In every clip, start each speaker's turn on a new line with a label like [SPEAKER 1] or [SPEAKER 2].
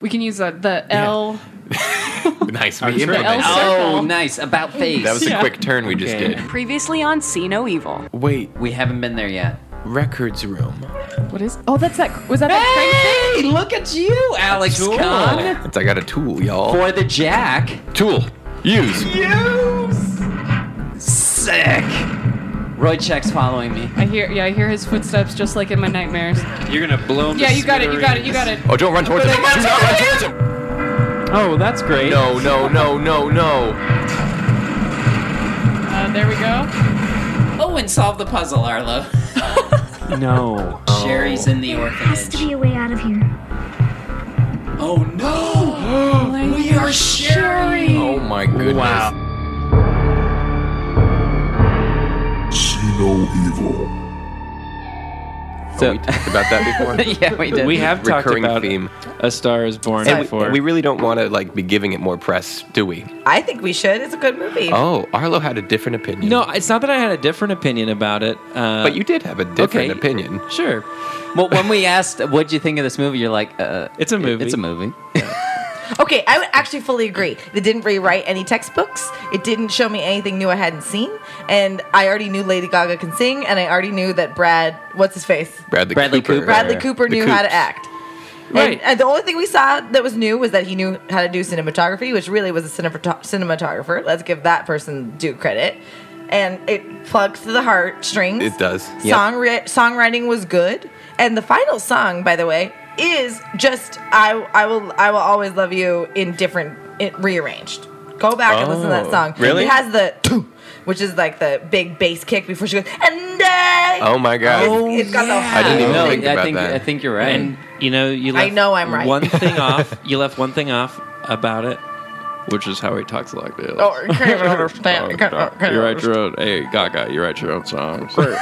[SPEAKER 1] We can use that the L.
[SPEAKER 2] nice. We
[SPEAKER 3] sure.
[SPEAKER 2] implemented.
[SPEAKER 1] The L- Circle.
[SPEAKER 3] Oh, nice. About face.
[SPEAKER 2] That was
[SPEAKER 1] Yeah.
[SPEAKER 2] a quick turn we just
[SPEAKER 3] Okay.
[SPEAKER 2] did.
[SPEAKER 1] Previously on See No Evil.
[SPEAKER 2] Wait,
[SPEAKER 3] we haven't been there yet.
[SPEAKER 2] records room.
[SPEAKER 1] What is? Oh, that's that. Was that that
[SPEAKER 3] Hey, look at you, Alex
[SPEAKER 2] Tool.
[SPEAKER 3] Kahn.
[SPEAKER 2] It's I got a tool, y'all.
[SPEAKER 3] For the jack.
[SPEAKER 2] Tool. Use.
[SPEAKER 3] Sick. Roychek's following me.
[SPEAKER 1] thing? I hear. Yeah, I hear his footsteps just like in my nightmares.
[SPEAKER 4] You're gonna blow him.
[SPEAKER 1] Yeah,
[SPEAKER 4] to
[SPEAKER 1] you got it. You got it. You got it.
[SPEAKER 2] Oh, don't run towards him. Do not run towards him.
[SPEAKER 4] smithereens. Oh, that's great.
[SPEAKER 2] No, no, no, no, no.
[SPEAKER 1] Uh, there we go.
[SPEAKER 3] Oh, and solve the puzzle, Arlo.
[SPEAKER 4] no.
[SPEAKER 3] Sherry's in the
[SPEAKER 5] has to
[SPEAKER 3] orphanage.
[SPEAKER 5] be a way out of here.
[SPEAKER 3] Oh no! we are Sherry.
[SPEAKER 2] Oh my goodness.
[SPEAKER 4] Wow.
[SPEAKER 6] See no evil.
[SPEAKER 4] So,
[SPEAKER 2] We talked about that before.
[SPEAKER 3] yeah, we did.
[SPEAKER 4] we have talked
[SPEAKER 2] Recurring
[SPEAKER 4] about
[SPEAKER 2] theme.
[SPEAKER 4] A Star Is Born
[SPEAKER 2] And
[SPEAKER 4] before.
[SPEAKER 2] we, we really don't want to like be giving it more press, do we?
[SPEAKER 7] I think we should. It's a good movie.
[SPEAKER 2] Oh, Arlo had a different opinion.
[SPEAKER 4] no, it's not that I had a different opinion about it. Uh,
[SPEAKER 2] but you did have a different
[SPEAKER 4] okay.
[SPEAKER 2] opinion.
[SPEAKER 4] sure.
[SPEAKER 3] well, when we asked, "What'd you think of this movie?" You're like, uh,
[SPEAKER 4] It's a
[SPEAKER 3] it-
[SPEAKER 4] movie.
[SPEAKER 3] It's a movie."
[SPEAKER 7] Okay, I would actually fully agree. They didn't rewrite any textbooks. It didn't show me anything new I hadn't seen, and I already knew Lady Gaga can sing, and I already knew that Brad, what's his face,
[SPEAKER 2] Bradley,
[SPEAKER 3] Bradley Cooper.
[SPEAKER 7] Bradley
[SPEAKER 3] Right.
[SPEAKER 7] Cooper
[SPEAKER 2] The
[SPEAKER 7] knew how to
[SPEAKER 2] Coops.
[SPEAKER 7] act. And-
[SPEAKER 4] Right.
[SPEAKER 7] And, the only thing we saw that was new was that he knew how to do cinematography, which really was a cinemat- cinematographer. Let's give that person due credit. And it plugs to the heartstrings.
[SPEAKER 2] It does. Yep.
[SPEAKER 7] Song re- songwriting was good, and the final song, by the way, is just "I I will I will always love you" in different it, rearranged. Go back and listen to that
[SPEAKER 2] Oh,
[SPEAKER 7] song.
[SPEAKER 2] really?
[SPEAKER 7] It has the "Toom," which is like the big bass kick before she goes and I.
[SPEAKER 2] Oh my god.
[SPEAKER 7] it's got the
[SPEAKER 2] I didn't even
[SPEAKER 3] No,
[SPEAKER 2] think
[SPEAKER 3] I
[SPEAKER 2] about
[SPEAKER 3] think
[SPEAKER 2] that.
[SPEAKER 3] I think you're right.
[SPEAKER 4] And you know, you
[SPEAKER 7] I
[SPEAKER 4] left
[SPEAKER 7] know I'm right.
[SPEAKER 4] One thing off. You left one thing off about it, which is how he talks like this. Oh,
[SPEAKER 7] Oh, you can't even understand. You can't- can't
[SPEAKER 4] you write your own. Hey, Gaga, you write your own songs.
[SPEAKER 2] and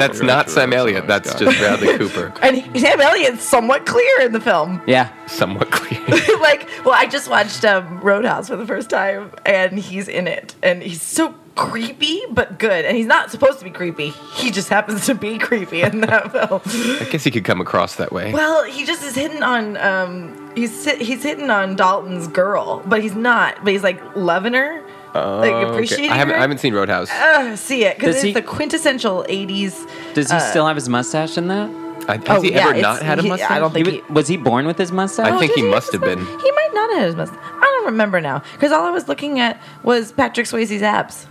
[SPEAKER 2] that's
[SPEAKER 4] You're
[SPEAKER 2] not
[SPEAKER 4] right,
[SPEAKER 2] Sam
[SPEAKER 4] you're right,
[SPEAKER 2] Elliott.
[SPEAKER 4] sorry,
[SPEAKER 2] That's
[SPEAKER 4] Scott.
[SPEAKER 2] just Bradley Cooper.
[SPEAKER 7] And he- Sam Elliott's somewhat clear in the film.
[SPEAKER 3] yeah,
[SPEAKER 2] Somewhat clear.
[SPEAKER 7] like, well, I just watched um, Roadhouse for the first time, and he's in it, and he's so creepy but good. And he's not supposed to be creepy; he just happens to be creepy in that film.
[SPEAKER 2] I guess he could come across that way.
[SPEAKER 7] Well, he just is hitting on um, he's sit- he's hitting on Dalton's girl, but he's not. But he's like loving her, like
[SPEAKER 2] Oh, Okay.
[SPEAKER 7] appreciating
[SPEAKER 2] I haven't,
[SPEAKER 7] her. Oh.
[SPEAKER 2] I haven't seen Roadhouse.
[SPEAKER 7] Ugh, see it because
[SPEAKER 3] Does
[SPEAKER 7] it's
[SPEAKER 3] he-
[SPEAKER 7] the quintessential '80s.
[SPEAKER 3] does he
[SPEAKER 7] Uh,
[SPEAKER 3] still have his mustache in that?
[SPEAKER 2] I, has
[SPEAKER 7] oh,
[SPEAKER 2] he
[SPEAKER 7] yeah,
[SPEAKER 2] ever
[SPEAKER 7] it's-
[SPEAKER 2] not had a
[SPEAKER 7] he- I
[SPEAKER 2] mustache?
[SPEAKER 7] don't
[SPEAKER 3] He
[SPEAKER 7] think
[SPEAKER 3] was, was he born with his mustache?
[SPEAKER 2] I think
[SPEAKER 7] did
[SPEAKER 2] he
[SPEAKER 7] have
[SPEAKER 2] must
[SPEAKER 7] his
[SPEAKER 2] have
[SPEAKER 7] must-
[SPEAKER 2] been.
[SPEAKER 7] He might not have had his mustache. I don't remember now because all I was looking at was Patrick Swayze's abs,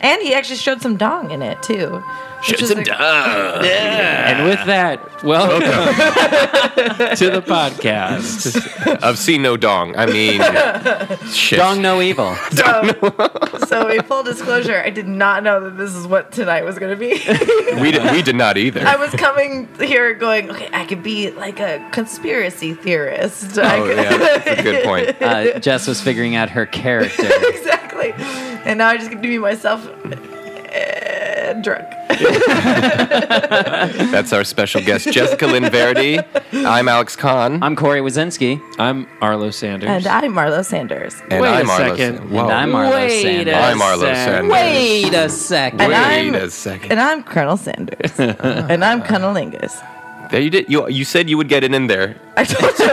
[SPEAKER 7] and he actually showed some dong in it too. Showed some dong.
[SPEAKER 4] And with that, welcome to the podcast.
[SPEAKER 2] I've seen no dong. I mean, shit.
[SPEAKER 3] Dong no evil.
[SPEAKER 7] So, in full disclosure, I did not know that this is what tonight was going to be.
[SPEAKER 2] We did, we did not either.
[SPEAKER 7] I was coming here going, okay, I could be like a conspiracy theorist. I
[SPEAKER 2] oh
[SPEAKER 7] could-
[SPEAKER 2] yeah, that's a good point.
[SPEAKER 3] Uh, Jess was figuring out her character.
[SPEAKER 7] exactly. And now I just get to be myself. uh, drunk.
[SPEAKER 2] That's our special guest, Jessica Lynn Verity. I'm Alex Kahn.
[SPEAKER 3] I'm Corey Wazinski.
[SPEAKER 4] I'm Arlo Sanders.
[SPEAKER 7] And I'm Marlo Sanders.
[SPEAKER 2] and
[SPEAKER 4] wait a
[SPEAKER 2] I'm Arlo
[SPEAKER 4] second.
[SPEAKER 2] Sa-
[SPEAKER 4] And
[SPEAKER 2] Whoa.
[SPEAKER 3] And I'm Arlo
[SPEAKER 1] Wait
[SPEAKER 3] Sanders.
[SPEAKER 1] a
[SPEAKER 2] I'm Arlo Sanders.
[SPEAKER 3] Wait a second.
[SPEAKER 7] And
[SPEAKER 2] Wait
[SPEAKER 7] I'm-
[SPEAKER 2] a second.
[SPEAKER 7] And I'm Colonel Sanders. and I'm Cunnilingus.
[SPEAKER 2] there you did. You, you said you would get it in there.
[SPEAKER 7] I told you.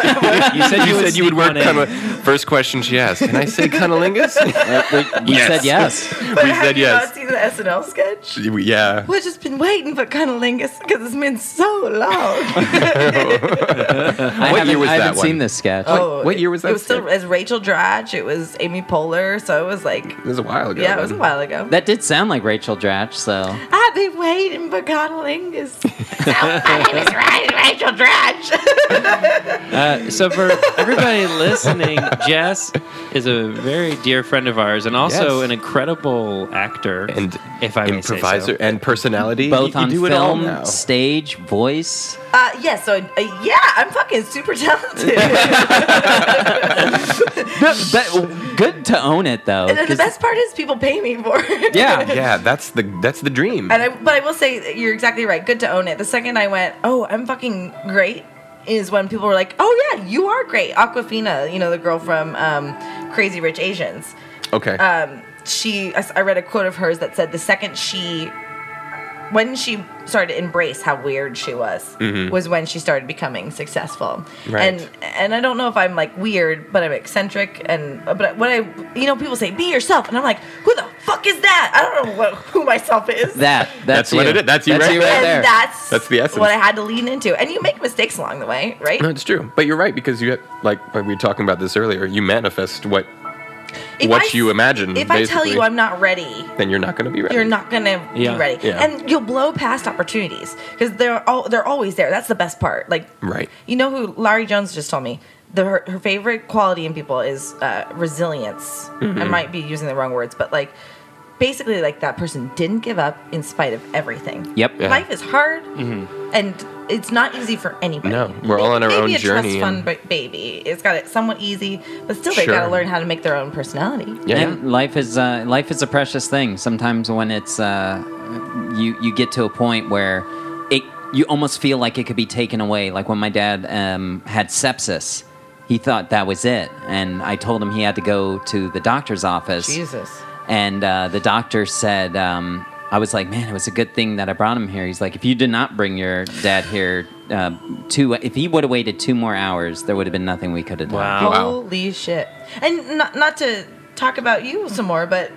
[SPEAKER 4] you said
[SPEAKER 2] You
[SPEAKER 4] you,
[SPEAKER 2] said you would
[SPEAKER 4] sneak
[SPEAKER 2] work.
[SPEAKER 4] one in.
[SPEAKER 2] Cunnilingus. First question she asked: Can I say cunnilingus?
[SPEAKER 3] Uh, we we
[SPEAKER 2] Yes.
[SPEAKER 3] said yes.
[SPEAKER 2] we
[SPEAKER 7] But have
[SPEAKER 2] said
[SPEAKER 7] you
[SPEAKER 2] yes.
[SPEAKER 7] not seen the SNL sketch?
[SPEAKER 2] We- Yeah.
[SPEAKER 7] We've just been waiting for Cunnilingus because it's been so long.
[SPEAKER 3] I
[SPEAKER 2] What
[SPEAKER 3] haven't,
[SPEAKER 2] year was
[SPEAKER 3] I
[SPEAKER 2] that
[SPEAKER 3] haven't
[SPEAKER 2] one?
[SPEAKER 3] seen this sketch.
[SPEAKER 7] Oh.
[SPEAKER 2] what year was that
[SPEAKER 7] It was still as Rachel Dratch. It was Amy Poehler. So it was like,
[SPEAKER 2] It was a while ago.
[SPEAKER 7] yeah, it was a
[SPEAKER 2] then.
[SPEAKER 7] while ago.
[SPEAKER 3] That did sound like Rachel Dratch, so
[SPEAKER 7] I've been waiting for Cunnilingus. My name is Ra- Rachel Dratch.
[SPEAKER 4] Uh, so for everybody listening, Jess is a very dear friend of ours, and also
[SPEAKER 2] Yes.
[SPEAKER 4] an incredible actor
[SPEAKER 2] And
[SPEAKER 4] if I may say so.
[SPEAKER 2] improviser and personality.
[SPEAKER 3] both
[SPEAKER 2] You- you
[SPEAKER 3] on
[SPEAKER 2] do it all now.
[SPEAKER 3] film, stage, voice.
[SPEAKER 7] Uh, yeah, so uh, yeah, I'm fucking super talented.
[SPEAKER 3] But good to own it though.
[SPEAKER 7] and then the
[SPEAKER 3] 'cause-
[SPEAKER 7] best part is people pay me for it.
[SPEAKER 3] yeah.
[SPEAKER 2] Yeah, that's the that's the dream.
[SPEAKER 7] And I, but I will say that you're exactly right. Good to own it. The second I went, oh, I'm fucking great, is when people were like, oh yeah, you are great. Aquafina, you know the girl from um, Crazy Rich Asians.
[SPEAKER 2] okay.
[SPEAKER 7] uh, Um, she, I s- I read a quote of hers that said the second she when she started to embrace how weird she was was when she started becoming successful.
[SPEAKER 2] Right.
[SPEAKER 7] And and I don't know if I'm like weird, but I'm eccentric and but when I you know people say be yourself and I'm like who the fuck is that? I don't know what, who myself is.
[SPEAKER 3] That that's,
[SPEAKER 2] That's what
[SPEAKER 3] you.
[SPEAKER 2] it is. That's you right
[SPEAKER 3] right
[SPEAKER 7] and
[SPEAKER 3] there.
[SPEAKER 7] that's
[SPEAKER 2] That's the essence.
[SPEAKER 7] what I had to lean into. And you make mistakes along the way, right?
[SPEAKER 2] No, it's true. But you're right because you like we were talking about this earlier. You manifest what
[SPEAKER 7] If
[SPEAKER 2] what
[SPEAKER 7] I-
[SPEAKER 2] you imagine.
[SPEAKER 7] If I tell you
[SPEAKER 2] basically,
[SPEAKER 7] I'm not ready,
[SPEAKER 2] then you're not going to be ready.
[SPEAKER 7] you're not gonna
[SPEAKER 4] Yeah.
[SPEAKER 7] be ready,
[SPEAKER 2] Yeah.
[SPEAKER 7] and you'll blow past opportunities because they're all they're always there. That's the best part. Like,
[SPEAKER 2] Right.
[SPEAKER 7] You know who Larry Jones just told me. The, her, her favorite quality in people is uh, resilience. I
[SPEAKER 2] Mm-hmm.
[SPEAKER 7] might be using the wrong words, but like basically, like that person didn't give up in spite of everything.
[SPEAKER 3] Yep. Yeah.
[SPEAKER 7] Life is hard, and it's not easy for anybody.
[SPEAKER 2] Mm-hmm. No, we're all on our
[SPEAKER 7] Maybe
[SPEAKER 2] own
[SPEAKER 7] a
[SPEAKER 2] journey
[SPEAKER 7] Trust
[SPEAKER 2] and-
[SPEAKER 7] fund ba- baby, it's got it somewhat easy, but still they
[SPEAKER 2] Sure.
[SPEAKER 7] got to learn how to make their own personality.
[SPEAKER 2] Yeah.
[SPEAKER 3] And life is uh, life is a precious thing. Sometimes when it's uh, you you get to a point where it you almost feel like it could be taken away. Like when my dad um, had sepsis, he thought that was it, and I told him he had to go to the doctor's office.
[SPEAKER 7] Jesus.
[SPEAKER 3] And uh, the doctor said, um, I was like, man, it was a good thing that I brought him here. He's like, if you did not bring your dad here, uh, two if he would have waited two more hours, there would have been nothing we could have done.
[SPEAKER 4] Wow.
[SPEAKER 7] Holy shit! And not not to talk about you some more, but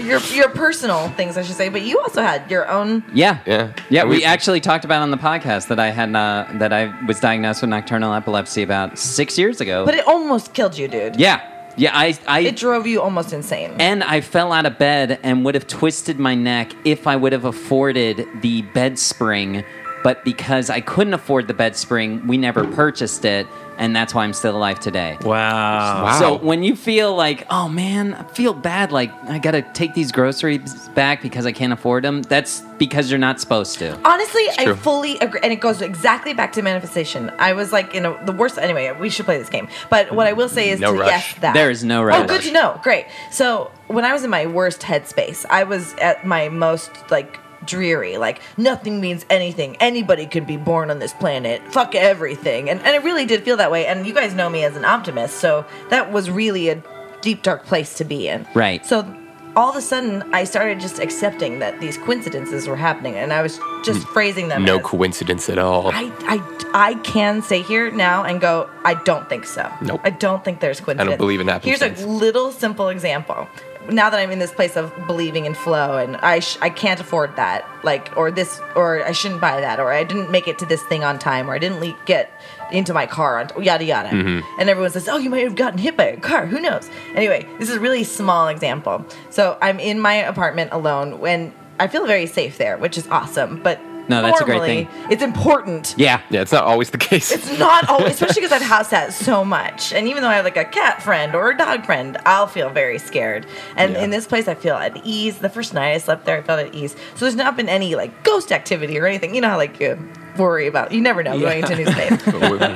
[SPEAKER 7] your your personal things, I should say. But you also had your own.
[SPEAKER 3] Yeah,
[SPEAKER 2] Yeah.
[SPEAKER 3] yeah.
[SPEAKER 2] And
[SPEAKER 3] We
[SPEAKER 2] we-
[SPEAKER 3] actually talked about on the podcast that I had uh, that I was diagnosed with nocturnal epilepsy about six years ago.
[SPEAKER 7] But it almost killed you, dude.
[SPEAKER 3] yeah, yeah. I, I,
[SPEAKER 7] It drove you almost insane.
[SPEAKER 3] and I fell out of bed and would have twisted my neck if I would have afforded the bed spring. But because I couldn't afford the bed spring, we never purchased it, and that's why I'm still alive today.
[SPEAKER 4] Wow.
[SPEAKER 2] Wow.
[SPEAKER 3] So when you feel like, oh man, I feel bad, like I gotta take these groceries back because I can't afford them. That's because you're not supposed to.
[SPEAKER 7] Honestly, I
[SPEAKER 2] true.
[SPEAKER 7] fully agree, and it goes exactly back to manifestation. I was like, you know, the worst. Anyway, we should play this game. But what I will say is
[SPEAKER 2] No
[SPEAKER 7] to
[SPEAKER 2] rush.
[SPEAKER 7] yes that
[SPEAKER 3] There is no
[SPEAKER 7] Oh,
[SPEAKER 3] rush.
[SPEAKER 7] good to know. Great. So when I was in my worst headspace, I was at my most like dreary. Like nothing means anything. Anybody could be born on this planet. Fuck everything. And and I really did feel that way. And you guys know me as an optimist, so that was really a deep dark place to be in.
[SPEAKER 3] Right.
[SPEAKER 7] So all of a sudden, I started just accepting that these coincidences were happening, and I was just phrasing them.
[SPEAKER 2] no
[SPEAKER 7] as,
[SPEAKER 2] coincidence at all.
[SPEAKER 7] I, I, I can stay here now and go, I don't think so.
[SPEAKER 2] Nope.
[SPEAKER 7] I don't think there's coincidence.
[SPEAKER 2] believe in
[SPEAKER 7] Here's a
[SPEAKER 2] happenstance.
[SPEAKER 7] little simple example. Now that I'm in this place of believing in flow and I, sh- I can't afford that, like, or this, or I shouldn't buy that, or I didn't make it to this thing on time, or I didn't le- get into my car, on t- yada yada.
[SPEAKER 2] Mm-hmm.
[SPEAKER 7] And everyone says, oh, you might have gotten hit by a car. Who knows? Anyway, this is a really small example. So I'm in my apartment alone when I feel very safe there, which is awesome. But
[SPEAKER 3] No, that's a great
[SPEAKER 7] normally,
[SPEAKER 3] thing.
[SPEAKER 7] It's important
[SPEAKER 3] Yeah.
[SPEAKER 2] yeah, it's not always the case.
[SPEAKER 7] it's not always, especially because I've house sat so much. And even though I have like a cat friend or a dog friend, I'll feel very scared. And
[SPEAKER 2] Yeah.
[SPEAKER 7] in this place, I feel at ease. The first night I slept there, I felt at ease. So there's not been any like ghost activity or anything. You know how like you worry about, you never know going into a new space.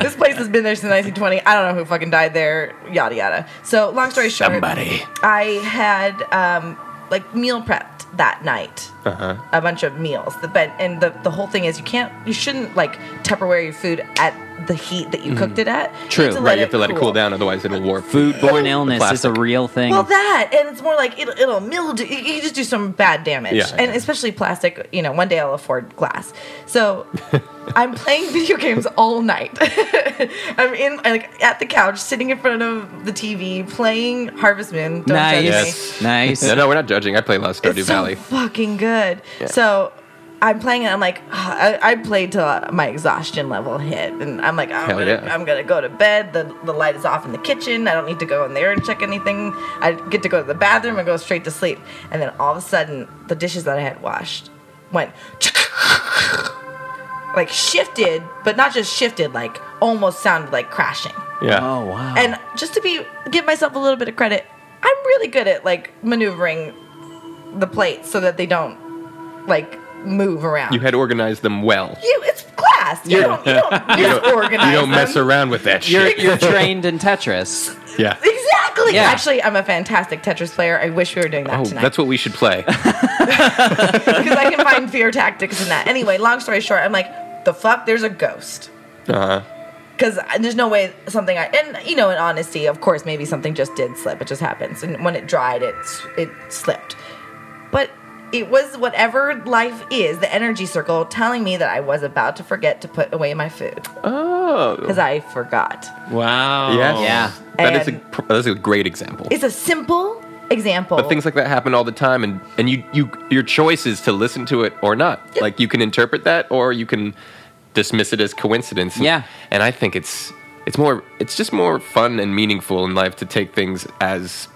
[SPEAKER 7] this place has been there since 1920. I don't know who fucking died there, yada yada. So long story short,
[SPEAKER 2] Somebody.
[SPEAKER 7] I had um, like meal prepped that night.
[SPEAKER 2] Uh-huh.
[SPEAKER 7] A bunch of meals. The but and the, the whole thing is you can't you shouldn't like Tupperware your food at the heat that you cooked it at.
[SPEAKER 3] True.
[SPEAKER 7] have to
[SPEAKER 2] Mm-hmm. right, you have to let it cool down, otherwise it'll warp.
[SPEAKER 3] Foodborne illness is a
[SPEAKER 2] plastic.
[SPEAKER 3] real thing.
[SPEAKER 7] Well, that and it's more like it'll, it'll mildew. You you just do some bad damage,
[SPEAKER 2] Yeah.
[SPEAKER 7] and especially plastic. You know, one day I'll afford glass. So I'm playing video games all night. I'm in like at the couch, sitting in front of the TV, playing Harvest Moon. Don't judge
[SPEAKER 3] nice,
[SPEAKER 7] me.
[SPEAKER 2] Yes.
[SPEAKER 3] nice.
[SPEAKER 2] No, no, we're not judging. I play a lot of Stardew
[SPEAKER 7] It's
[SPEAKER 2] Valley.
[SPEAKER 7] so fucking good. So I'm playing it. I'm like, "Ah," I, I played till my exhaustion level hit, and I'm like, I'm
[SPEAKER 2] Hell
[SPEAKER 7] gonna,
[SPEAKER 2] yeah.
[SPEAKER 7] I'm gonna go to bed. The the light is off in the kitchen. I don't need to go in there and check anything. I get to go to the bathroom and go straight to sleep. And then all of a sudden, the dishes that I had washed went. Like shifted, but not just shifted. Like almost sounded like crashing.
[SPEAKER 2] yeah.
[SPEAKER 3] oh wow.
[SPEAKER 7] And just to be give myself a little bit of credit, I'm really good at like maneuvering the plates so that they don't like move around.
[SPEAKER 2] You had organized them well.
[SPEAKER 7] You- it's class. You don't, you don't
[SPEAKER 2] You don't,
[SPEAKER 7] disorganize
[SPEAKER 2] you don't mess
[SPEAKER 7] them.
[SPEAKER 2] around with that
[SPEAKER 3] you're
[SPEAKER 2] shit.
[SPEAKER 3] you're trained in Tetris.
[SPEAKER 2] yeah.
[SPEAKER 7] Exactly.
[SPEAKER 3] Yeah.
[SPEAKER 7] Actually, I'm a fantastic Tetris player. I wish we were doing that
[SPEAKER 2] Oh,
[SPEAKER 7] tonight.
[SPEAKER 2] that's what we should play.
[SPEAKER 7] because I can find fear tactics in that. Anyway, long story short, I'm like, the fuck, there's a ghost.
[SPEAKER 2] Uh-huh.
[SPEAKER 7] Because there's no way something I and you know in honesty, of course, maybe something just did slip. It just happens, and when it dried, it's it slipped. But It was whatever life is, the energy circle telling me that I was about to forget to put away my food
[SPEAKER 2] Oh.
[SPEAKER 7] because I forgot.
[SPEAKER 4] Wow.
[SPEAKER 2] Yes.
[SPEAKER 3] Yeah.
[SPEAKER 2] That is a,
[SPEAKER 7] Oh. And-
[SPEAKER 2] pr- that's a great example.
[SPEAKER 7] It's a simple example.
[SPEAKER 2] But things like that happen all the time, and, and you, you your choice is to listen to it or not. Like you can interpret that, or you can dismiss it as coincidence.
[SPEAKER 3] Yeah.
[SPEAKER 2] and I think it's it's more it's just more fun and meaningful in life to take things as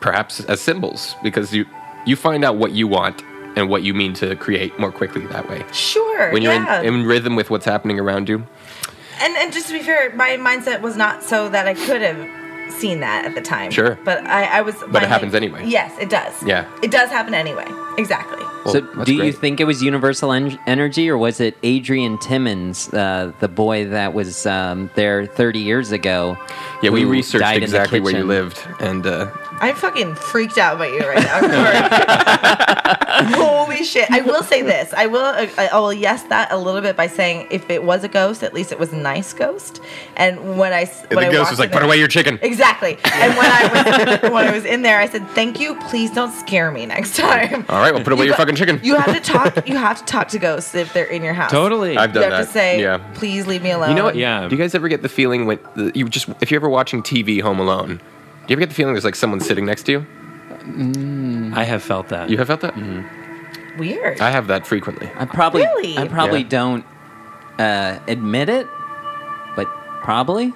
[SPEAKER 2] perhaps as symbols because you you find out what you want and what you mean to create more quickly that way.
[SPEAKER 7] sure.
[SPEAKER 2] When you're
[SPEAKER 7] yeah.
[SPEAKER 2] in, in rhythm with what's happening around you,
[SPEAKER 7] and and just to be fair, my mindset was not so that I could have seen that at the time.
[SPEAKER 2] Sure.
[SPEAKER 7] But I, I was. But
[SPEAKER 2] happens anyway.
[SPEAKER 7] Yes, it does.
[SPEAKER 2] Yeah.
[SPEAKER 7] It does happen anyway. Exactly.
[SPEAKER 2] Well,
[SPEAKER 3] so,
[SPEAKER 2] that's
[SPEAKER 3] do you
[SPEAKER 2] great.
[SPEAKER 3] think it was Universal en- Energy, or was it Adrian Timmons, uh, the boy that was um, there 30 years ago?
[SPEAKER 2] Yeah, we
[SPEAKER 3] who died
[SPEAKER 2] researched
[SPEAKER 3] in the
[SPEAKER 2] exactly where you
[SPEAKER 3] kitchen?
[SPEAKER 2] lived, and uh,
[SPEAKER 7] I'm fucking freaked out by you right now. Holy shit! I will say this. I will. uh, I I will yes that a little bit by saying if it was a ghost, at least it was a nice ghost. And when I s- when I
[SPEAKER 2] the ghost
[SPEAKER 7] walked
[SPEAKER 2] was like,
[SPEAKER 7] in
[SPEAKER 2] "Put
[SPEAKER 7] there-
[SPEAKER 2] away your chicken."
[SPEAKER 7] Exactly. And when I was when I was in there, I said, "Thank you. Please don't scare me next time."
[SPEAKER 2] All right, well, put away
[SPEAKER 7] You
[SPEAKER 2] your
[SPEAKER 7] got-
[SPEAKER 2] fucking chicken.
[SPEAKER 7] You have to talk. You have to talk to ghosts if they're in your house.
[SPEAKER 4] Totally.
[SPEAKER 2] I've
[SPEAKER 7] You
[SPEAKER 2] done
[SPEAKER 7] have
[SPEAKER 2] that.
[SPEAKER 7] to say, uh,
[SPEAKER 2] yeah.
[SPEAKER 7] "Please leave me alone."
[SPEAKER 2] You know what?
[SPEAKER 4] Yeah.
[SPEAKER 2] Do you guys ever get the feeling when the, you just if you're ever watching TV Home Alone, do you ever get the feeling there's like someone sitting next to you?
[SPEAKER 4] I have felt that.
[SPEAKER 2] You have felt that?
[SPEAKER 7] Weird.
[SPEAKER 2] I have that frequently.
[SPEAKER 3] I probably,
[SPEAKER 7] Really?
[SPEAKER 3] I probably
[SPEAKER 2] Yeah.
[SPEAKER 3] don't uh, admit it, but probably.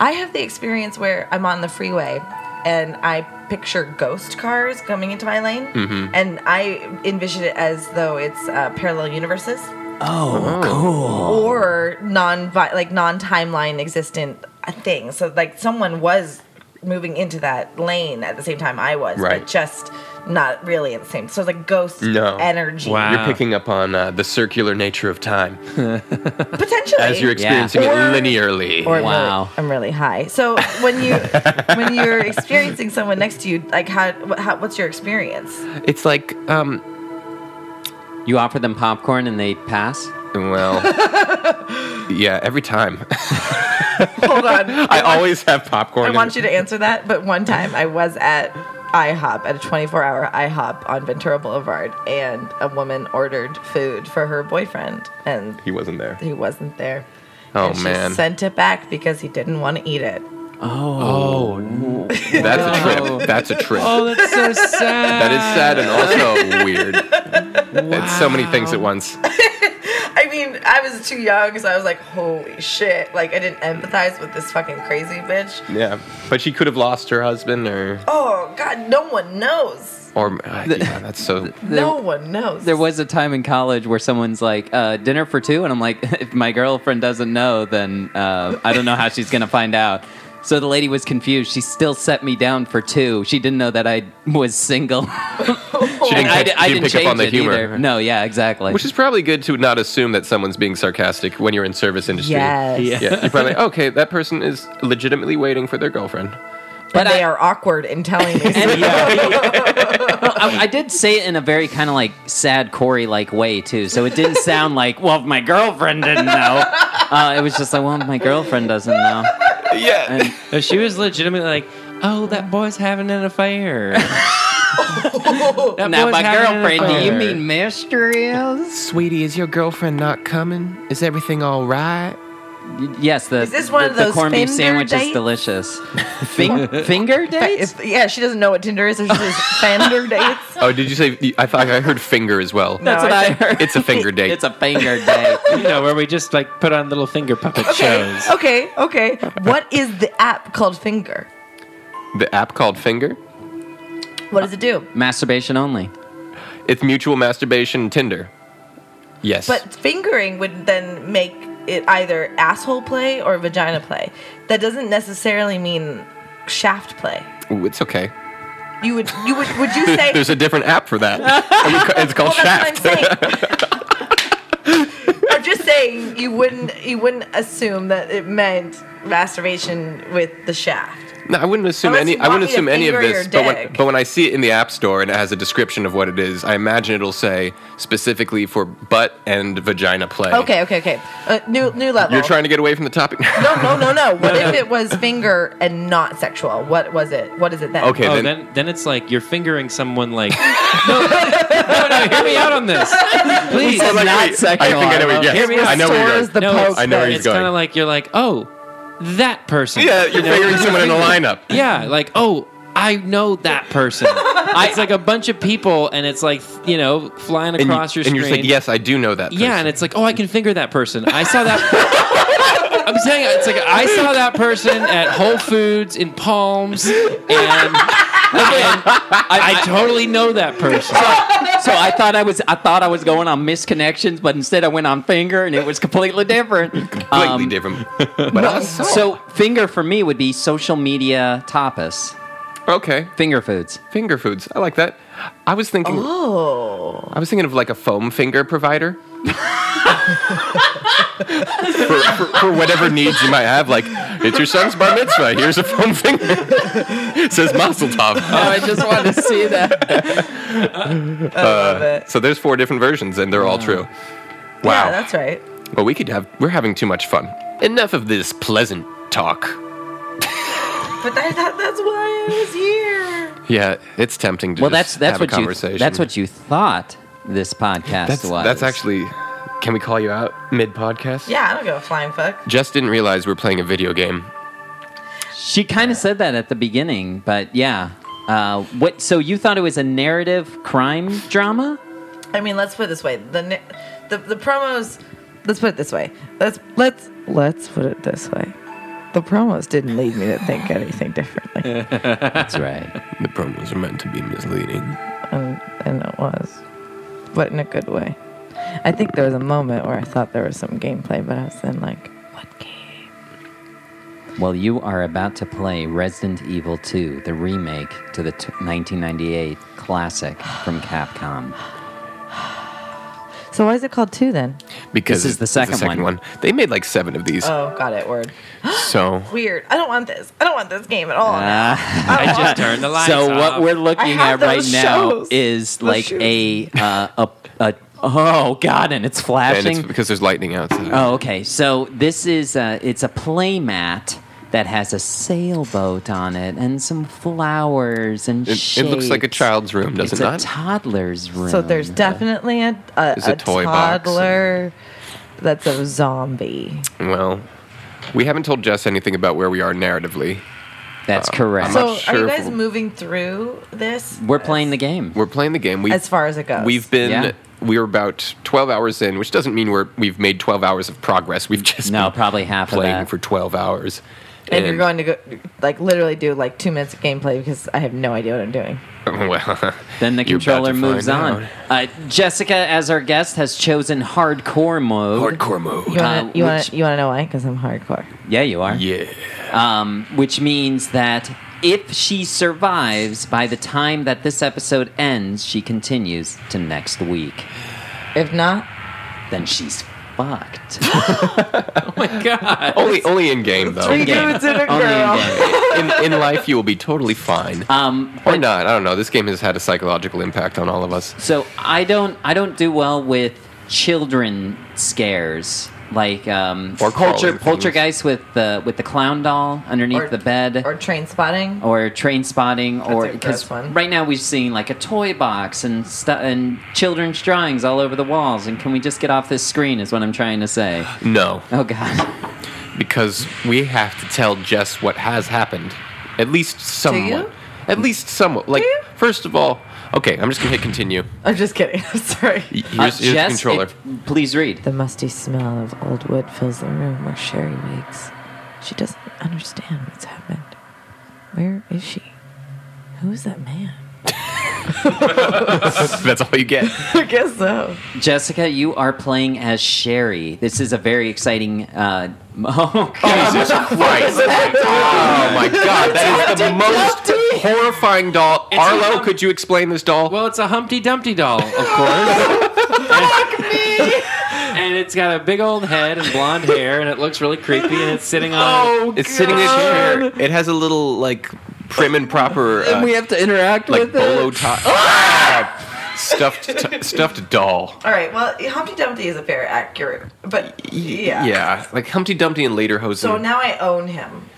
[SPEAKER 7] I have the experience where I'm on the freeway and I picture ghost cars coming into my lane,
[SPEAKER 2] Mm-hmm.
[SPEAKER 7] and I envision it as though it's uh, parallel universes
[SPEAKER 3] Oh, cool.
[SPEAKER 7] or non like non timeline existent things. So like someone was moving into that lane at the same time I was,
[SPEAKER 2] Right.
[SPEAKER 7] but just not really at the same. So it's like ghost
[SPEAKER 2] No.
[SPEAKER 7] energy
[SPEAKER 4] Wow.
[SPEAKER 2] You're picking up on uh, the circular nature of time
[SPEAKER 7] potentially
[SPEAKER 2] as you're experiencing
[SPEAKER 7] Or-
[SPEAKER 2] it linearly.
[SPEAKER 7] or I'm really-
[SPEAKER 3] Wow.
[SPEAKER 7] I'm really high. So when you when you're experiencing someone next to you, like how, what- how what's your experience?
[SPEAKER 2] it's like, um,
[SPEAKER 3] You offer them popcorn and they pass?
[SPEAKER 2] well, yeah, every time.
[SPEAKER 7] Hold on,
[SPEAKER 2] I always have popcorn.
[SPEAKER 7] I
[SPEAKER 2] in
[SPEAKER 7] want
[SPEAKER 2] it.
[SPEAKER 7] you to answer that. But one time I was at IHOP at a 24 hour IHOP on Ventura Boulevard, and a woman ordered food for her boyfriend, and
[SPEAKER 2] He wasn't there.
[SPEAKER 7] he wasn't there.
[SPEAKER 2] Oh,
[SPEAKER 7] and she
[SPEAKER 2] man.
[SPEAKER 7] Sent it back because he didn't want to eat it.
[SPEAKER 4] Oh.
[SPEAKER 2] Oh, That's a trip. That's a trip.
[SPEAKER 4] oh, that's so sad.
[SPEAKER 2] That is sad and also weird. It's so many things at once.
[SPEAKER 7] I mean, I was too young, so I was like, "Holy shit!" Like I didn't empathize with this fucking crazy bitch.
[SPEAKER 2] Yeah, but she could have lost her husband, or
[SPEAKER 7] Oh God, no one knows.
[SPEAKER 2] or uh, yeah, that's so.
[SPEAKER 7] no one knows.
[SPEAKER 3] There was a time in college where someone's like, uh, dinner for two? And I'm like, if my girlfriend doesn't know, then uh, I don't know how she's going to find out. So the lady was confused. She still set me down for two. She didn't know that I was single.
[SPEAKER 2] She didn't,
[SPEAKER 3] I,
[SPEAKER 2] catch,
[SPEAKER 3] di- I
[SPEAKER 2] she didn't pick up on the
[SPEAKER 3] change it
[SPEAKER 2] humor,
[SPEAKER 3] either. No, yeah, exactly.
[SPEAKER 2] which is probably good to not assume that someone's being sarcastic when you're in service industry.
[SPEAKER 7] yes,
[SPEAKER 4] Yeah.
[SPEAKER 2] Yeah, you're probably like, okay, that person is legitimately waiting for their girlfriend.
[SPEAKER 7] but
[SPEAKER 3] But
[SPEAKER 7] they
[SPEAKER 3] I-
[SPEAKER 7] are awkward in telling me.
[SPEAKER 3] I, I did say it in a very kind of like sad Corey like way too, so it didn't sound like well if my girlfriend didn't know. Uh, it was just like well if my girlfriend doesn't know.
[SPEAKER 2] Yeah,
[SPEAKER 3] And
[SPEAKER 4] If she was legitimately like, oh, that boy's having an affair. that
[SPEAKER 3] now
[SPEAKER 4] boy's
[SPEAKER 3] my
[SPEAKER 4] having an
[SPEAKER 3] girlfriend, do you
[SPEAKER 4] affair.
[SPEAKER 3] mean Mister is?
[SPEAKER 2] sweetie, is your girlfriend not coming? Is everything all right?
[SPEAKER 3] Yes, the
[SPEAKER 7] Is this one
[SPEAKER 3] the,
[SPEAKER 7] of
[SPEAKER 3] the
[SPEAKER 7] those
[SPEAKER 3] corned beef
[SPEAKER 7] Finder
[SPEAKER 3] sandwich is
[SPEAKER 7] dates?
[SPEAKER 3] delicious. Fing- finger dates?
[SPEAKER 7] If- yeah, she doesn't know what Tinder is. So she says Fender dates.
[SPEAKER 2] Oh, did you say? I thought I heard finger as well.
[SPEAKER 3] That's
[SPEAKER 7] No,
[SPEAKER 3] what
[SPEAKER 7] I
[SPEAKER 3] I,
[SPEAKER 7] said-
[SPEAKER 3] heard.
[SPEAKER 2] It's a finger date.
[SPEAKER 3] It's a finger date.
[SPEAKER 4] You know, where we just like put on little finger puppet
[SPEAKER 7] Okay,
[SPEAKER 4] shows.
[SPEAKER 7] okay, okay. What is the app called Finger?
[SPEAKER 2] the app called Finger.
[SPEAKER 7] What does it do?
[SPEAKER 3] Masturbation only.
[SPEAKER 2] It's mutual masturbation Tinder. Yes,
[SPEAKER 7] But fingering would then make it either asshole play or vagina play. That doesn't necessarily mean shaft play.
[SPEAKER 2] Ooh, it's okay.
[SPEAKER 7] You would, you would, would you say?
[SPEAKER 2] There's a different app for that. I mean, it's called
[SPEAKER 7] well, that's
[SPEAKER 2] Shaft.
[SPEAKER 7] what I'm saying. I'm just saying you wouldn't, you wouldn't assume that it meant masturbation with the shaft.
[SPEAKER 2] No, I wouldn't assume
[SPEAKER 7] Unless
[SPEAKER 2] any.
[SPEAKER 7] you
[SPEAKER 2] I
[SPEAKER 7] want
[SPEAKER 2] wouldn't
[SPEAKER 7] me to
[SPEAKER 2] assume any of
[SPEAKER 7] finger
[SPEAKER 2] this.
[SPEAKER 7] your
[SPEAKER 2] But when,
[SPEAKER 7] dick.
[SPEAKER 2] but when I see it in the app store and it has a description of what it is, I imagine it'll say specifically for butt and vagina play.
[SPEAKER 7] Okay, okay, okay. Uh, new new level.
[SPEAKER 2] You're trying to get away from the topic.
[SPEAKER 7] No, no, no, no. What if it was finger and not sexual? What was it? What is it then?
[SPEAKER 2] okay,
[SPEAKER 4] oh,
[SPEAKER 2] then,
[SPEAKER 4] then, then it's like you're fingering someone. Like no, no, no, hear me out on this, please.
[SPEAKER 2] Well, like,
[SPEAKER 3] not
[SPEAKER 2] wait,
[SPEAKER 3] sexual.
[SPEAKER 2] I think I know.
[SPEAKER 3] I
[SPEAKER 2] What, yes,
[SPEAKER 4] Hear me out.
[SPEAKER 2] I know where you're
[SPEAKER 7] Restores
[SPEAKER 2] going.
[SPEAKER 7] the
[SPEAKER 4] no,
[SPEAKER 7] poke
[SPEAKER 4] it's,
[SPEAKER 2] I know where he's
[SPEAKER 4] it's kind
[SPEAKER 2] going.
[SPEAKER 4] of like you're like, oh, that person.
[SPEAKER 2] yeah, you're figuring someone in a lineup.
[SPEAKER 4] Yeah, like oh, I know that person. it's like a bunch of people, and it's like you know flying
[SPEAKER 2] And, you,
[SPEAKER 4] across
[SPEAKER 2] and
[SPEAKER 4] your
[SPEAKER 2] you're
[SPEAKER 4] screen.
[SPEAKER 2] saying, yes, I do know that.
[SPEAKER 4] yeah,
[SPEAKER 2] person."
[SPEAKER 4] and it's like oh, I can finger that person. I saw that. I'm saying it's like I saw that person at Whole Foods in Palms, and, and I, totally know that person.
[SPEAKER 3] So I thought I was I thought I was going on misconnections, but instead I went on finger, and it was completely different.
[SPEAKER 2] completely
[SPEAKER 3] Um,
[SPEAKER 2] different. But I saw.
[SPEAKER 3] So finger for me would be social media tapas,
[SPEAKER 2] okay,
[SPEAKER 3] finger foods.
[SPEAKER 2] finger foods. I like that. I was thinking.
[SPEAKER 7] Oh.
[SPEAKER 2] I was thinking of like a foam finger provider. for, for, for whatever needs you might have, like it's your son's bar mitzvah. Here's a foam finger. Says Mazel Tov.
[SPEAKER 3] Oh, I just wanted to see that.
[SPEAKER 7] Uh,
[SPEAKER 2] So there's four different versions, and they're all true. Wow.
[SPEAKER 7] Yeah, that's right.
[SPEAKER 2] well, we could have. We're having too much fun. Enough of this pleasant talk.
[SPEAKER 7] But that, that, that's why I was here.
[SPEAKER 2] Yeah, it's tempting to.
[SPEAKER 3] Well, that's
[SPEAKER 2] just
[SPEAKER 3] that's
[SPEAKER 2] have a
[SPEAKER 3] what you
[SPEAKER 2] conversation.
[SPEAKER 3] that's what you thought this podcast
[SPEAKER 2] That's,
[SPEAKER 3] was.
[SPEAKER 2] that's actually. Can we call you out mid podcast?
[SPEAKER 7] Yeah, I don't give a flying fuck.
[SPEAKER 2] Just didn't realize we're playing a video game.
[SPEAKER 3] she kind of said that at the beginning, but yeah. Uh, what? So you thought it was a narrative crime drama?
[SPEAKER 7] I mean, let's put it this way: the ne- the the promos. Let's put it this way. Let's let's let's put it this way. The promos didn't lead me to think anything differently,
[SPEAKER 3] That's right.
[SPEAKER 2] The promos are meant to be misleading.
[SPEAKER 7] and, and it was, but in a good way. I think there was a moment where I thought there was some gameplay, but I was then like, what game?
[SPEAKER 3] Well, you are about to play Resident Evil 2, the remake to the t- 1998 classic from Capcom.
[SPEAKER 7] So why is it called two then?
[SPEAKER 2] Because
[SPEAKER 3] This is the
[SPEAKER 2] it's
[SPEAKER 3] second one.
[SPEAKER 2] They made like seven of these.
[SPEAKER 7] Oh, got it. Word.
[SPEAKER 2] so
[SPEAKER 7] Weird. I don't want this. I don't want this game at all.
[SPEAKER 3] Ah.
[SPEAKER 7] I don't
[SPEAKER 4] Oh, Just
[SPEAKER 7] want-
[SPEAKER 4] turn the lights
[SPEAKER 3] so
[SPEAKER 4] off.
[SPEAKER 3] what we're
[SPEAKER 7] I
[SPEAKER 3] looking at
[SPEAKER 7] have
[SPEAKER 3] right
[SPEAKER 7] those
[SPEAKER 3] now
[SPEAKER 7] shows.
[SPEAKER 3] is
[SPEAKER 7] Those
[SPEAKER 3] like
[SPEAKER 7] shoes.
[SPEAKER 3] a uh, a a oh god, and it's
[SPEAKER 2] and
[SPEAKER 3] flashing.
[SPEAKER 2] it's because there's lightning outside.
[SPEAKER 3] oh, okay. So this is a, it's a playmat that has a sailboat on it and some flowers and
[SPEAKER 2] It, it looks like a
[SPEAKER 3] shapes.
[SPEAKER 2] child's room, does
[SPEAKER 3] It's
[SPEAKER 2] it
[SPEAKER 3] a
[SPEAKER 2] not?
[SPEAKER 3] toddler's room.
[SPEAKER 7] So there's definitely a a,
[SPEAKER 2] There's a toy box
[SPEAKER 7] toddler that's a zombie.
[SPEAKER 2] well, we haven't told Jess anything about where we are narratively.
[SPEAKER 3] that's correct.
[SPEAKER 2] I'm
[SPEAKER 7] So
[SPEAKER 2] not
[SPEAKER 7] are
[SPEAKER 2] sure
[SPEAKER 7] you
[SPEAKER 2] if
[SPEAKER 7] guys
[SPEAKER 2] we'll-
[SPEAKER 7] moving through this?
[SPEAKER 3] we're playing the game.
[SPEAKER 2] We're playing the game. We've,
[SPEAKER 7] As far as it goes.
[SPEAKER 2] We've been.
[SPEAKER 3] Yeah.
[SPEAKER 2] We're about 12 hours in, which doesn't mean we're we've made 12 hours of progress. We've just
[SPEAKER 3] No,
[SPEAKER 2] been
[SPEAKER 3] probably half of
[SPEAKER 2] playing
[SPEAKER 3] that.
[SPEAKER 2] for 12 hours.
[SPEAKER 7] and you're going to go like literally do like two minutes of gameplay because I have no idea what I'm doing.
[SPEAKER 2] Well,
[SPEAKER 3] Then the
[SPEAKER 2] you're about
[SPEAKER 3] controller
[SPEAKER 2] to
[SPEAKER 3] moves
[SPEAKER 2] find
[SPEAKER 3] on.
[SPEAKER 2] out.
[SPEAKER 3] Uh, Jessica, as our guest, has chosen hardcore mode.
[SPEAKER 2] Hardcore mode.
[SPEAKER 7] You wanna
[SPEAKER 3] Uh,
[SPEAKER 7] you wanna
[SPEAKER 3] which-
[SPEAKER 7] you wanna know why? Because I'm hardcore.
[SPEAKER 3] Yeah, you are.
[SPEAKER 2] Yeah.
[SPEAKER 3] Um, which means that if she survives by the time that this episode ends, she continues to next week.
[SPEAKER 7] If not,
[SPEAKER 3] Then she's fucked.
[SPEAKER 2] Only only in game though.
[SPEAKER 7] three
[SPEAKER 2] In,
[SPEAKER 3] game.
[SPEAKER 7] dudes and a
[SPEAKER 3] Only in
[SPEAKER 7] girl.
[SPEAKER 3] game.
[SPEAKER 2] in life, you will be totally fine.
[SPEAKER 3] Um,
[SPEAKER 2] or not. I don't know. This game has had a psychological impact on all of us.
[SPEAKER 3] So I don't I don't do well with children scares like um,
[SPEAKER 2] Or
[SPEAKER 3] polter,
[SPEAKER 2] crawling things.
[SPEAKER 3] poltergeist with the with the clown doll underneath
[SPEAKER 7] Or-
[SPEAKER 3] the bed
[SPEAKER 7] Or train spotting.
[SPEAKER 3] or train spotting or
[SPEAKER 7] a
[SPEAKER 3] because
[SPEAKER 7] gross one.
[SPEAKER 3] right now we've seen like a toy box and stu- and children's drawings all over the walls and can we just get off this screen is what I'm trying to say.
[SPEAKER 2] No,
[SPEAKER 3] Oh god.
[SPEAKER 2] because we have to tell Jess what has happened. At least somewhat.
[SPEAKER 7] you?
[SPEAKER 2] At least somewhat. Like,
[SPEAKER 7] you?
[SPEAKER 2] first of all, okay, I'm just gonna hit continue.
[SPEAKER 7] I'm just kidding. I'm sorry.
[SPEAKER 2] Y- Here's,
[SPEAKER 3] Uh,
[SPEAKER 2] here's the
[SPEAKER 3] Jess,
[SPEAKER 2] controller.
[SPEAKER 3] if- please read.
[SPEAKER 7] The musty smell of old wood fills the room where Sherry wakes. She doesn't understand what's happened. Where is she? Who is that man?
[SPEAKER 2] That's all you get.
[SPEAKER 7] I guess so.
[SPEAKER 3] Jessica, you are playing as Sherry. This is a very exciting uh oh god.
[SPEAKER 2] Jesus Christ. Oh my god, that is the most horrifying doll. Arlo, could you explain this doll?
[SPEAKER 4] Well, it's a Humpty Dumpty doll, of course. and, and it's got a big old head and blonde hair, and it looks really creepy. And it's sitting on.
[SPEAKER 3] Oh,
[SPEAKER 2] It's sitting in a chair. It has a little like prim and proper uh,
[SPEAKER 5] and we have to interact
[SPEAKER 2] like
[SPEAKER 5] with it.
[SPEAKER 2] bolo top Ah! stuffed t- stuffed doll.
[SPEAKER 7] All right. Well, Humpty Dumpty is a fair accurate, but yeah.
[SPEAKER 2] Yeah, like Humpty Dumpty and Lederhosen.
[SPEAKER 7] So now I own him.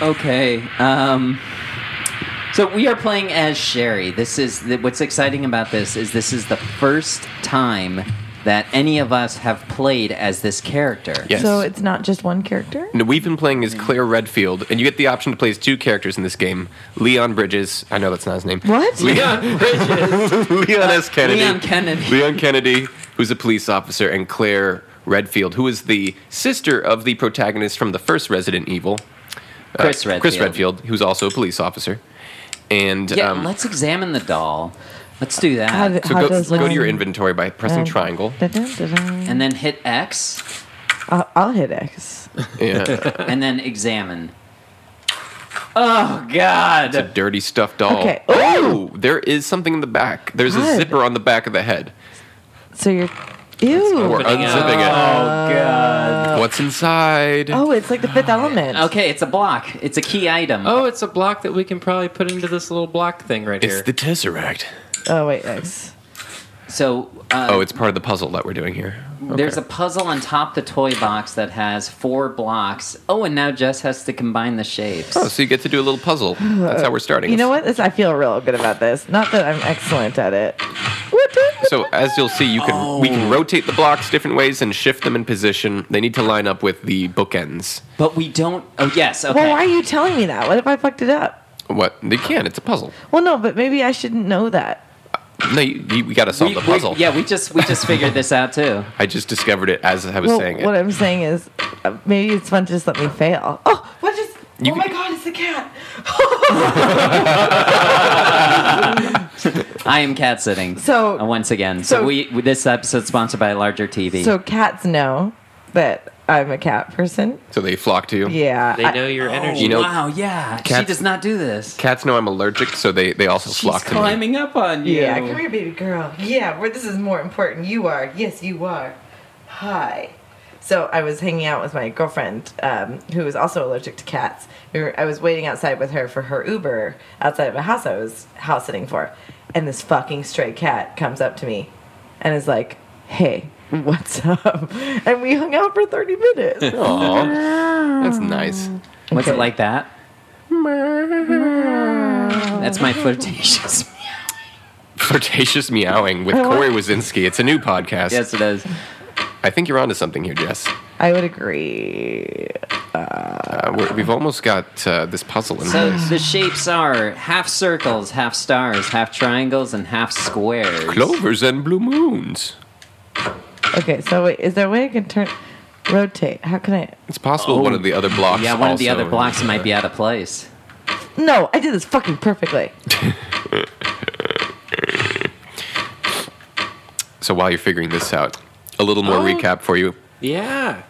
[SPEAKER 3] Okay. Um, so we are playing as Sherry. This is the, what's exciting about this is this is the first time that any of us have played as this character.
[SPEAKER 2] yes.
[SPEAKER 7] So it's not just one character.
[SPEAKER 2] No, we've been playing as Claire Redfield, and you get the option to play as two characters in this game: Leon Bridges. I know that's not his name.
[SPEAKER 7] What?
[SPEAKER 2] Leon Bridges. Leon S. Kennedy.
[SPEAKER 3] Leon Kennedy.
[SPEAKER 2] Leon Kennedy, who's a police officer, and Claire Redfield, who is the sister of the protagonist from the first Resident Evil, uh,
[SPEAKER 3] Chris Redfield.
[SPEAKER 2] Chris Redfield, who's also a police officer. And
[SPEAKER 3] Yeah.
[SPEAKER 2] um,
[SPEAKER 3] let's examine the doll. Let's do that.
[SPEAKER 2] so go, go to your inventory by
[SPEAKER 3] Um,
[SPEAKER 2] pressing triangle.
[SPEAKER 3] and then hit X,
[SPEAKER 7] I'll, I'll hit X.
[SPEAKER 2] Yeah,
[SPEAKER 3] and then examine. Oh God!
[SPEAKER 2] it's a dirty stuffed doll.
[SPEAKER 7] Okay.
[SPEAKER 2] Oh, there is something in the back. There's a
[SPEAKER 7] God.
[SPEAKER 2] zipper on the back of the head.
[SPEAKER 7] So you're. Ew.
[SPEAKER 2] We're unzipping it. What's inside?
[SPEAKER 7] Oh, it's like the fifth element.
[SPEAKER 3] okay, it's a block. It's a key item.
[SPEAKER 4] Oh, it's a block that we can probably put into this little block thing right
[SPEAKER 2] it's
[SPEAKER 4] here.
[SPEAKER 2] the tesseract.
[SPEAKER 7] Oh wait, X.
[SPEAKER 3] So uh,
[SPEAKER 2] Oh, it's part of the puzzle that we're doing here.
[SPEAKER 3] There's a puzzle on top the toy box that has four blocks. Oh, and now Jess has to combine the shapes.
[SPEAKER 2] Oh, so you get to do a little puzzle. That's how we're starting.
[SPEAKER 7] You know what? This, I feel real good about this. Not that I'm excellent at it. What the-
[SPEAKER 2] So as you'll see, you can we can rotate the blocks different ways and shift them in position. They need to line up with the bookends.
[SPEAKER 3] But we don't. Oh, yes. Okay.
[SPEAKER 7] Well, why are you telling me that? What if I fucked it up?
[SPEAKER 2] What they can? It's a puzzle.
[SPEAKER 7] Well, no, but maybe I shouldn't know that.
[SPEAKER 2] No, you, you, got to solve
[SPEAKER 3] We-
[SPEAKER 2] the
[SPEAKER 3] we-
[SPEAKER 2] puzzle.
[SPEAKER 3] yeah, we just we just figured this out too.
[SPEAKER 2] I just discovered it as I was
[SPEAKER 7] Well,
[SPEAKER 2] saying it.
[SPEAKER 7] what I'm saying is, uh, maybe it's fun to just let me fail. Oh, what just?
[SPEAKER 2] You
[SPEAKER 7] oh my
[SPEAKER 2] can-
[SPEAKER 7] God, it's the cat.
[SPEAKER 3] I am cat sitting.
[SPEAKER 7] So-
[SPEAKER 3] uh, once again, so,
[SPEAKER 7] so-
[SPEAKER 3] we we this episode sponsored by Larger TV.
[SPEAKER 7] So cats know that I'm a cat person.
[SPEAKER 2] so they flock to you.
[SPEAKER 7] Yeah.
[SPEAKER 4] they
[SPEAKER 7] I-
[SPEAKER 4] know your energy.
[SPEAKER 2] You know,
[SPEAKER 3] wow, yeah, she
[SPEAKER 2] Cats-
[SPEAKER 3] does not do this.
[SPEAKER 2] cats know I'm allergic, so they they also
[SPEAKER 3] She's
[SPEAKER 2] flock to me.
[SPEAKER 3] climbing up on you.
[SPEAKER 7] yeah. Come here, baby girl. Yeah. Where this is more important. You are. Yes, you are. Hi. So I was hanging out with my girlfriend, um, who is also allergic to cats. We were, I was waiting outside with her for her Uber outside of a house I was house sitting for, and this fucking stray cat comes up to me, and is like, "Hey, what's up?" And we hung out for thirty minutes.
[SPEAKER 2] Aw, that's nice.
[SPEAKER 3] What's it
[SPEAKER 7] Okay.
[SPEAKER 3] like that? That's my flirtatious.
[SPEAKER 2] Flirtatious meowing with Corey Wazinski. It's a new podcast.
[SPEAKER 3] yes, it is.
[SPEAKER 2] I think you're onto something here, Jess.
[SPEAKER 7] I would agree.
[SPEAKER 2] Uh, we're, we've almost got uh, this puzzle in
[SPEAKER 3] So
[SPEAKER 2] place.
[SPEAKER 3] the shapes are half circles, half stars, half triangles, and half squares.
[SPEAKER 2] Clovers and blue moons.
[SPEAKER 7] Okay, so wait, is there a way I can turn rotate? How can I?
[SPEAKER 2] It's possible one of the other blocks.
[SPEAKER 3] Oh, Yeah, one of the
[SPEAKER 2] also-
[SPEAKER 3] other blocks might be out of place.
[SPEAKER 7] No, I did this fucking perfectly.
[SPEAKER 2] So while you're figuring this out, a little more recap for you.
[SPEAKER 4] yeah.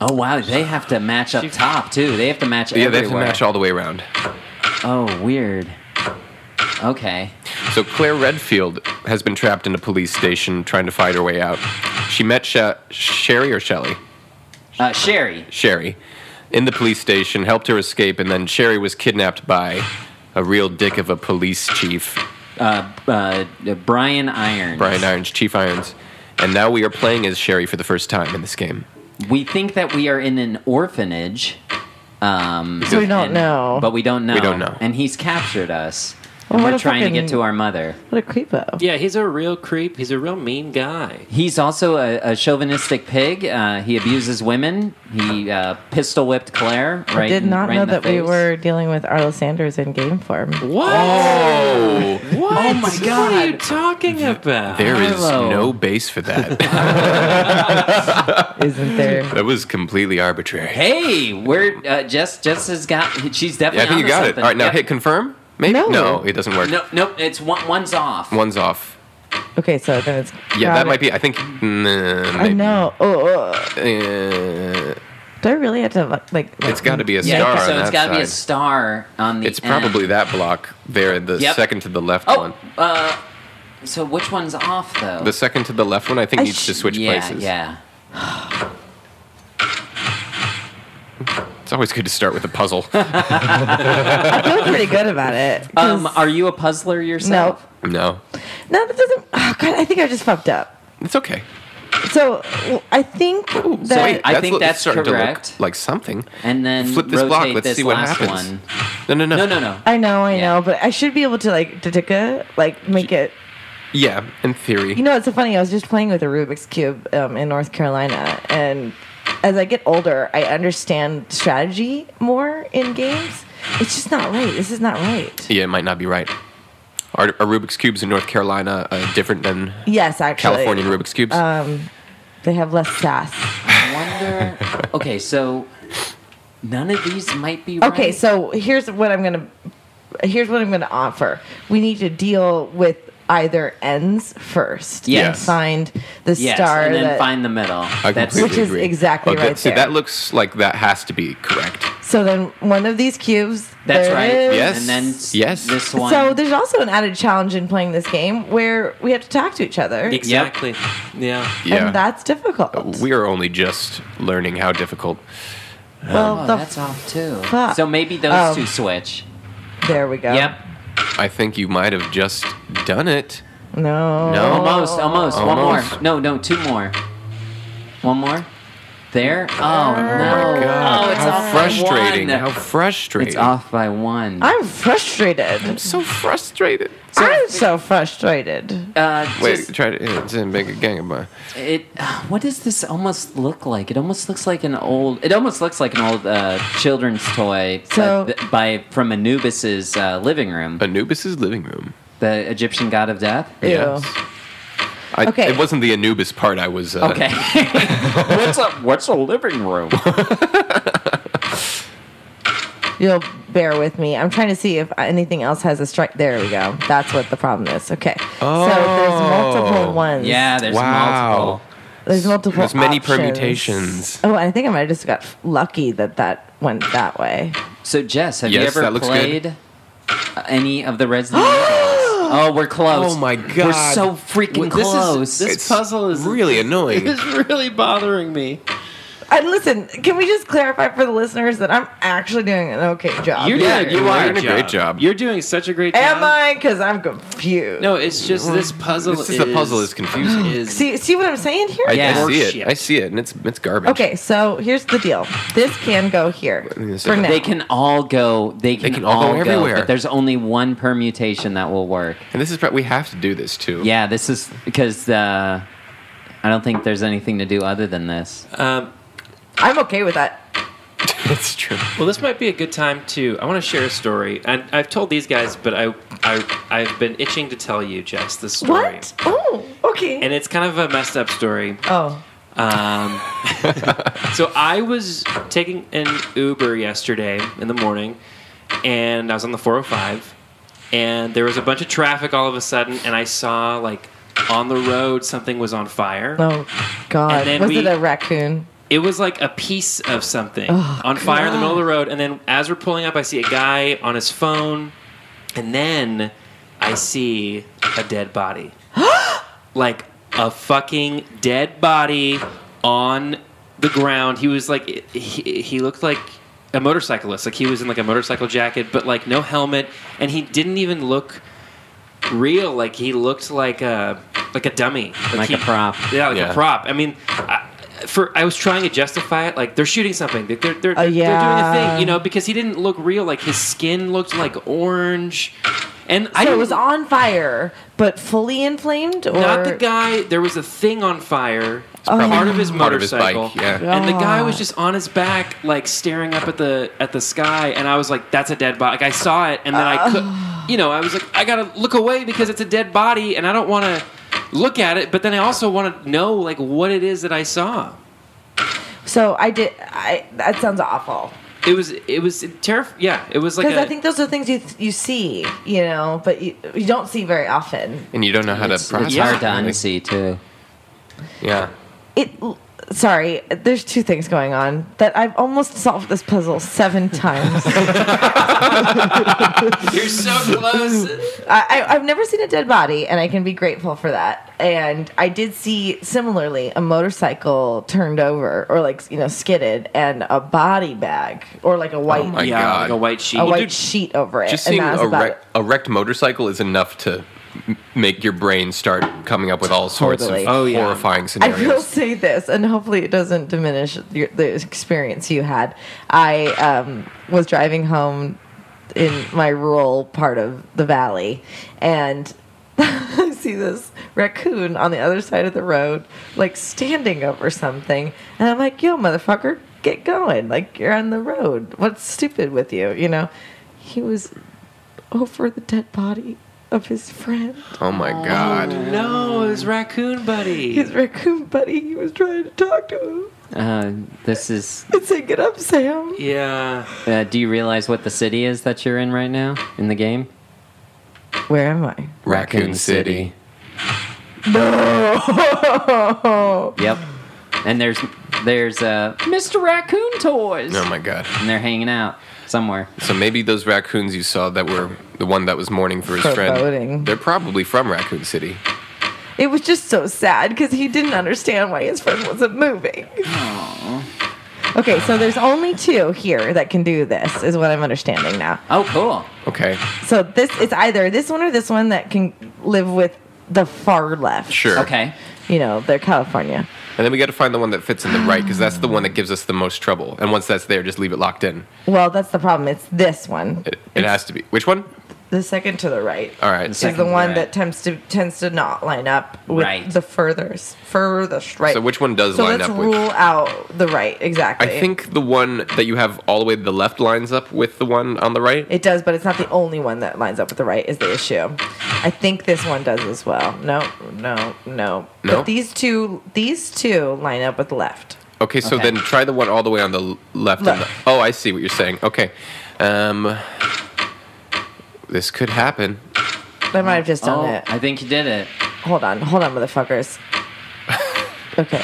[SPEAKER 3] Oh wow, they have to match up top too. They have to match
[SPEAKER 2] Yeah, they have to
[SPEAKER 3] everywhere.
[SPEAKER 2] match all the way around.
[SPEAKER 3] Oh, weird. Okay.
[SPEAKER 2] So Claire Redfield has been trapped in a police station trying to fight her way out. She met Sha Sherry or Shelley?
[SPEAKER 3] Uh, Sherry.
[SPEAKER 2] Sherry in the police station, helped her escape, and then Sherry was kidnapped by a real dick of a police chief,
[SPEAKER 3] Uh, uh, Brian Irons.
[SPEAKER 2] Brian Irons, Chief Irons. And now we are playing as Sherry for the first time in this game.
[SPEAKER 3] We think that we are in an orphanage. Um,
[SPEAKER 7] So we don't
[SPEAKER 3] and-
[SPEAKER 7] know.
[SPEAKER 3] But we don't know.
[SPEAKER 2] We don't know.
[SPEAKER 3] And he's captured us.
[SPEAKER 7] Well,
[SPEAKER 3] and
[SPEAKER 7] what
[SPEAKER 3] we're
[SPEAKER 7] a
[SPEAKER 3] trying to get
[SPEAKER 7] fucking-
[SPEAKER 3] to our mother.
[SPEAKER 7] What a creepo.
[SPEAKER 4] Yeah, he's a real creep. He's a real mean guy.
[SPEAKER 3] He's also a, a chauvinistic pig. Uh, he abuses women. He uh, pistol whipped Claire. Right.
[SPEAKER 7] I did
[SPEAKER 3] in-
[SPEAKER 7] not
[SPEAKER 3] right
[SPEAKER 7] know
[SPEAKER 3] in the
[SPEAKER 7] that we
[SPEAKER 3] face.
[SPEAKER 7] were dealing with Arlo Sanders in game form.
[SPEAKER 4] What?
[SPEAKER 2] Oh,
[SPEAKER 4] What?
[SPEAKER 3] Oh my
[SPEAKER 4] What are you
[SPEAKER 3] God.
[SPEAKER 4] talking about?
[SPEAKER 2] there is
[SPEAKER 3] Hello.
[SPEAKER 2] no base for that.
[SPEAKER 7] Isn't there?
[SPEAKER 2] that was completely arbitrary.
[SPEAKER 3] Hey, we're uh, Jess. Jess has got. She's
[SPEAKER 2] Yeah,
[SPEAKER 3] definitely.
[SPEAKER 2] I think you
[SPEAKER 3] onto
[SPEAKER 2] got it.
[SPEAKER 3] something.
[SPEAKER 2] All right, now
[SPEAKER 3] Yep.
[SPEAKER 2] hit confirm. Maybe
[SPEAKER 7] No.
[SPEAKER 2] it doesn't work.
[SPEAKER 3] No, no, it's one. One's off.
[SPEAKER 2] One's off.
[SPEAKER 7] Okay, so then it's.
[SPEAKER 2] Yeah,
[SPEAKER 7] got
[SPEAKER 2] that
[SPEAKER 7] it.
[SPEAKER 2] might be. I think. Nah,
[SPEAKER 7] I
[SPEAKER 2] maybe.
[SPEAKER 7] know. Oh, oh.
[SPEAKER 2] Uh,
[SPEAKER 7] do I really have to like?
[SPEAKER 2] it's got to be a
[SPEAKER 3] Yeah,
[SPEAKER 2] star
[SPEAKER 3] so
[SPEAKER 2] on
[SPEAKER 3] it's
[SPEAKER 2] that
[SPEAKER 3] gotta
[SPEAKER 2] side.
[SPEAKER 3] be a star on the.
[SPEAKER 2] it's probably
[SPEAKER 3] end.
[SPEAKER 2] that block there, the
[SPEAKER 3] Yep.
[SPEAKER 2] second to the left
[SPEAKER 3] Oh,
[SPEAKER 2] one.
[SPEAKER 3] uh, So which one's off though?
[SPEAKER 2] The second to the left one, I think,
[SPEAKER 7] I
[SPEAKER 2] needs to
[SPEAKER 7] sh-
[SPEAKER 2] switch
[SPEAKER 3] yeah,
[SPEAKER 2] places.
[SPEAKER 3] yeah.
[SPEAKER 2] It's always good to start with a puzzle.
[SPEAKER 7] I feel pretty good about it.
[SPEAKER 3] Um, are you a puzzler
[SPEAKER 7] No,
[SPEAKER 3] yourself?
[SPEAKER 2] no,
[SPEAKER 7] no, that doesn't. Oh God, I think I just fucked up.
[SPEAKER 2] it's okay.
[SPEAKER 7] So w- I think that
[SPEAKER 2] So wait,
[SPEAKER 3] I
[SPEAKER 2] that's
[SPEAKER 3] think
[SPEAKER 2] lo-
[SPEAKER 3] that's
[SPEAKER 2] starting To
[SPEAKER 3] correct.
[SPEAKER 2] look like something.
[SPEAKER 3] And then
[SPEAKER 2] Flip this
[SPEAKER 3] rotate
[SPEAKER 2] block. Let's
[SPEAKER 3] this
[SPEAKER 2] see what
[SPEAKER 3] last
[SPEAKER 2] happens.
[SPEAKER 3] One.
[SPEAKER 2] No, no, no,
[SPEAKER 3] No, no, no.
[SPEAKER 7] I know, I
[SPEAKER 3] Yeah.
[SPEAKER 7] know, but I should be able to like tatika, like make it.
[SPEAKER 2] Yeah, in theory.
[SPEAKER 7] You know, it's so funny. I was just playing with a Rubik's cube um, in North Carolina, and as I get older, I understand strategy more in games. It's just not right. This is not right.
[SPEAKER 2] yeah, it might not be right. Are, are Rubik's cubes in North Carolina uh, different than
[SPEAKER 7] Yes, actually,
[SPEAKER 2] Californian Rubik's cubes?
[SPEAKER 3] Uh,
[SPEAKER 7] They have less sass.
[SPEAKER 3] I wonder. Okay, so none of these might be right.
[SPEAKER 7] Okay, so here's what I'm gonna here's what I'm gonna offer. We need to deal with either ends first.
[SPEAKER 3] Yes.
[SPEAKER 7] And find the
[SPEAKER 3] yes,
[SPEAKER 7] star
[SPEAKER 3] and then
[SPEAKER 7] that,
[SPEAKER 3] find the middle.
[SPEAKER 2] I
[SPEAKER 3] That's
[SPEAKER 2] completely
[SPEAKER 7] Which is
[SPEAKER 2] agree.
[SPEAKER 7] exactly
[SPEAKER 2] Okay,
[SPEAKER 7] right
[SPEAKER 2] See,
[SPEAKER 7] there.
[SPEAKER 2] that looks like that has to be correct.
[SPEAKER 7] So then one of these cubes.
[SPEAKER 3] that's
[SPEAKER 7] there
[SPEAKER 3] right.
[SPEAKER 7] it is.
[SPEAKER 2] Yes,
[SPEAKER 3] And then s-
[SPEAKER 2] yes.
[SPEAKER 3] this one.
[SPEAKER 7] So there's also an added challenge in playing this game where we have to talk to each other.
[SPEAKER 4] Exactly. Yeah.
[SPEAKER 2] Yeah. Uh,
[SPEAKER 7] And that's difficult.
[SPEAKER 2] we are only just learning how difficult.
[SPEAKER 7] well,
[SPEAKER 3] oh,
[SPEAKER 7] the
[SPEAKER 3] that's off too.
[SPEAKER 7] fuck? Oh.
[SPEAKER 3] So maybe those
[SPEAKER 7] Um,
[SPEAKER 3] two switch.
[SPEAKER 7] there we go.
[SPEAKER 3] Yep.
[SPEAKER 2] I think you might have just done it.
[SPEAKER 7] No.
[SPEAKER 2] No.
[SPEAKER 3] Almost, almost. One
[SPEAKER 2] Almost.
[SPEAKER 3] more. No, no, two more. One more. There. Oh, no.
[SPEAKER 2] God,
[SPEAKER 3] Oh, it's
[SPEAKER 2] how
[SPEAKER 3] off
[SPEAKER 2] frustrating!
[SPEAKER 3] By one.
[SPEAKER 2] How frustrating!
[SPEAKER 3] It's off by one.
[SPEAKER 7] I'm frustrated.
[SPEAKER 2] so frustrated.
[SPEAKER 7] I'm so frustrated.
[SPEAKER 3] Uh,
[SPEAKER 2] Wait,
[SPEAKER 3] just-
[SPEAKER 2] try to it's in make a gang of mine.
[SPEAKER 3] it. What does this almost look like? It almost looks like an old. It almost looks like an old uh, children's toy. uh,
[SPEAKER 7] So-
[SPEAKER 3] th- by from Anubis's uh, living room,
[SPEAKER 2] Anubis's living room.
[SPEAKER 3] the Egyptian god of death.
[SPEAKER 7] Ew.
[SPEAKER 2] I,
[SPEAKER 7] Okay.
[SPEAKER 2] It wasn't the Anubis part. I was uh,
[SPEAKER 3] Okay. what's a What's a living room?
[SPEAKER 7] You'll bear with me. I'm trying to see if anything else has a strike. There we go. That's what the problem is. Okay. So there's
[SPEAKER 2] Oh.
[SPEAKER 7] multiple ones.
[SPEAKER 3] Yeah, there's
[SPEAKER 2] Wow.
[SPEAKER 3] multiple.
[SPEAKER 7] There's multiple.
[SPEAKER 2] There's many
[SPEAKER 7] options.
[SPEAKER 2] permutations.
[SPEAKER 7] Oh, I think I might have just got lucky that that went that way.
[SPEAKER 3] So Jess, have you
[SPEAKER 2] Yes,
[SPEAKER 3] ever
[SPEAKER 2] that looks
[SPEAKER 3] played uh,
[SPEAKER 2] good.
[SPEAKER 3] any of the Resident Evil? Oh, we're close.
[SPEAKER 2] Oh my
[SPEAKER 3] We're
[SPEAKER 2] God.
[SPEAKER 3] so freaking
[SPEAKER 4] Well, this is-
[SPEAKER 3] close.
[SPEAKER 4] this-
[SPEAKER 2] It's
[SPEAKER 4] puzzle is-
[SPEAKER 2] really annoying.
[SPEAKER 4] It's really bothering me.
[SPEAKER 7] And listen, can we just clarify for the listeners that I'm actually doing an okay job?
[SPEAKER 4] You're
[SPEAKER 2] Yeah,
[SPEAKER 4] doing
[SPEAKER 2] you are
[SPEAKER 4] a
[SPEAKER 2] doing a
[SPEAKER 4] great,
[SPEAKER 2] great job.
[SPEAKER 4] You're doing such a great job.
[SPEAKER 7] Am I? Because I'm confused.
[SPEAKER 4] No, it's just this puzzle.
[SPEAKER 2] Mm. This is the puzzle is confusing.
[SPEAKER 4] is-
[SPEAKER 7] See, see what I'm saying here?
[SPEAKER 2] I,
[SPEAKER 3] Yeah.
[SPEAKER 2] I see it.
[SPEAKER 4] Horseshit.
[SPEAKER 2] I see it, and it's it's garbage.
[SPEAKER 7] Okay, so here's the deal. This can go here
[SPEAKER 2] Yes,
[SPEAKER 7] for now.
[SPEAKER 3] They can all go. They can,
[SPEAKER 2] can all go everywhere.
[SPEAKER 3] But there's only one permutation that will work.
[SPEAKER 2] and this is pro- we have to do this too.
[SPEAKER 3] Yeah, this is because uh, I don't think there's anything to do other than this.
[SPEAKER 4] Um,
[SPEAKER 7] I'm okay with that.
[SPEAKER 2] it's true.
[SPEAKER 4] Well, this might be a good time to. I want to share a story. And I've told these guys, but I, I, I've been itching to tell you, Jess, this story.
[SPEAKER 7] What? Oh, okay.
[SPEAKER 4] And it's kind of a messed up story.
[SPEAKER 7] oh,
[SPEAKER 4] Um, so I was taking an Uber yesterday in the morning, and I was on the 405, and there was a bunch of traffic all of a sudden, and I saw like on the road something was on fire.
[SPEAKER 7] oh, God.
[SPEAKER 4] And then
[SPEAKER 7] Was
[SPEAKER 4] we-
[SPEAKER 7] it a raccoon?
[SPEAKER 4] It was like a piece of something on fire in the middle of the road. And then as we're pulling up, I see a guy on his phone. And then I see a dead body. like a fucking dead body on the ground. He was like, he, he looked like a motorcyclist. Like he was in like a motorcycle jacket, but like no helmet. And he didn't even look real. Like he looked like a. Like a dummy,
[SPEAKER 3] Like
[SPEAKER 4] he-
[SPEAKER 3] a prop.
[SPEAKER 4] Yeah, like
[SPEAKER 2] Yeah.
[SPEAKER 4] a prop. I mean, I, for I was trying to justify it, like they're shooting something. They're they're, they're,
[SPEAKER 7] Oh, yeah.
[SPEAKER 4] they're doing a thing, you know, because he didn't look real. Like his skin looked like orange, and I
[SPEAKER 7] So it
[SPEAKER 4] didn't-
[SPEAKER 7] was on fire, but fully inflamed? Or... Oh,
[SPEAKER 4] Not the guy. There was a thing on fire.
[SPEAKER 2] probably
[SPEAKER 4] part of his
[SPEAKER 2] part of his bike,
[SPEAKER 4] motorcycle.
[SPEAKER 2] yeah.
[SPEAKER 4] And the guy was
[SPEAKER 7] God.
[SPEAKER 4] just on his back, like staring up at the at the sky, and I was like, "That's a dead body." Like I saw it, and then I could, you know, I was like, "I gotta look away because it's a dead body, and I don't want to look at it." But then I also want to know, like, what it is that I saw.
[SPEAKER 7] So I did. I That sounds awful.
[SPEAKER 4] It was it was terrifying. Yeah, it was like
[SPEAKER 7] Because
[SPEAKER 4] a,
[SPEAKER 7] I think those are things you you see, you know, but you, you don't see very often.
[SPEAKER 2] And you don't know how
[SPEAKER 3] It's,
[SPEAKER 2] to process.
[SPEAKER 3] it's hard
[SPEAKER 2] it,
[SPEAKER 3] to
[SPEAKER 2] really.
[SPEAKER 3] unsee too.
[SPEAKER 2] Yeah.
[SPEAKER 7] It sorry, there's two things going on that I've almost solved this puzzle seven times.
[SPEAKER 3] You're so close.
[SPEAKER 7] I, I, I've never seen a dead body, and I can be grateful for that. And I did see similarly a motorcycle turned over, or like you know skidded, and a body bag, or like a white,
[SPEAKER 2] Oh my
[SPEAKER 4] yeah,
[SPEAKER 2] God.
[SPEAKER 4] like a white sheet.
[SPEAKER 7] a white
[SPEAKER 2] dude,
[SPEAKER 7] sheet over it.
[SPEAKER 2] Just
[SPEAKER 7] and
[SPEAKER 2] seeing
[SPEAKER 7] that was
[SPEAKER 2] a,
[SPEAKER 7] about
[SPEAKER 2] wreck,
[SPEAKER 7] it.
[SPEAKER 2] a wrecked motorcycle is enough to m- make your brain start coming up with all sorts
[SPEAKER 7] Totally.
[SPEAKER 2] of
[SPEAKER 4] Oh, yeah.
[SPEAKER 2] horrifying
[SPEAKER 7] I will
[SPEAKER 2] scenarios.
[SPEAKER 7] say this, and hopefully it doesn't diminish your, the experience you had. I um, was driving home in my rural part of the valley, and I see this raccoon on the other side of the road, like standing over something, and I'm like, "Yo, motherfucker, get going! Like you're on the road. What's stupid with you? You know?" He was over the dead body of his friend.
[SPEAKER 2] oh my god.
[SPEAKER 4] no, his raccoon buddy.
[SPEAKER 7] His raccoon buddy. He was trying to talk to him.
[SPEAKER 3] Uh, this is.
[SPEAKER 7] and say, "Get up, Sam."
[SPEAKER 4] Yeah.
[SPEAKER 3] Uh, do you realize what the city is that you're in right now in the game?
[SPEAKER 7] Where am I?
[SPEAKER 2] Raccoon City.
[SPEAKER 7] No.
[SPEAKER 3] Yep. And there's there's uh
[SPEAKER 1] Mr. Raccoon Toys.
[SPEAKER 2] Oh my god.
[SPEAKER 3] and they're hanging out somewhere.
[SPEAKER 2] So maybe those raccoons you saw that were the one that was mourning for his
[SPEAKER 7] Foreboding.
[SPEAKER 2] friend. They're probably from Raccoon City.
[SPEAKER 7] It was just so sad because he didn't understand why his friend wasn't moving. Okay, so there's only two here that can do this, is what I'm understanding now.
[SPEAKER 3] Oh, cool.
[SPEAKER 2] Okay.
[SPEAKER 7] So this it's either this one or this one that can live with the far left.
[SPEAKER 2] Sure.
[SPEAKER 3] Okay.
[SPEAKER 7] You know, they're California.
[SPEAKER 2] And then we got to find the one that fits in the right because that's the one that gives us the most trouble. And once that's there, just leave it locked in.
[SPEAKER 7] Well, that's the problem. It's this one.
[SPEAKER 2] It, it has to be. Which one?
[SPEAKER 7] The second to the right.
[SPEAKER 2] All right.
[SPEAKER 3] The
[SPEAKER 7] Is
[SPEAKER 3] second
[SPEAKER 7] the
[SPEAKER 3] to the
[SPEAKER 7] one
[SPEAKER 3] right.
[SPEAKER 7] that tends to tends to not line up with
[SPEAKER 3] Right.
[SPEAKER 7] the furthest furthest right.
[SPEAKER 2] So which one does
[SPEAKER 7] So
[SPEAKER 2] line
[SPEAKER 7] let's
[SPEAKER 2] up with?
[SPEAKER 7] rule out the right exactly.
[SPEAKER 2] I think the one that you have all the way to the left lines up with the one on the right.
[SPEAKER 7] it does, but it's not the only one that lines up with the right is the issue. I think this one does as well. No, no, no.
[SPEAKER 2] No?
[SPEAKER 7] But these two these two line up with the left.
[SPEAKER 2] Okay, so
[SPEAKER 3] Okay.
[SPEAKER 2] then try the one all the way on the l- left. and
[SPEAKER 7] Left.
[SPEAKER 2] the- oh, I see what you're saying. Okay. Um, this could happen.
[SPEAKER 7] I might have just done
[SPEAKER 3] Oh,
[SPEAKER 7] it.
[SPEAKER 3] I think you did it.
[SPEAKER 7] Hold on, hold on, motherfuckers. Okay.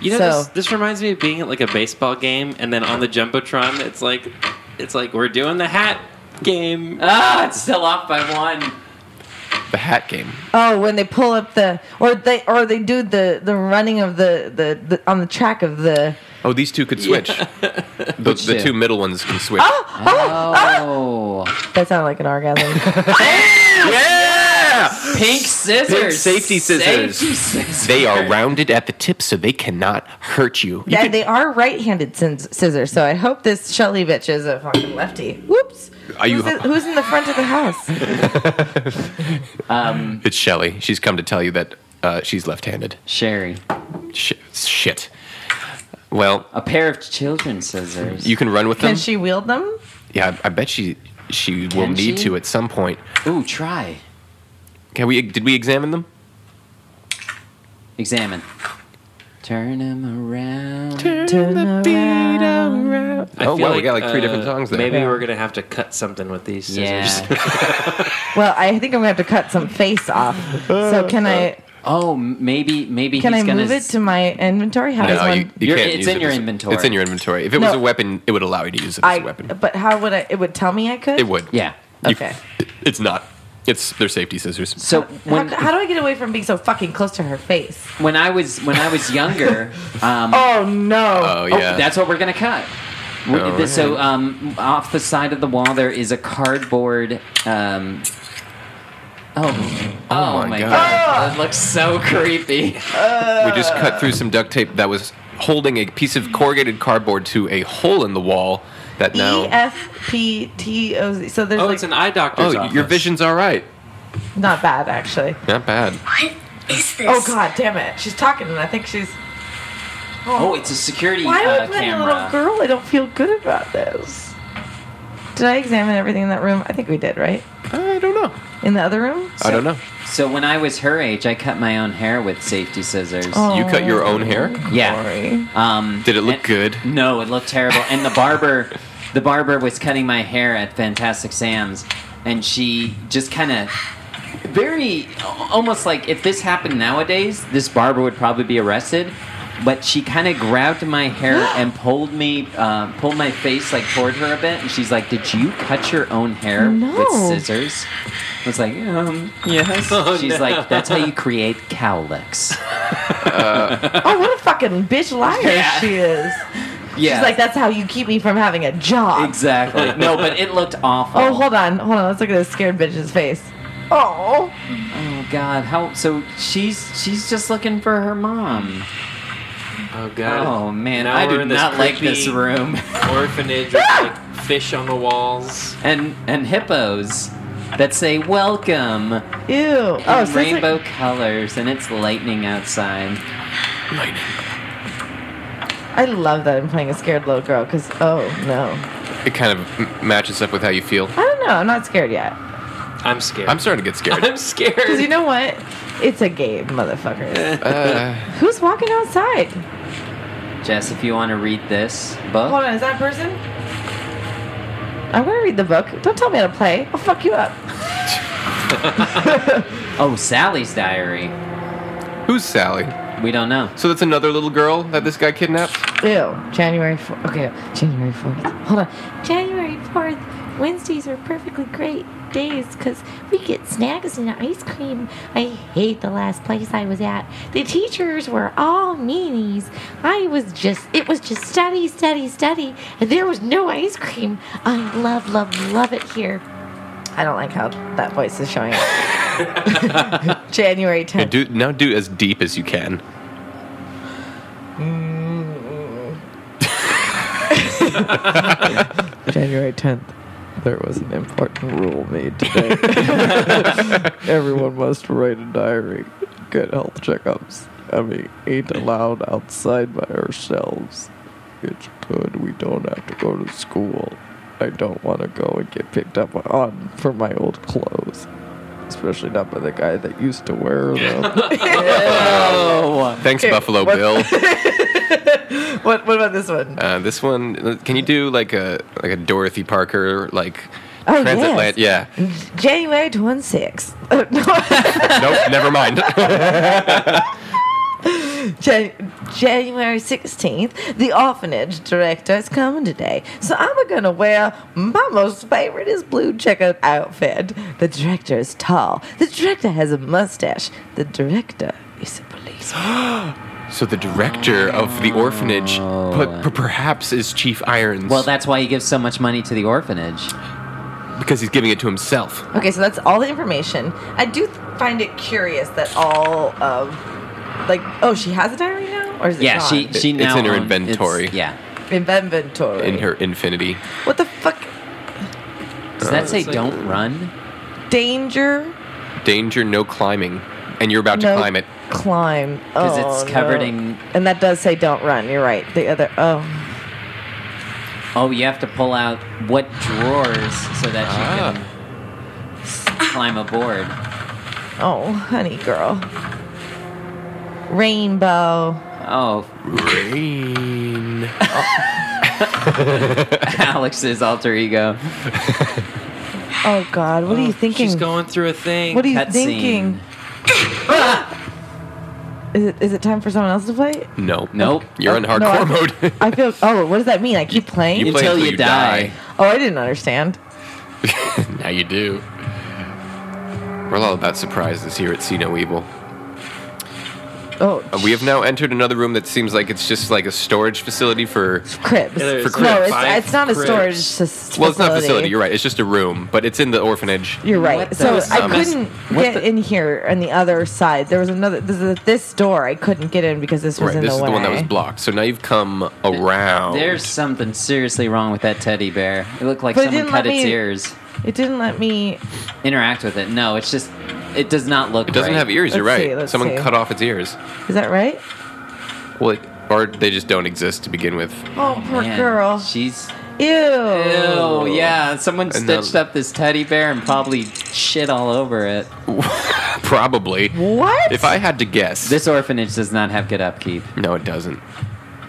[SPEAKER 4] You know,
[SPEAKER 7] So-
[SPEAKER 4] this, this reminds me of being at like a baseball game, and then on the jumbotron, it's like, it's like we're doing the hat game.
[SPEAKER 3] Ah, it's still off by one.
[SPEAKER 2] The hat game.
[SPEAKER 7] Oh, when they pull up the or they or they do the the running of the the, the on the track of the
[SPEAKER 2] Oh, these two could switch. the,
[SPEAKER 3] Which
[SPEAKER 2] the
[SPEAKER 3] two?
[SPEAKER 2] two middle ones can switch.
[SPEAKER 3] Oh,
[SPEAKER 7] that sounded like an orgasm.
[SPEAKER 2] Yeah!
[SPEAKER 3] pink scissors.
[SPEAKER 2] Pink safety scissors.
[SPEAKER 3] Safety scissors.
[SPEAKER 2] They are rounded at the tip, so they cannot hurt you. You
[SPEAKER 7] Yeah,
[SPEAKER 2] could-
[SPEAKER 7] they are right-handed sins- scissors, so I hope this Shelly bitch is a fucking lefty. Whoops.
[SPEAKER 2] Are you-
[SPEAKER 7] Who's, in- who's in the front of the house?
[SPEAKER 2] it's Shelly. She's come to tell you that uh, she's left-handed.
[SPEAKER 3] Sherry,
[SPEAKER 2] Sh- shit. Well,
[SPEAKER 3] a pair of children's scissors.
[SPEAKER 2] you can run with
[SPEAKER 7] Can
[SPEAKER 2] them.
[SPEAKER 7] she wield them?
[SPEAKER 2] yeah, I, I bet she she will
[SPEAKER 3] Can
[SPEAKER 2] need
[SPEAKER 3] she?
[SPEAKER 2] to at some point.
[SPEAKER 3] Ooh, try.
[SPEAKER 2] Can we? Did we examine them?
[SPEAKER 3] Examine. Turn them around.
[SPEAKER 7] Turn the beat
[SPEAKER 4] I
[SPEAKER 2] oh
[SPEAKER 4] feel
[SPEAKER 2] wow, we got like three
[SPEAKER 4] uh,
[SPEAKER 2] different songs there.
[SPEAKER 4] Maybe
[SPEAKER 7] Yeah.
[SPEAKER 4] we're gonna have to cut something with these scissors.
[SPEAKER 3] yeah.
[SPEAKER 7] Well, I think I'm gonna have to cut some face off. So can I?
[SPEAKER 3] oh, m- maybe maybe
[SPEAKER 7] Can
[SPEAKER 3] he's
[SPEAKER 7] I
[SPEAKER 3] gonna.
[SPEAKER 7] move it
[SPEAKER 3] s-
[SPEAKER 7] to my inventory? How does
[SPEAKER 2] No,
[SPEAKER 7] one?
[SPEAKER 2] you, you
[SPEAKER 3] You're-
[SPEAKER 2] can't
[SPEAKER 3] it's
[SPEAKER 2] use
[SPEAKER 3] in
[SPEAKER 2] it
[SPEAKER 3] your
[SPEAKER 2] as a-
[SPEAKER 3] inventory.
[SPEAKER 2] It's in your inventory. If it was
[SPEAKER 7] No.
[SPEAKER 2] a weapon, it would allow you to use it as
[SPEAKER 7] I,
[SPEAKER 2] a weapon.
[SPEAKER 7] but how would I? It would tell me I could.
[SPEAKER 2] It would.
[SPEAKER 3] Yeah.
[SPEAKER 2] You-
[SPEAKER 7] Okay.
[SPEAKER 2] it's not. It's their safety scissors.
[SPEAKER 3] So
[SPEAKER 7] How,
[SPEAKER 3] when
[SPEAKER 7] how do I get away from being so fucking close to her face?
[SPEAKER 3] when I was when I was younger, um,
[SPEAKER 7] Oh no!
[SPEAKER 2] Oh
[SPEAKER 3] Oh,
[SPEAKER 2] yeah. Oh,
[SPEAKER 3] that's what we're gonna cut. We-
[SPEAKER 2] All
[SPEAKER 3] th- So, um, off the side of the wall, there is a cardboard. Um, oh, oh,
[SPEAKER 2] my
[SPEAKER 3] my,
[SPEAKER 2] God. Ah!
[SPEAKER 3] god. that looks so creepy.
[SPEAKER 2] we just cut through some duct tape that was holding a piece of corrugated cardboard to a hole in the wall that now.
[SPEAKER 7] E F P T O Z. So there's
[SPEAKER 4] Oh,
[SPEAKER 7] like
[SPEAKER 4] it's an eye doctor's
[SPEAKER 2] oh,
[SPEAKER 4] office.
[SPEAKER 2] your vision's all right.
[SPEAKER 7] not bad actually.
[SPEAKER 2] Not bad.
[SPEAKER 5] What is this?
[SPEAKER 7] Oh god, damn it! She's talking, and I think she's.
[SPEAKER 3] Oh, it's a security
[SPEAKER 7] Why
[SPEAKER 3] uh,
[SPEAKER 7] am I a
[SPEAKER 3] camera.
[SPEAKER 7] little girl? I don't feel good about this. Did I examine everything in that room? I think we did, right?
[SPEAKER 2] I don't know.
[SPEAKER 7] In the other room?
[SPEAKER 3] Uh,
[SPEAKER 2] I don't know.
[SPEAKER 3] So when I was her age, I cut my own hair with safety scissors.
[SPEAKER 7] Oh.
[SPEAKER 2] You cut your own hair.
[SPEAKER 3] yeah.
[SPEAKER 7] Sorry.
[SPEAKER 3] Um,
[SPEAKER 2] Did it look
[SPEAKER 3] and-
[SPEAKER 2] good?
[SPEAKER 3] No, it looked terrible. And the barber, the barber was cutting my hair at Fantastic Sam's, and she just kind of very almost like if this happened nowadays, this barber would probably be arrested. but she kind of grabbed my hair and pulled me, uh, pulled my face like toward her a bit, and she's like, "Did you cut your own hair with
[SPEAKER 7] No.
[SPEAKER 3] scissors?" I was like, um, "Yes." she's like, "That's how you create cowlicks."
[SPEAKER 7] Oh, what a fucking bitch liar she is.
[SPEAKER 3] Yeah,
[SPEAKER 7] She's like, that's how you keep me from having a job.
[SPEAKER 3] exactly. No, but it looked awful.
[SPEAKER 7] Oh, hold on, hold on. Let's look at this scared bitch's face. Oh,
[SPEAKER 3] Oh God, how? So she's she's just looking for her mom.
[SPEAKER 5] Oh god.
[SPEAKER 3] Oh man,
[SPEAKER 5] Now
[SPEAKER 3] I
[SPEAKER 5] we're
[SPEAKER 3] do
[SPEAKER 5] in this
[SPEAKER 3] not like this
[SPEAKER 5] creepy
[SPEAKER 3] room.
[SPEAKER 5] Orphanage with like fish on the walls.
[SPEAKER 3] and and hippos that say welcome
[SPEAKER 7] ew. Oh,
[SPEAKER 3] in
[SPEAKER 7] so it's
[SPEAKER 3] rainbow
[SPEAKER 7] Like,
[SPEAKER 3] colors, and it's lightning outside.
[SPEAKER 7] I love that I'm playing a scared little girl because oh no,
[SPEAKER 2] It kind of m- matches up with how you feel.
[SPEAKER 7] I don't know. I'm not scared yet
[SPEAKER 5] I'm scared.
[SPEAKER 2] I'm starting to get scared.
[SPEAKER 5] I'm scared.
[SPEAKER 7] because you know what? It's a game, motherfuckers.
[SPEAKER 2] Uh,
[SPEAKER 7] Who's walking outside?
[SPEAKER 3] Jess, if you want to read this
[SPEAKER 7] Hold
[SPEAKER 3] book,
[SPEAKER 7] on, is that a person? I'm gonna read the book. Don't tell me how to play. I'll fuck you up.
[SPEAKER 3] oh Sally's diary.
[SPEAKER 2] who's Sally?
[SPEAKER 3] We don't know.
[SPEAKER 2] So that's another little girl that this guy kidnapped?
[SPEAKER 7] Ew. January 4th. Okay, January 4th. Hold on.
[SPEAKER 8] January 4th, Wednesdays are perfectly great days because we get snacks and ice cream. I hate the last place I was at. The teachers were all meanies. I was just, it was just study, study, study, and there was no ice cream. I love, love, love it here.
[SPEAKER 7] I don't like how that voice is showing up. January 10th.
[SPEAKER 2] Do, now do as deep as you can.
[SPEAKER 7] January 10th. There was an important rule made today. Everyone must write a diary, get health checkups, and we eat allowed outside by ourselves. It's good we don't have to go to school. I don't want to go and get picked up on for my old clothes. Especially not by the guy that used to wear them.
[SPEAKER 2] Thanks, Buffalo
[SPEAKER 7] what-
[SPEAKER 2] Bill.
[SPEAKER 7] what, what about this one?
[SPEAKER 2] Uh, this one, can you do like a like a Dorothy Parker like
[SPEAKER 7] Oh,
[SPEAKER 2] transatlantic? Yeah.
[SPEAKER 7] January 26th.
[SPEAKER 2] nope. Never mind.
[SPEAKER 7] Jan- January 16th, the orphanage director is coming today. So I'm going to wear my most favorite is blue checkered outfit. The director is tall. The director has a mustache. The director is a policeman.
[SPEAKER 2] so the director of the orphanage, but perhaps is Chief Irons.
[SPEAKER 3] Well, that's why he gives so much money to the orphanage.
[SPEAKER 2] because he's giving it to himself.
[SPEAKER 7] Okay, so that's all the information. I do th- find it curious that all of, like, oh, she has a diary now? Or is it
[SPEAKER 3] Yeah,
[SPEAKER 7] gone?
[SPEAKER 3] she she
[SPEAKER 2] It-
[SPEAKER 3] now
[SPEAKER 2] it's in her
[SPEAKER 3] own-
[SPEAKER 2] inventory.
[SPEAKER 3] it's- yeah.
[SPEAKER 7] In inventory.
[SPEAKER 2] In her infinity.
[SPEAKER 7] What the fuck?
[SPEAKER 3] Does that say
[SPEAKER 5] it's like-
[SPEAKER 3] "Don't run"?
[SPEAKER 7] Danger?
[SPEAKER 2] Danger, no climbing, and you're about to climb it.
[SPEAKER 7] Climb.
[SPEAKER 3] 'Cause
[SPEAKER 7] Oh,
[SPEAKER 3] it's covered
[SPEAKER 7] no.
[SPEAKER 3] in-
[SPEAKER 7] And that does say don't run. You're right. The other. Oh.
[SPEAKER 3] Oh, you have to pull out what drawers so that
[SPEAKER 2] Ah.
[SPEAKER 3] you can s- climb aboard.
[SPEAKER 7] Oh, honey girl. Rainbow.
[SPEAKER 3] Oh,
[SPEAKER 2] Rain.
[SPEAKER 3] Alex's alter ego.
[SPEAKER 7] Oh God, what are you thinking?
[SPEAKER 5] She's going through a thing.
[SPEAKER 7] what are you
[SPEAKER 3] Cutscene.
[SPEAKER 7] thinking? Is it is it time for someone else to play?
[SPEAKER 2] No.
[SPEAKER 3] Nope.
[SPEAKER 2] You're in
[SPEAKER 7] Oh, no,
[SPEAKER 2] hardcore
[SPEAKER 7] I-
[SPEAKER 2] mode.
[SPEAKER 7] I feel. Oh, what does that mean? I keep playing.
[SPEAKER 2] play
[SPEAKER 3] Until you die.
[SPEAKER 7] oh, I didn't understand.
[SPEAKER 2] Now you do. We're all about surprises here at See No Evil.
[SPEAKER 7] Oh,
[SPEAKER 2] Uh, We have now entered another room that seems like it's just like a storage facility for.
[SPEAKER 7] cribs.
[SPEAKER 5] Yeah, there's like
[SPEAKER 2] For
[SPEAKER 7] no, it's,
[SPEAKER 5] five
[SPEAKER 7] it's not a
[SPEAKER 5] cribs.
[SPEAKER 7] storage. s-
[SPEAKER 2] Well, it's not a facility. You're right. It's just a room, but it's in the orphanage.
[SPEAKER 7] You're
[SPEAKER 3] What
[SPEAKER 7] right.
[SPEAKER 3] the-
[SPEAKER 7] So
[SPEAKER 3] That was
[SPEAKER 7] I
[SPEAKER 3] some-
[SPEAKER 7] couldn't
[SPEAKER 3] what
[SPEAKER 7] get
[SPEAKER 3] the-
[SPEAKER 7] in here on the other side. There was another. This, is- this door I couldn't get in because this was
[SPEAKER 2] Right.
[SPEAKER 7] in
[SPEAKER 2] This
[SPEAKER 7] the
[SPEAKER 2] is
[SPEAKER 7] way.
[SPEAKER 2] the one that was blocked. So now you've come around.
[SPEAKER 3] There's something seriously wrong with that teddy bear. It looked like
[SPEAKER 7] But it
[SPEAKER 3] someone
[SPEAKER 7] didn't
[SPEAKER 3] cut
[SPEAKER 7] let
[SPEAKER 3] its
[SPEAKER 7] me-
[SPEAKER 3] ears.
[SPEAKER 7] It didn't let me.
[SPEAKER 3] Interact with it. No, it's just it does not look.
[SPEAKER 2] It doesn't
[SPEAKER 3] right.
[SPEAKER 2] have ears. You're
[SPEAKER 7] Let's see,
[SPEAKER 2] right.
[SPEAKER 7] let's
[SPEAKER 2] Someone
[SPEAKER 7] see.
[SPEAKER 2] cut off its ears.
[SPEAKER 7] Is that right?
[SPEAKER 2] Well, it, or they just don't exist to begin with.
[SPEAKER 7] Oh, poor
[SPEAKER 3] Man,
[SPEAKER 7] girl.
[SPEAKER 3] She's
[SPEAKER 7] Ew.
[SPEAKER 3] oh yeah. Someone
[SPEAKER 2] And now-
[SPEAKER 3] stitched up this teddy bear and probably shit all over it.
[SPEAKER 2] Probably.
[SPEAKER 7] What?
[SPEAKER 2] If I had to guess,
[SPEAKER 3] This orphanage does not have good upkeep.
[SPEAKER 2] no, it doesn't,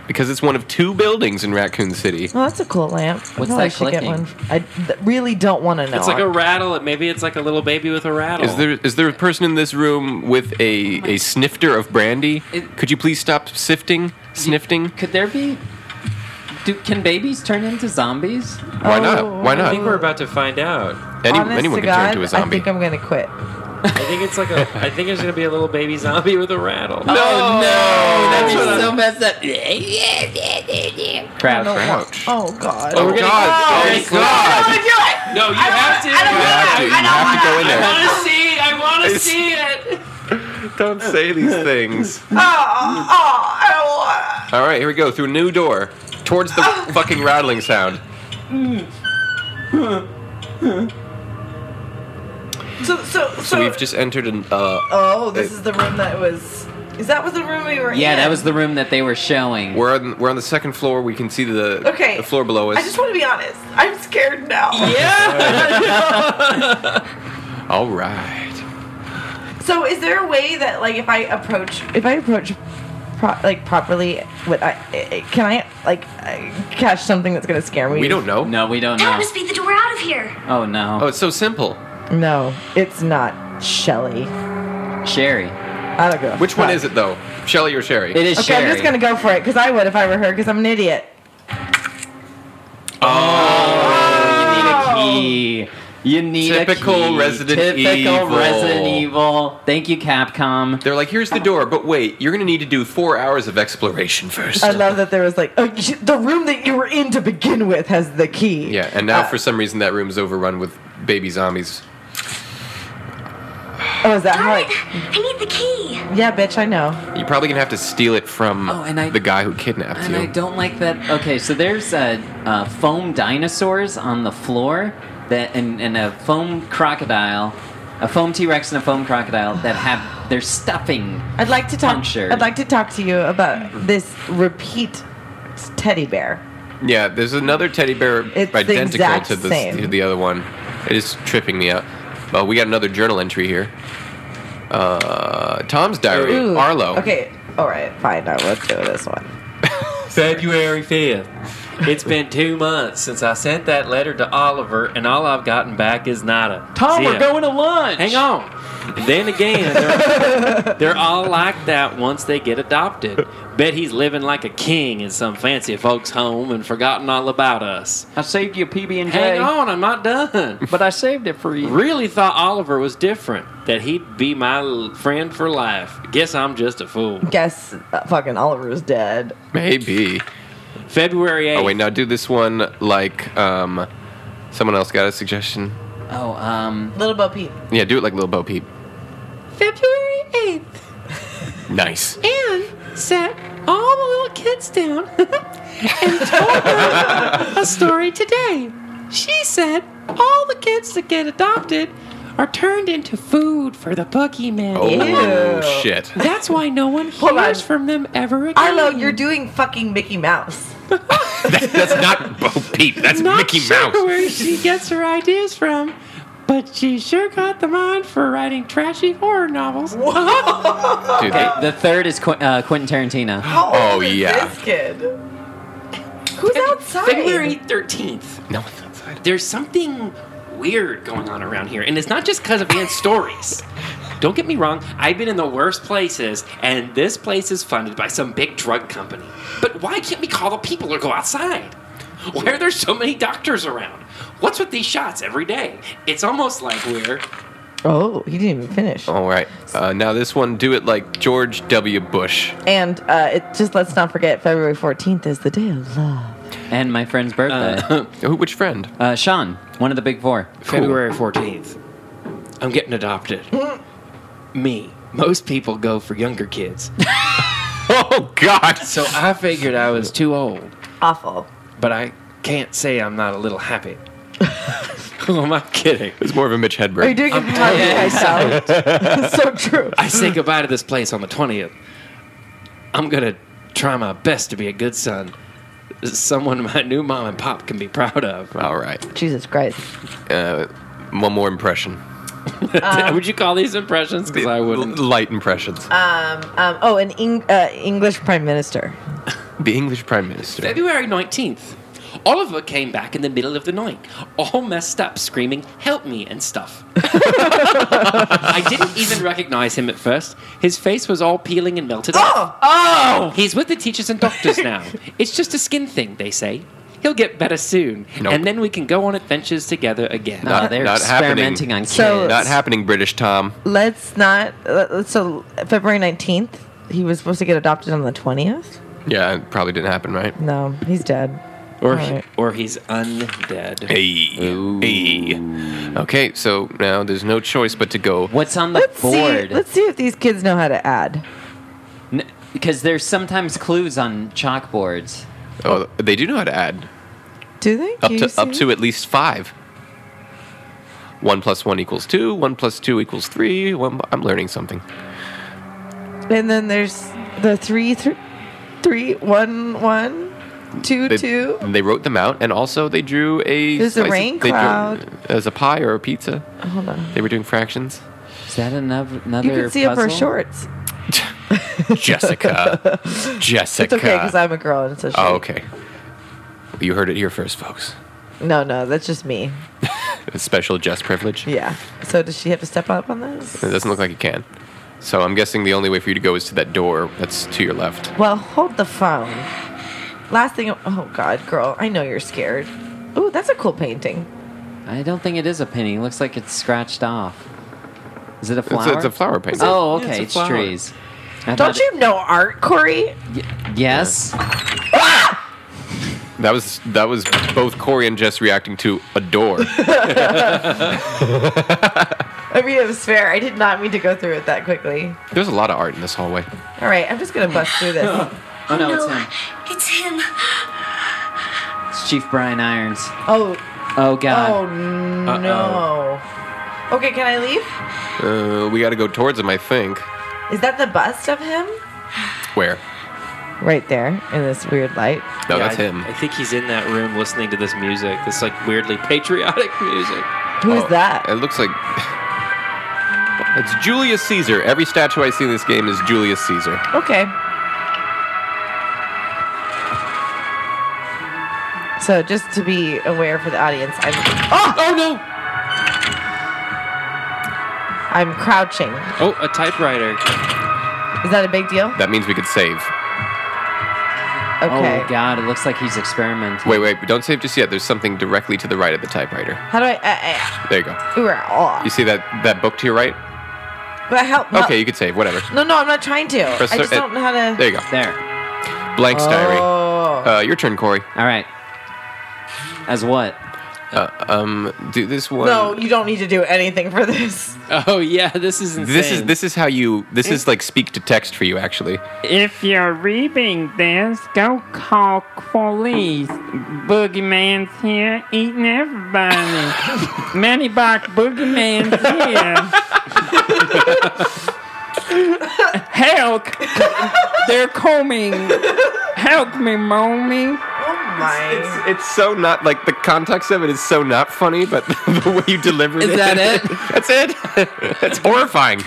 [SPEAKER 2] because it's one of two buildings in Raccoon City.
[SPEAKER 7] Well, Oh, that's a cool lamp. I
[SPEAKER 3] What's
[SPEAKER 7] feel
[SPEAKER 3] that
[SPEAKER 7] I should get
[SPEAKER 3] clicking?
[SPEAKER 7] one. I th- really don't want to know.
[SPEAKER 5] It's like a rattle. It Maybe it's like a little baby with a rattle.
[SPEAKER 2] Is there is there a person in this room with a, a snifter of brandy?
[SPEAKER 3] It-
[SPEAKER 2] Could you please stop sifting? snifting?
[SPEAKER 3] Could there be? Do, can babies turn into zombies?
[SPEAKER 2] Why not? Why
[SPEAKER 4] I think we're
[SPEAKER 2] not?
[SPEAKER 4] about to find out.
[SPEAKER 2] Any,
[SPEAKER 7] Honest
[SPEAKER 2] anyone
[SPEAKER 7] to
[SPEAKER 2] can turn
[SPEAKER 7] God,
[SPEAKER 2] into a zombie.
[SPEAKER 7] I think I'm gonna quit.
[SPEAKER 4] I think it's like a. I think there's gonna be a little baby zombie with a rattle.
[SPEAKER 3] Oh no, that's so messed up.
[SPEAKER 7] I don't
[SPEAKER 3] Crouch.
[SPEAKER 7] want-
[SPEAKER 2] Ouch.
[SPEAKER 7] Oh God.
[SPEAKER 2] Oh, God. Oh, God.
[SPEAKER 4] No, you have to.
[SPEAKER 2] You have to, you have to go in there.
[SPEAKER 4] want to see. I want to see it.
[SPEAKER 2] Don't say these things.
[SPEAKER 7] Oh,
[SPEAKER 2] All right, here we go. Through a new door. Towards the fucking rattling sound.
[SPEAKER 7] So so so.
[SPEAKER 2] So we've just entered an. Uh,
[SPEAKER 7] oh, this is the room that was. Is that was the room we were in?
[SPEAKER 3] Yeah, that was the room that they were showing.
[SPEAKER 2] we're on we're on the second floor. We can see the
[SPEAKER 7] Okay.
[SPEAKER 2] the floor below us.
[SPEAKER 7] I just want to be honest. I'm scared now.
[SPEAKER 2] All right.
[SPEAKER 7] So is there a way that like if I approach if I approach pro- like properly would I eh, eh, can I like eh, catch something that's gonna scare me?
[SPEAKER 2] We don't know.
[SPEAKER 3] No, we don't
[SPEAKER 9] Help
[SPEAKER 3] know.
[SPEAKER 9] us beat the door out of here.
[SPEAKER 3] Oh no,
[SPEAKER 2] Oh, it's so simple.
[SPEAKER 7] No, it's not Shelly.
[SPEAKER 3] Sherry.
[SPEAKER 7] I don't go.
[SPEAKER 2] Which one is it though? Shelly or Sherry?
[SPEAKER 3] It is
[SPEAKER 7] Okay,
[SPEAKER 3] Sherry.
[SPEAKER 7] I'm just gonna go for it because I would if I were her because I'm an idiot.
[SPEAKER 3] You Oh, need a key. You need
[SPEAKER 2] Typical
[SPEAKER 3] a key.
[SPEAKER 2] Resident
[SPEAKER 3] Typical
[SPEAKER 2] Evil.
[SPEAKER 3] Resident Evil. Thank you, Capcom.
[SPEAKER 2] They're like, here's the door, but wait, you're gonna need to do four hours of exploration first.
[SPEAKER 7] I love that there was like oh, you- the room that you were in to begin with has the key. Uh,
[SPEAKER 2] yeah, and
[SPEAKER 3] Uh,
[SPEAKER 2] now for some reason that room's overrun with baby zombies.
[SPEAKER 7] Oh, is that how?
[SPEAKER 9] Darn it!
[SPEAKER 7] Like,
[SPEAKER 9] I need the key.
[SPEAKER 7] yeah, bitch, I know.
[SPEAKER 2] You're probably gonna have to steal it from
[SPEAKER 3] Oh, and I-
[SPEAKER 2] the guy who kidnapped
[SPEAKER 3] And
[SPEAKER 2] you.
[SPEAKER 3] I don't like that. Okay, so there's uh, uh, foam dinosaurs on the floor that, and, and a foam crocodile, a foam T Rex and a foam crocodile that have their stuffing.
[SPEAKER 7] I'd like to talk.
[SPEAKER 3] Punctured.
[SPEAKER 7] I'd like to talk to you about this repeat teddy bear.
[SPEAKER 2] Yeah, there's another teddy bear
[SPEAKER 7] It's the
[SPEAKER 2] identical
[SPEAKER 7] exact
[SPEAKER 2] to the
[SPEAKER 7] same.
[SPEAKER 2] to the other one. It is tripping me out. Well, we got another journal entry here. Uh, Tom's diary,
[SPEAKER 7] Ooh,
[SPEAKER 2] Arlo.
[SPEAKER 7] Okay, all right, fine. I will do this one.
[SPEAKER 4] February 5th. It's been two months since I sent that letter to Oliver, and all I've gotten back is nada.
[SPEAKER 10] Tom,
[SPEAKER 4] See
[SPEAKER 10] we're
[SPEAKER 4] ya.
[SPEAKER 10] going to lunch.
[SPEAKER 4] Hang on. Then again, they're, they're all like that once they get adopted. Bet he's living like a king in some fancy folks' home and forgotten all about us.
[SPEAKER 11] I saved you PB and
[SPEAKER 4] Hang
[SPEAKER 11] J,
[SPEAKER 4] on, I'm not done.
[SPEAKER 11] but I saved it for you.
[SPEAKER 4] Really thought Oliver was different, that he'd be my l- friend for life. Guess I'm just a fool.
[SPEAKER 7] Guess uh, fucking Oliver is dead.
[SPEAKER 2] Maybe.
[SPEAKER 4] February 8th.
[SPEAKER 2] Oh wait, now do this one like um, someone else got a suggestion.
[SPEAKER 3] Oh, um,
[SPEAKER 7] Little Bo Peep.
[SPEAKER 2] Yeah, do it like Lil Bo Peep.
[SPEAKER 12] February 8th.
[SPEAKER 2] Nice.
[SPEAKER 12] Anne sat all the little kids down and told them a story today. She said all the kids that get adopted are turned into food for the boogeyman.
[SPEAKER 2] Oh
[SPEAKER 7] Ew.
[SPEAKER 2] shit.
[SPEAKER 12] That's why no one
[SPEAKER 7] Hold on.
[SPEAKER 12] hears from them ever again.
[SPEAKER 7] Arlo, you're doing fucking Mickey Mouse.
[SPEAKER 2] That's not Bo Peep. That's
[SPEAKER 12] not
[SPEAKER 2] Mickey
[SPEAKER 12] sure
[SPEAKER 2] Mouse.
[SPEAKER 12] where she gets her ideas from, but she sure got the mind for writing trashy horror novels.
[SPEAKER 2] Dude, they-
[SPEAKER 3] the third is Qu- uh, Quentin Tarantino.
[SPEAKER 7] How
[SPEAKER 2] Oh,
[SPEAKER 7] old is
[SPEAKER 2] yeah.
[SPEAKER 7] this kid? Who's outside?
[SPEAKER 4] February 13th.
[SPEAKER 2] no one's outside.
[SPEAKER 4] there's something weird going on around here, and it's not just because of Ann's stories. Don't get me wrong, I've been in the worst places, and this place is funded by some big drug company. But why can't we call the people or go outside? Why are there so many doctors around? What's with these shots every day? It's almost like we're.
[SPEAKER 7] Oh, he didn't even finish.
[SPEAKER 2] All right. Uh, now this one, do it like George W. Bush.
[SPEAKER 7] And uh, it just let's not forget February 14th is the day of love.
[SPEAKER 3] And my friend's birthday. Uh,
[SPEAKER 2] Who? Which friend?
[SPEAKER 3] Sean, one of the big four.
[SPEAKER 4] February 14th. I'm getting adopted. Me. Most people go for younger kids.
[SPEAKER 2] Oh God.
[SPEAKER 4] So I figured I was too old.
[SPEAKER 7] Awful.
[SPEAKER 4] but I can't say I'm not a little happy. Who am I kidding?
[SPEAKER 2] It's more of a Mitch
[SPEAKER 7] Are you
[SPEAKER 2] Hedberg.
[SPEAKER 7] doing it how you guys sound? It's so true.
[SPEAKER 4] I say goodbye to this place on the 20th. I'm gonna try my best to be a good son. Someone my new mom and pop can be proud of.
[SPEAKER 2] All right.
[SPEAKER 7] Jesus Christ.
[SPEAKER 2] Uh, one more impression.
[SPEAKER 4] Would you call these impressions? Because I wouldn't.
[SPEAKER 2] L- Light impressions.
[SPEAKER 7] Um, oh, an Eng- uh, English Prime Minister.
[SPEAKER 2] the English Prime Minister.
[SPEAKER 4] February 19th.
[SPEAKER 5] Oliver came back in the middle of the night, all messed up, screaming, Help me, and stuff. I didn't even recognize him at first. His face was all peeling and melted. off. Oh! He's with the teachers and doctors now. It's just a skin thing, they say. He'll get better soon.
[SPEAKER 2] Nope.
[SPEAKER 5] And then we can go on adventures together again.
[SPEAKER 3] No,
[SPEAKER 2] Not-
[SPEAKER 3] Oh, they're
[SPEAKER 2] not happening.
[SPEAKER 3] experimenting on kids.
[SPEAKER 7] So-
[SPEAKER 2] Not happening, British Tom.
[SPEAKER 7] Let's not. let- So February nineteenth, he was supposed to get adopted on the twentieth.
[SPEAKER 2] Yeah, it probably didn't happen, right?
[SPEAKER 7] No, he's dead.
[SPEAKER 5] Or,
[SPEAKER 7] Right.
[SPEAKER 5] or he's undead.
[SPEAKER 2] Hey. Hey. Okay, so now there's no choice but to go.
[SPEAKER 3] What's on the
[SPEAKER 7] Let's
[SPEAKER 3] board?
[SPEAKER 7] see. Let's see if these kids know how to add.
[SPEAKER 3] N- because there's sometimes clues on chalkboards.
[SPEAKER 2] Oh, they do know how to add
[SPEAKER 7] Do they?
[SPEAKER 2] up
[SPEAKER 7] Do you
[SPEAKER 2] to up
[SPEAKER 7] see?
[SPEAKER 2] to at least five. One plus one equals two. One plus two equals three. One, I'm learning something.
[SPEAKER 7] And then there's the three, three, three, one, one, two,
[SPEAKER 2] They,
[SPEAKER 7] two.
[SPEAKER 2] They wrote them out, and also they drew a.
[SPEAKER 7] There's a
[SPEAKER 2] slice of-
[SPEAKER 7] rain
[SPEAKER 2] they drew-
[SPEAKER 7] cloud.
[SPEAKER 2] as a pie or a pizza.
[SPEAKER 7] Hold on.
[SPEAKER 2] They were doing fractions.
[SPEAKER 3] Is that another another
[SPEAKER 7] You can see
[SPEAKER 3] puzzle?
[SPEAKER 7] it for shorts.
[SPEAKER 2] Jessica. Jessica.
[SPEAKER 7] It's okay because I'm a girl and it's a short.
[SPEAKER 2] Oh, okay. You heard it here first, folks.
[SPEAKER 7] No, no, that's just me.
[SPEAKER 2] Special Jess privilege.
[SPEAKER 7] Yeah. So does she have to step up on this?
[SPEAKER 2] It doesn't look like it can. So I'm guessing the only way for you to go is to that door that's to your left.
[SPEAKER 7] Well, hold the phone. Last thing. Oh God, girl, I know you're scared. Ooh, that's a cool painting.
[SPEAKER 3] I don't think it is a penny. It looks like it's scratched off. Is it a
[SPEAKER 2] It's
[SPEAKER 3] flower?
[SPEAKER 2] a, it's a flower painting.
[SPEAKER 3] Oh, okay.
[SPEAKER 2] Yeah,
[SPEAKER 3] it's
[SPEAKER 2] a flower.
[SPEAKER 3] trees. I
[SPEAKER 7] Don't
[SPEAKER 3] thought-
[SPEAKER 7] you know art, Corey?
[SPEAKER 3] Yes.
[SPEAKER 2] That was that was both Corey and Jess reacting to a door.
[SPEAKER 7] I mean, it was fair. I did not mean to go through it that quickly.
[SPEAKER 2] There's a lot of art in this hallway.
[SPEAKER 7] All right, I'm just gonna bust through this.
[SPEAKER 3] Oh no, it's him.
[SPEAKER 9] It's him.
[SPEAKER 3] It's Chief Brian Irons.
[SPEAKER 7] Oh,
[SPEAKER 3] Oh
[SPEAKER 7] oh
[SPEAKER 3] God.
[SPEAKER 7] no. Okay, can I leave?
[SPEAKER 2] Uh, we got to go towards him, I think.
[SPEAKER 7] Is that the bust of him?
[SPEAKER 2] Where?
[SPEAKER 7] Right there in this weird light.
[SPEAKER 2] No,
[SPEAKER 5] Yeah,
[SPEAKER 2] that's
[SPEAKER 5] I-
[SPEAKER 2] him.
[SPEAKER 5] I think he's in that room listening to this music, this like weirdly patriotic music.
[SPEAKER 7] Who's
[SPEAKER 2] Oh,
[SPEAKER 7] that?
[SPEAKER 2] It looks like it's Julius Caesar. Every statue I see in this game is Julius Caesar.
[SPEAKER 7] Okay. So just to be aware for the audience, I'm
[SPEAKER 2] Ah!
[SPEAKER 7] oh,
[SPEAKER 5] Oh no!
[SPEAKER 7] I'm crouching.
[SPEAKER 5] Oh, a typewriter.
[SPEAKER 7] Is that a big deal?
[SPEAKER 2] That means we could save.
[SPEAKER 7] Okay.
[SPEAKER 3] Oh God. It looks like he's experimenting.
[SPEAKER 2] Wait, wait, don't save just yet. There's something directly to the right of the typewriter.
[SPEAKER 7] How do I? I,
[SPEAKER 2] There you go.
[SPEAKER 7] I we're all.
[SPEAKER 2] You see that that book to your right?
[SPEAKER 7] But help. No,
[SPEAKER 2] Okay, you could save. Whatever.
[SPEAKER 7] No, no, I'm not trying to.
[SPEAKER 2] Press
[SPEAKER 7] I just
[SPEAKER 2] the-
[SPEAKER 7] don't know how to.
[SPEAKER 2] There you go.
[SPEAKER 3] There.
[SPEAKER 2] Blank's diary.
[SPEAKER 7] Oh.
[SPEAKER 2] Uh, your turn, Corey.
[SPEAKER 3] All right. As what?
[SPEAKER 2] Uh, um, do this one.
[SPEAKER 7] No, you don't need to do anything for this.
[SPEAKER 5] Oh yeah, this is insane.
[SPEAKER 2] This is this is how you. This is like speak to text for you, actually.
[SPEAKER 1] If you're reading this, go call police. Boogeyman's here eating everybody. Manny Bach Boogeyman's here. Help! They're coming. Help me, mommy.
[SPEAKER 7] Oh my.
[SPEAKER 2] It's so not like the context of it is so not funny, but the way you deliver it.
[SPEAKER 3] Is that it?
[SPEAKER 2] That's it. That's horrifying.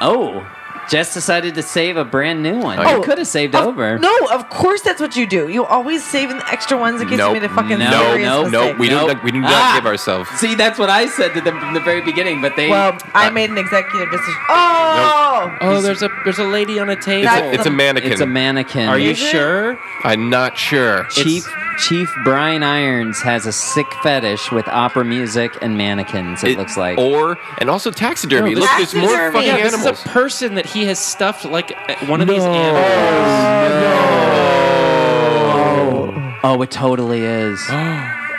[SPEAKER 3] Oh. Jess decided to save a brand new one.
[SPEAKER 2] Oh,
[SPEAKER 3] Oh, could have saved
[SPEAKER 7] Of-
[SPEAKER 3] over.
[SPEAKER 7] No, of course that's what you do. You always save the extra ones in case
[SPEAKER 2] Nope.
[SPEAKER 7] you made a fucking
[SPEAKER 3] No,
[SPEAKER 7] serious
[SPEAKER 3] no,
[SPEAKER 7] mistake.
[SPEAKER 2] no, we do
[SPEAKER 3] Nope.
[SPEAKER 2] not- we do not
[SPEAKER 3] Ah!
[SPEAKER 2] give ourselves.
[SPEAKER 3] See, that's what I said to them from the very beginning, but they.
[SPEAKER 7] Well, I made an executive decision. Oh,
[SPEAKER 5] Oh, there's a there's a lady on a table.
[SPEAKER 7] That's
[SPEAKER 2] It's a mannequin.
[SPEAKER 3] it's a mannequin.
[SPEAKER 5] Are you
[SPEAKER 7] Is it?
[SPEAKER 5] sure?
[SPEAKER 2] I'm not sure.
[SPEAKER 3] Chief Chief Brian Irons has a sick fetish with opera music and mannequins. It,
[SPEAKER 2] It-
[SPEAKER 3] looks like.
[SPEAKER 2] Or and also taxidermy.
[SPEAKER 5] No,
[SPEAKER 2] Look, there's more
[SPEAKER 7] Taxidermy.
[SPEAKER 2] fucking
[SPEAKER 7] Yeah,
[SPEAKER 5] This is a
[SPEAKER 2] animals.
[SPEAKER 5] person that he has stuffed like uh, one of these animals.
[SPEAKER 3] oh, it totally is.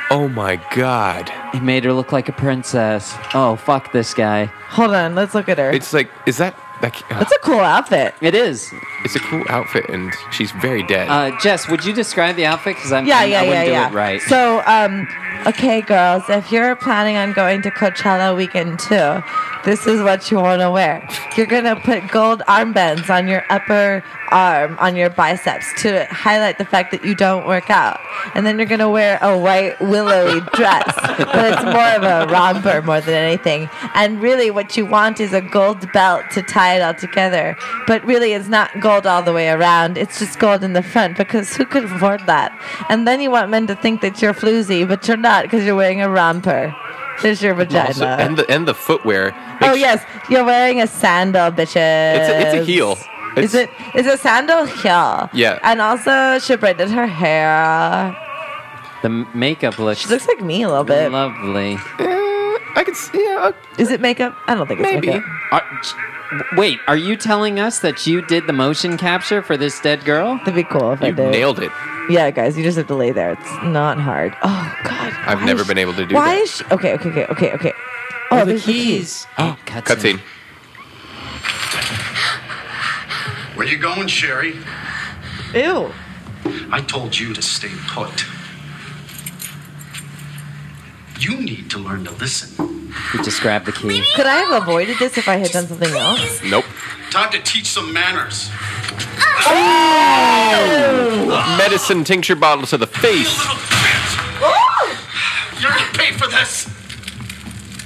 [SPEAKER 2] oh my god!
[SPEAKER 3] He made her look like a princess. Oh, fuck this guy.
[SPEAKER 7] hold on. Let's look at her.
[SPEAKER 2] It's like is that like
[SPEAKER 7] that's a cool outfit.
[SPEAKER 3] It is.
[SPEAKER 2] it's a cool outfit and she's very dead.
[SPEAKER 3] Uh, Jess, would you describe the outfit? Because I'm
[SPEAKER 7] Yeah,
[SPEAKER 3] I'm-
[SPEAKER 7] yeah,
[SPEAKER 3] I
[SPEAKER 7] yeah,
[SPEAKER 3] wouldn't do
[SPEAKER 7] yeah.
[SPEAKER 3] it right.
[SPEAKER 7] So, um, Okay, girls, if you're planning on going to Coachella weekend too, this is what you want to wear. You're going to put gold armbands on your upper arm, on your biceps to highlight the fact that you don't work out. And then you're going to wear a white willowy dress, but it's more of a romper more than anything. And really, what you want is a gold belt to tie it all together. But really, it's not gold all the way around, it's just gold in the front because who could afford that? And then you want men to think that you're floozy, but you're not because you're wearing a romper. There's your vagina.
[SPEAKER 2] Also, and the and the footwear.
[SPEAKER 7] uh, Oh
[SPEAKER 2] Make su-
[SPEAKER 7] yes, you're wearing a sandal, bitches.
[SPEAKER 2] It's a- it's a heel.
[SPEAKER 7] Is it?
[SPEAKER 2] It's-
[SPEAKER 7] It's a sandal heel.
[SPEAKER 2] Yeah.
[SPEAKER 7] And also, she braided her hair.
[SPEAKER 3] The makeup looks,
[SPEAKER 7] She looks like me a little bit.
[SPEAKER 3] lovely.
[SPEAKER 2] eh, I could see. Yeah,
[SPEAKER 7] Is it makeup? I don't think it's
[SPEAKER 2] Maybe.
[SPEAKER 7] makeup.
[SPEAKER 3] Are- wait, are you telling us that you did the motion capture for this dead girl?
[SPEAKER 7] That'd be cool if I
[SPEAKER 2] you
[SPEAKER 7] did.
[SPEAKER 2] nailed it.
[SPEAKER 7] Yeah, guys, you just have to lay there. It's not hard. Oh God.
[SPEAKER 2] I've
[SPEAKER 7] why
[SPEAKER 2] never
[SPEAKER 7] is
[SPEAKER 2] been
[SPEAKER 7] she-
[SPEAKER 2] able to do
[SPEAKER 7] Why
[SPEAKER 2] that.
[SPEAKER 7] is she? Okay, okay, okay, okay, okay. Oh,
[SPEAKER 5] the
[SPEAKER 7] there's the keys.
[SPEAKER 5] keys.
[SPEAKER 3] Oh, Cutscene.
[SPEAKER 2] Cutscene.
[SPEAKER 13] Where you going, Sherry?
[SPEAKER 7] Ew.
[SPEAKER 13] I told you to stay put. You need to learn to listen.
[SPEAKER 3] You just grabbed the key.
[SPEAKER 7] Could I have avoided this if I had done something else?
[SPEAKER 2] Nope.
[SPEAKER 13] Time to teach some manners.
[SPEAKER 2] Medicine tincture bottle to the
[SPEAKER 13] You
[SPEAKER 2] face.
[SPEAKER 13] little bitch! You're gonna pay for this!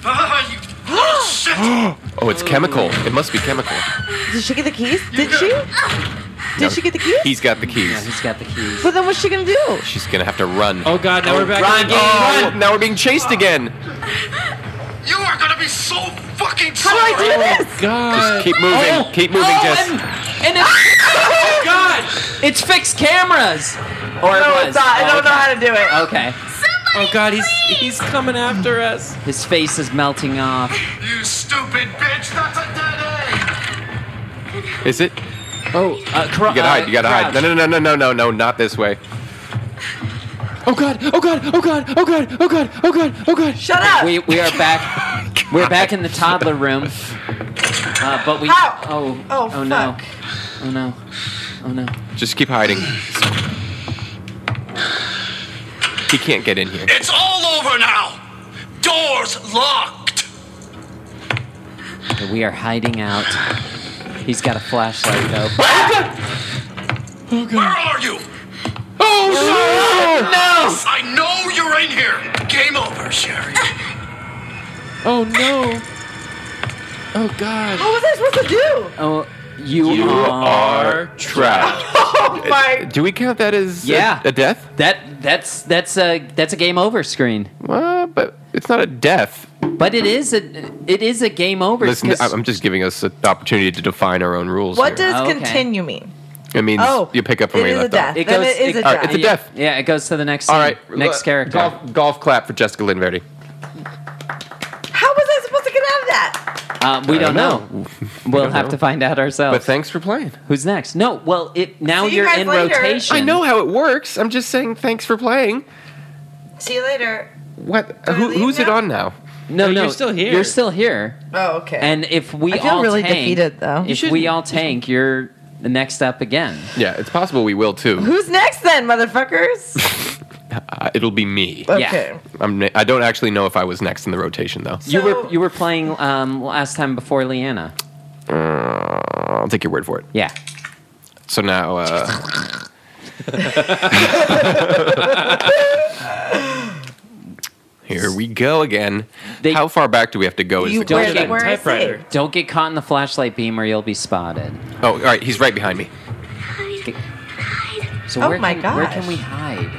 [SPEAKER 13] Ah, you little shit!
[SPEAKER 2] Oh, it's chemical. It must be chemical.
[SPEAKER 7] Did she get the keys? Did
[SPEAKER 13] got-
[SPEAKER 7] she? Did she get the keys?
[SPEAKER 2] He's got the keys.
[SPEAKER 3] He's got the keys.
[SPEAKER 7] But then what's she gonna do?
[SPEAKER 2] She's gonna have to run.
[SPEAKER 4] Oh God, now we're back.
[SPEAKER 2] run,
[SPEAKER 4] in the game.
[SPEAKER 2] Oh, Now we're being chased again.
[SPEAKER 13] You are gonna be so fucking
[SPEAKER 7] How do I
[SPEAKER 13] sorry!
[SPEAKER 7] do this?
[SPEAKER 4] God.
[SPEAKER 2] Just keep moving. keep moving, Jess.
[SPEAKER 3] And it's,
[SPEAKER 4] God.
[SPEAKER 3] it's fixed cameras. Or it
[SPEAKER 7] Oh No,
[SPEAKER 3] was. Oh,
[SPEAKER 7] it's not. I don't know how to do it.
[SPEAKER 3] Okay.
[SPEAKER 4] Oh God, he's he's coming after us.
[SPEAKER 3] His face is melting off.
[SPEAKER 13] You stupid bitch! That's a dead end!
[SPEAKER 2] Is it?
[SPEAKER 4] Oh, uh,
[SPEAKER 2] You gotta hide. You gotta hide. No, no, no, no, no, no, no. Not this way.
[SPEAKER 4] Oh God. Oh God. Oh God. Oh God. Oh God. Oh God. Oh God.
[SPEAKER 7] Shut up.
[SPEAKER 3] We, we are back. We're back in the toddler room. Uh, but we.
[SPEAKER 7] How?
[SPEAKER 3] Oh.
[SPEAKER 7] Oh,
[SPEAKER 3] no.
[SPEAKER 7] fuck.
[SPEAKER 3] Oh no. Oh no.
[SPEAKER 2] Just keep hiding. He can't get in here.
[SPEAKER 13] It's all over now! Doors locked!
[SPEAKER 3] Okay, we are hiding out. He's got a flashlight though.
[SPEAKER 13] Where are you?
[SPEAKER 3] no!
[SPEAKER 13] I know you're in here! Game over, Sherry.
[SPEAKER 4] Oh no. Oh God.
[SPEAKER 7] What was I supposed to do?
[SPEAKER 3] Oh, you,
[SPEAKER 2] You
[SPEAKER 3] are.
[SPEAKER 2] are trapped.
[SPEAKER 7] Oh my.
[SPEAKER 2] Do we count that as a-
[SPEAKER 3] Yeah.
[SPEAKER 2] a, death?
[SPEAKER 3] That that's that's a that's a game over screen.
[SPEAKER 2] Uh, but it's not a death.
[SPEAKER 3] But it is a it is a game over.
[SPEAKER 2] Listen,
[SPEAKER 3] 'cause-
[SPEAKER 2] I- I'm just giving us an opportunity to define our own rules.
[SPEAKER 7] What
[SPEAKER 2] here.
[SPEAKER 7] does
[SPEAKER 3] Okay.
[SPEAKER 7] continue mean?
[SPEAKER 2] it means?
[SPEAKER 7] Oh,
[SPEAKER 2] you pick up from
[SPEAKER 7] it
[SPEAKER 2] where you
[SPEAKER 7] is a
[SPEAKER 2] left off.
[SPEAKER 7] death. Then it is a
[SPEAKER 2] All right,
[SPEAKER 7] death.
[SPEAKER 2] it's a death.
[SPEAKER 3] Yeah, it goes to the next.
[SPEAKER 2] All
[SPEAKER 3] scene,
[SPEAKER 2] right,
[SPEAKER 3] next
[SPEAKER 2] uh,
[SPEAKER 3] character.
[SPEAKER 2] Golf, golf clap for Jessica Linverdi.
[SPEAKER 7] How was I supposed to get out of that?
[SPEAKER 3] Uh, we
[SPEAKER 2] I
[SPEAKER 3] don't
[SPEAKER 2] don't
[SPEAKER 3] know. We'll have to find out ourselves.
[SPEAKER 2] But thanks for playing.
[SPEAKER 3] Who's next? No. Well, it now
[SPEAKER 7] See you
[SPEAKER 3] you're
[SPEAKER 7] guys
[SPEAKER 3] in
[SPEAKER 7] later.
[SPEAKER 3] rotation.
[SPEAKER 2] I know how it works. I'm just saying thanks for playing.
[SPEAKER 7] See you later.
[SPEAKER 2] What?
[SPEAKER 7] Do I
[SPEAKER 2] Who,
[SPEAKER 7] leave
[SPEAKER 2] who's it
[SPEAKER 7] now?
[SPEAKER 2] on now?
[SPEAKER 3] No,
[SPEAKER 4] No,
[SPEAKER 3] no,
[SPEAKER 4] you're still here.
[SPEAKER 3] You're still here.
[SPEAKER 7] Oh, okay.
[SPEAKER 3] And if we
[SPEAKER 7] I feel
[SPEAKER 3] all
[SPEAKER 7] really
[SPEAKER 3] tank,
[SPEAKER 7] defeated, though. You
[SPEAKER 3] If we all tank, you're the next up again.
[SPEAKER 2] Yeah, it's possible we will too.
[SPEAKER 7] who's next then, motherfuckers?
[SPEAKER 2] Uh, it'll be me.
[SPEAKER 7] Okay.
[SPEAKER 2] I'm, I don't actually know if I was next in the rotation though.
[SPEAKER 3] you
[SPEAKER 7] So-
[SPEAKER 3] were you were playing um, last time before Leanna.
[SPEAKER 2] Uh, I'll take your word for it.
[SPEAKER 3] Yeah.
[SPEAKER 2] So now, uh, here we go again.
[SPEAKER 3] They-
[SPEAKER 2] How far back do we have to go? Is
[SPEAKER 7] You
[SPEAKER 2] the question.
[SPEAKER 7] where,
[SPEAKER 3] get
[SPEAKER 7] where is
[SPEAKER 4] typewriter.
[SPEAKER 7] he?
[SPEAKER 3] Don't get caught in the flashlight beam, or you'll be spotted.
[SPEAKER 2] oh, all right. He's right behind me,
[SPEAKER 3] So
[SPEAKER 7] Oh
[SPEAKER 3] where
[SPEAKER 7] my
[SPEAKER 3] can, Where
[SPEAKER 7] gosh.
[SPEAKER 3] can we hide?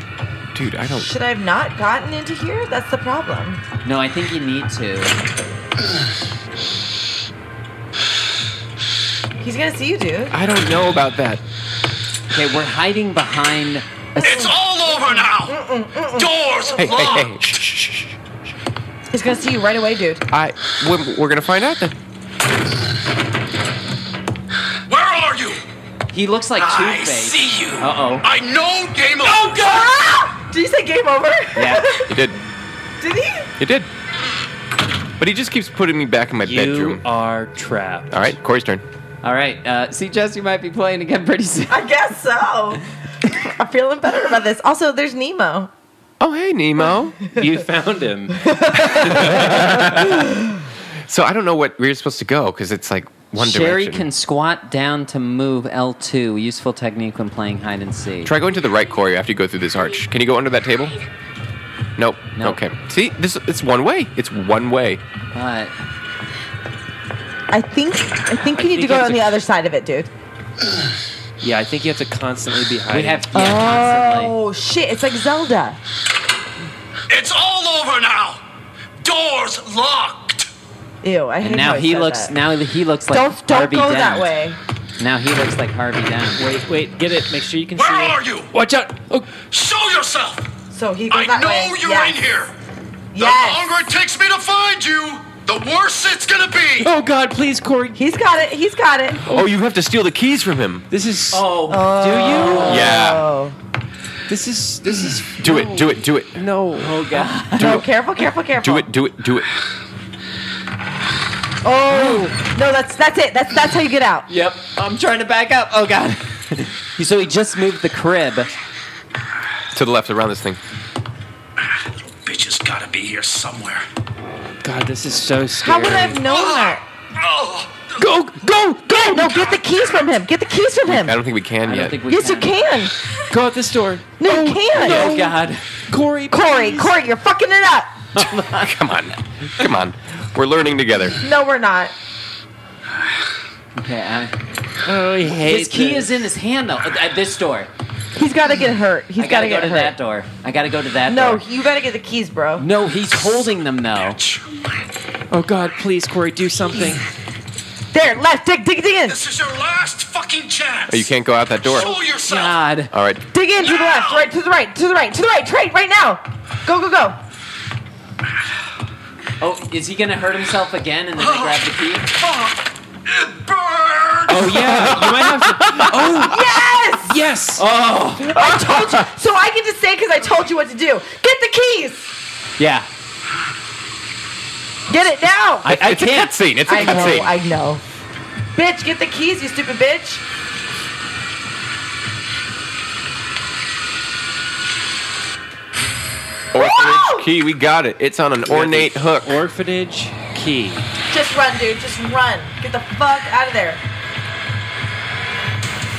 [SPEAKER 2] dude. I don't.
[SPEAKER 7] Should I have not gotten into here? That's the problem.
[SPEAKER 3] No, I think you need to.
[SPEAKER 7] He's gonna see you, dude.
[SPEAKER 2] I don't know about that.
[SPEAKER 3] Okay, we're hiding behind. A
[SPEAKER 13] It's all over now! Doors
[SPEAKER 2] Hey,
[SPEAKER 13] locked!
[SPEAKER 2] hey, hey. Shh, shh, shh, shh.
[SPEAKER 7] He's gonna see you right away, dude.
[SPEAKER 2] I. We're, we're gonna find out then.
[SPEAKER 13] Where are you?
[SPEAKER 3] he looks like
[SPEAKER 13] I
[SPEAKER 5] Ah.
[SPEAKER 3] Two Face.
[SPEAKER 13] see you.
[SPEAKER 3] Uh oh.
[SPEAKER 13] I know game over. Oh
[SPEAKER 7] Did you say game over?
[SPEAKER 3] Yeah.
[SPEAKER 2] It did.
[SPEAKER 7] Did he?
[SPEAKER 2] It did. But he just keeps putting me back in my
[SPEAKER 4] You
[SPEAKER 2] bedroom.
[SPEAKER 4] are trapped.
[SPEAKER 2] All right, Corey's turn.
[SPEAKER 3] All right. Uh, see, Jess, you might be playing again pretty soon.
[SPEAKER 7] I guess so. I'm feeling better about this. Also, there's Nemo.
[SPEAKER 2] Oh, hey, Nemo.
[SPEAKER 5] you found him.
[SPEAKER 2] So I don't know what we're supposed to go because it's like one
[SPEAKER 3] Sherry
[SPEAKER 2] direction.
[SPEAKER 3] can squat down to move L2. Useful technique when playing hide and seek.
[SPEAKER 2] Try going to the right, Corey, after you go through this arch. Can you go under that table? Nope.
[SPEAKER 3] No.
[SPEAKER 2] Okay. See, this it's one way. It's one way.
[SPEAKER 3] But
[SPEAKER 7] I think I think you need
[SPEAKER 5] think
[SPEAKER 7] to go
[SPEAKER 5] it's
[SPEAKER 7] on
[SPEAKER 5] a-
[SPEAKER 7] the other side of it, dude.
[SPEAKER 5] Yeah, I think you have to constantly be hiding.
[SPEAKER 3] we have yeah, constantly.
[SPEAKER 7] Oh shit! It's like Zelda.
[SPEAKER 13] It's all over now. Doors locked.
[SPEAKER 7] Ew, I hate
[SPEAKER 3] And
[SPEAKER 7] how
[SPEAKER 3] now
[SPEAKER 7] I
[SPEAKER 3] he
[SPEAKER 7] said
[SPEAKER 3] looks.
[SPEAKER 7] that.
[SPEAKER 3] Now he looks like
[SPEAKER 7] don't don't
[SPEAKER 3] Harvey
[SPEAKER 7] go
[SPEAKER 3] Dent.
[SPEAKER 7] that way.
[SPEAKER 3] Now he looks like Harvey Dent.
[SPEAKER 4] Wait, wait, get it. Make sure you can
[SPEAKER 13] Where
[SPEAKER 4] see. it.
[SPEAKER 13] are you?
[SPEAKER 4] Watch out! Oh,
[SPEAKER 13] Show yourself.
[SPEAKER 7] So he goes
[SPEAKER 13] I
[SPEAKER 7] that
[SPEAKER 13] know
[SPEAKER 7] way.
[SPEAKER 13] you're
[SPEAKER 7] Yes.
[SPEAKER 13] in here. The
[SPEAKER 7] Yes.
[SPEAKER 13] longer it takes me to find you, the worse it's gonna be.
[SPEAKER 4] oh God! Please, Corey.
[SPEAKER 7] He's got it. He's got it.
[SPEAKER 2] Oh, you have to steal the keys from him.
[SPEAKER 4] This is.
[SPEAKER 5] Oh,
[SPEAKER 4] Do
[SPEAKER 2] Yeah.
[SPEAKER 7] Oh.
[SPEAKER 4] you? This is. This is.
[SPEAKER 2] Do it. Do it. Do it.
[SPEAKER 4] No. Oh God.
[SPEAKER 7] No, careful, careful, careful.
[SPEAKER 2] Do it. Do it. Do it.
[SPEAKER 7] Oh no, that's that's it. That's that's how you get out.
[SPEAKER 3] Yep. I'm trying to back up. Oh god. so he just moved the crib.
[SPEAKER 2] To the left, around this thing.
[SPEAKER 13] Bitch has gotta be here somewhere.
[SPEAKER 4] God, this is so scary.
[SPEAKER 7] How would I have known that?
[SPEAKER 13] Oh,
[SPEAKER 2] Go. Go. Go.
[SPEAKER 7] No, get the keys from him. Get the keys from
[SPEAKER 2] I
[SPEAKER 7] him.
[SPEAKER 2] don't think we can
[SPEAKER 3] I
[SPEAKER 2] yet.
[SPEAKER 3] don't think we
[SPEAKER 7] Yes, you
[SPEAKER 3] can.
[SPEAKER 7] can.
[SPEAKER 4] Go out this door,
[SPEAKER 7] No, you can.
[SPEAKER 3] Oh god.
[SPEAKER 4] Corey.
[SPEAKER 7] Corey,
[SPEAKER 4] please.
[SPEAKER 7] Corey, you're fucking it up.
[SPEAKER 2] Come on. Come on. We're learning together.
[SPEAKER 7] No, we're not.
[SPEAKER 3] Okay. I,
[SPEAKER 4] Oh, I hate
[SPEAKER 3] his key
[SPEAKER 4] this.
[SPEAKER 3] is in his hand though. At this door.
[SPEAKER 7] He's got to get hurt. He's
[SPEAKER 3] I gotta,
[SPEAKER 7] get
[SPEAKER 3] go to
[SPEAKER 7] hurt.
[SPEAKER 3] that door. I gotta go to that
[SPEAKER 7] No,
[SPEAKER 3] door.
[SPEAKER 7] you got to get the keys, bro.
[SPEAKER 3] No, he's holding them though.
[SPEAKER 4] Oh God! Please, Corey, do something.
[SPEAKER 7] There, left. Dig, dig, dig in.
[SPEAKER 13] this is your last fucking chance.
[SPEAKER 2] Oh, you can't go out that door.
[SPEAKER 13] Show yourself.
[SPEAKER 3] God.
[SPEAKER 2] All right.
[SPEAKER 7] Dig in to the left, right, to the right, to the right, to the right, right, right now. Go, go, go.
[SPEAKER 3] Oh, is he gonna hurt himself again and then they grab the key?
[SPEAKER 13] It burns.
[SPEAKER 4] Oh yeah, you might have to.
[SPEAKER 7] Yes!
[SPEAKER 4] Yes.
[SPEAKER 3] Oh,
[SPEAKER 7] I told you. So I get to say because I told you what to do. Get the keys.
[SPEAKER 3] Yeah.
[SPEAKER 7] Get it now.
[SPEAKER 3] I, I
[SPEAKER 2] it's a
[SPEAKER 3] can't.
[SPEAKER 2] cutscene. It's a
[SPEAKER 7] I know,
[SPEAKER 2] cutscene.
[SPEAKER 7] I know. Bitch, get the keys, you stupid bitch.
[SPEAKER 2] Orphanage key. We got it. It's on an ornate hook.
[SPEAKER 4] Orphanage key.
[SPEAKER 7] Just run, dude. Just run. Get the fuck out of there.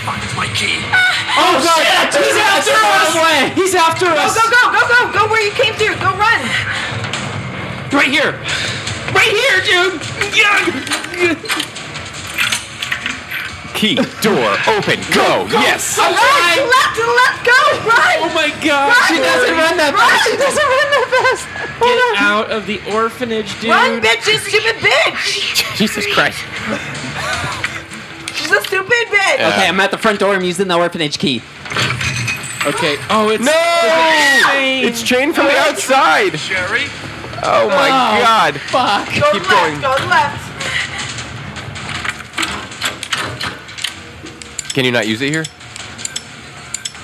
[SPEAKER 13] Fuck my key.
[SPEAKER 4] Oh, God! He's after us! He's after
[SPEAKER 7] Go,
[SPEAKER 4] us!
[SPEAKER 7] go, go, go, go. Go where you came through. Go run.
[SPEAKER 4] Right here! Right here, dude!
[SPEAKER 2] Key. Door. Open. Go. Yes.
[SPEAKER 7] All right, to the left, to the left. Go, run.
[SPEAKER 4] Oh my God!
[SPEAKER 7] She doesn't run that fast. She doesn't run that fast. Hold
[SPEAKER 4] Get out of the orphanage, dude!
[SPEAKER 7] Run, bitch, you stupid bitch.
[SPEAKER 2] Jesus Christ.
[SPEAKER 7] She's a stupid bitch.
[SPEAKER 3] Okay, I'm at the front door. I'm using the orphanage key.
[SPEAKER 4] Okay. Oh, it's
[SPEAKER 2] No!
[SPEAKER 4] chain.
[SPEAKER 2] It's chained from the outside.
[SPEAKER 13] Jerry.
[SPEAKER 2] Oh my god.
[SPEAKER 7] go
[SPEAKER 2] keep going.
[SPEAKER 7] left, go left.
[SPEAKER 2] Can you not use it here?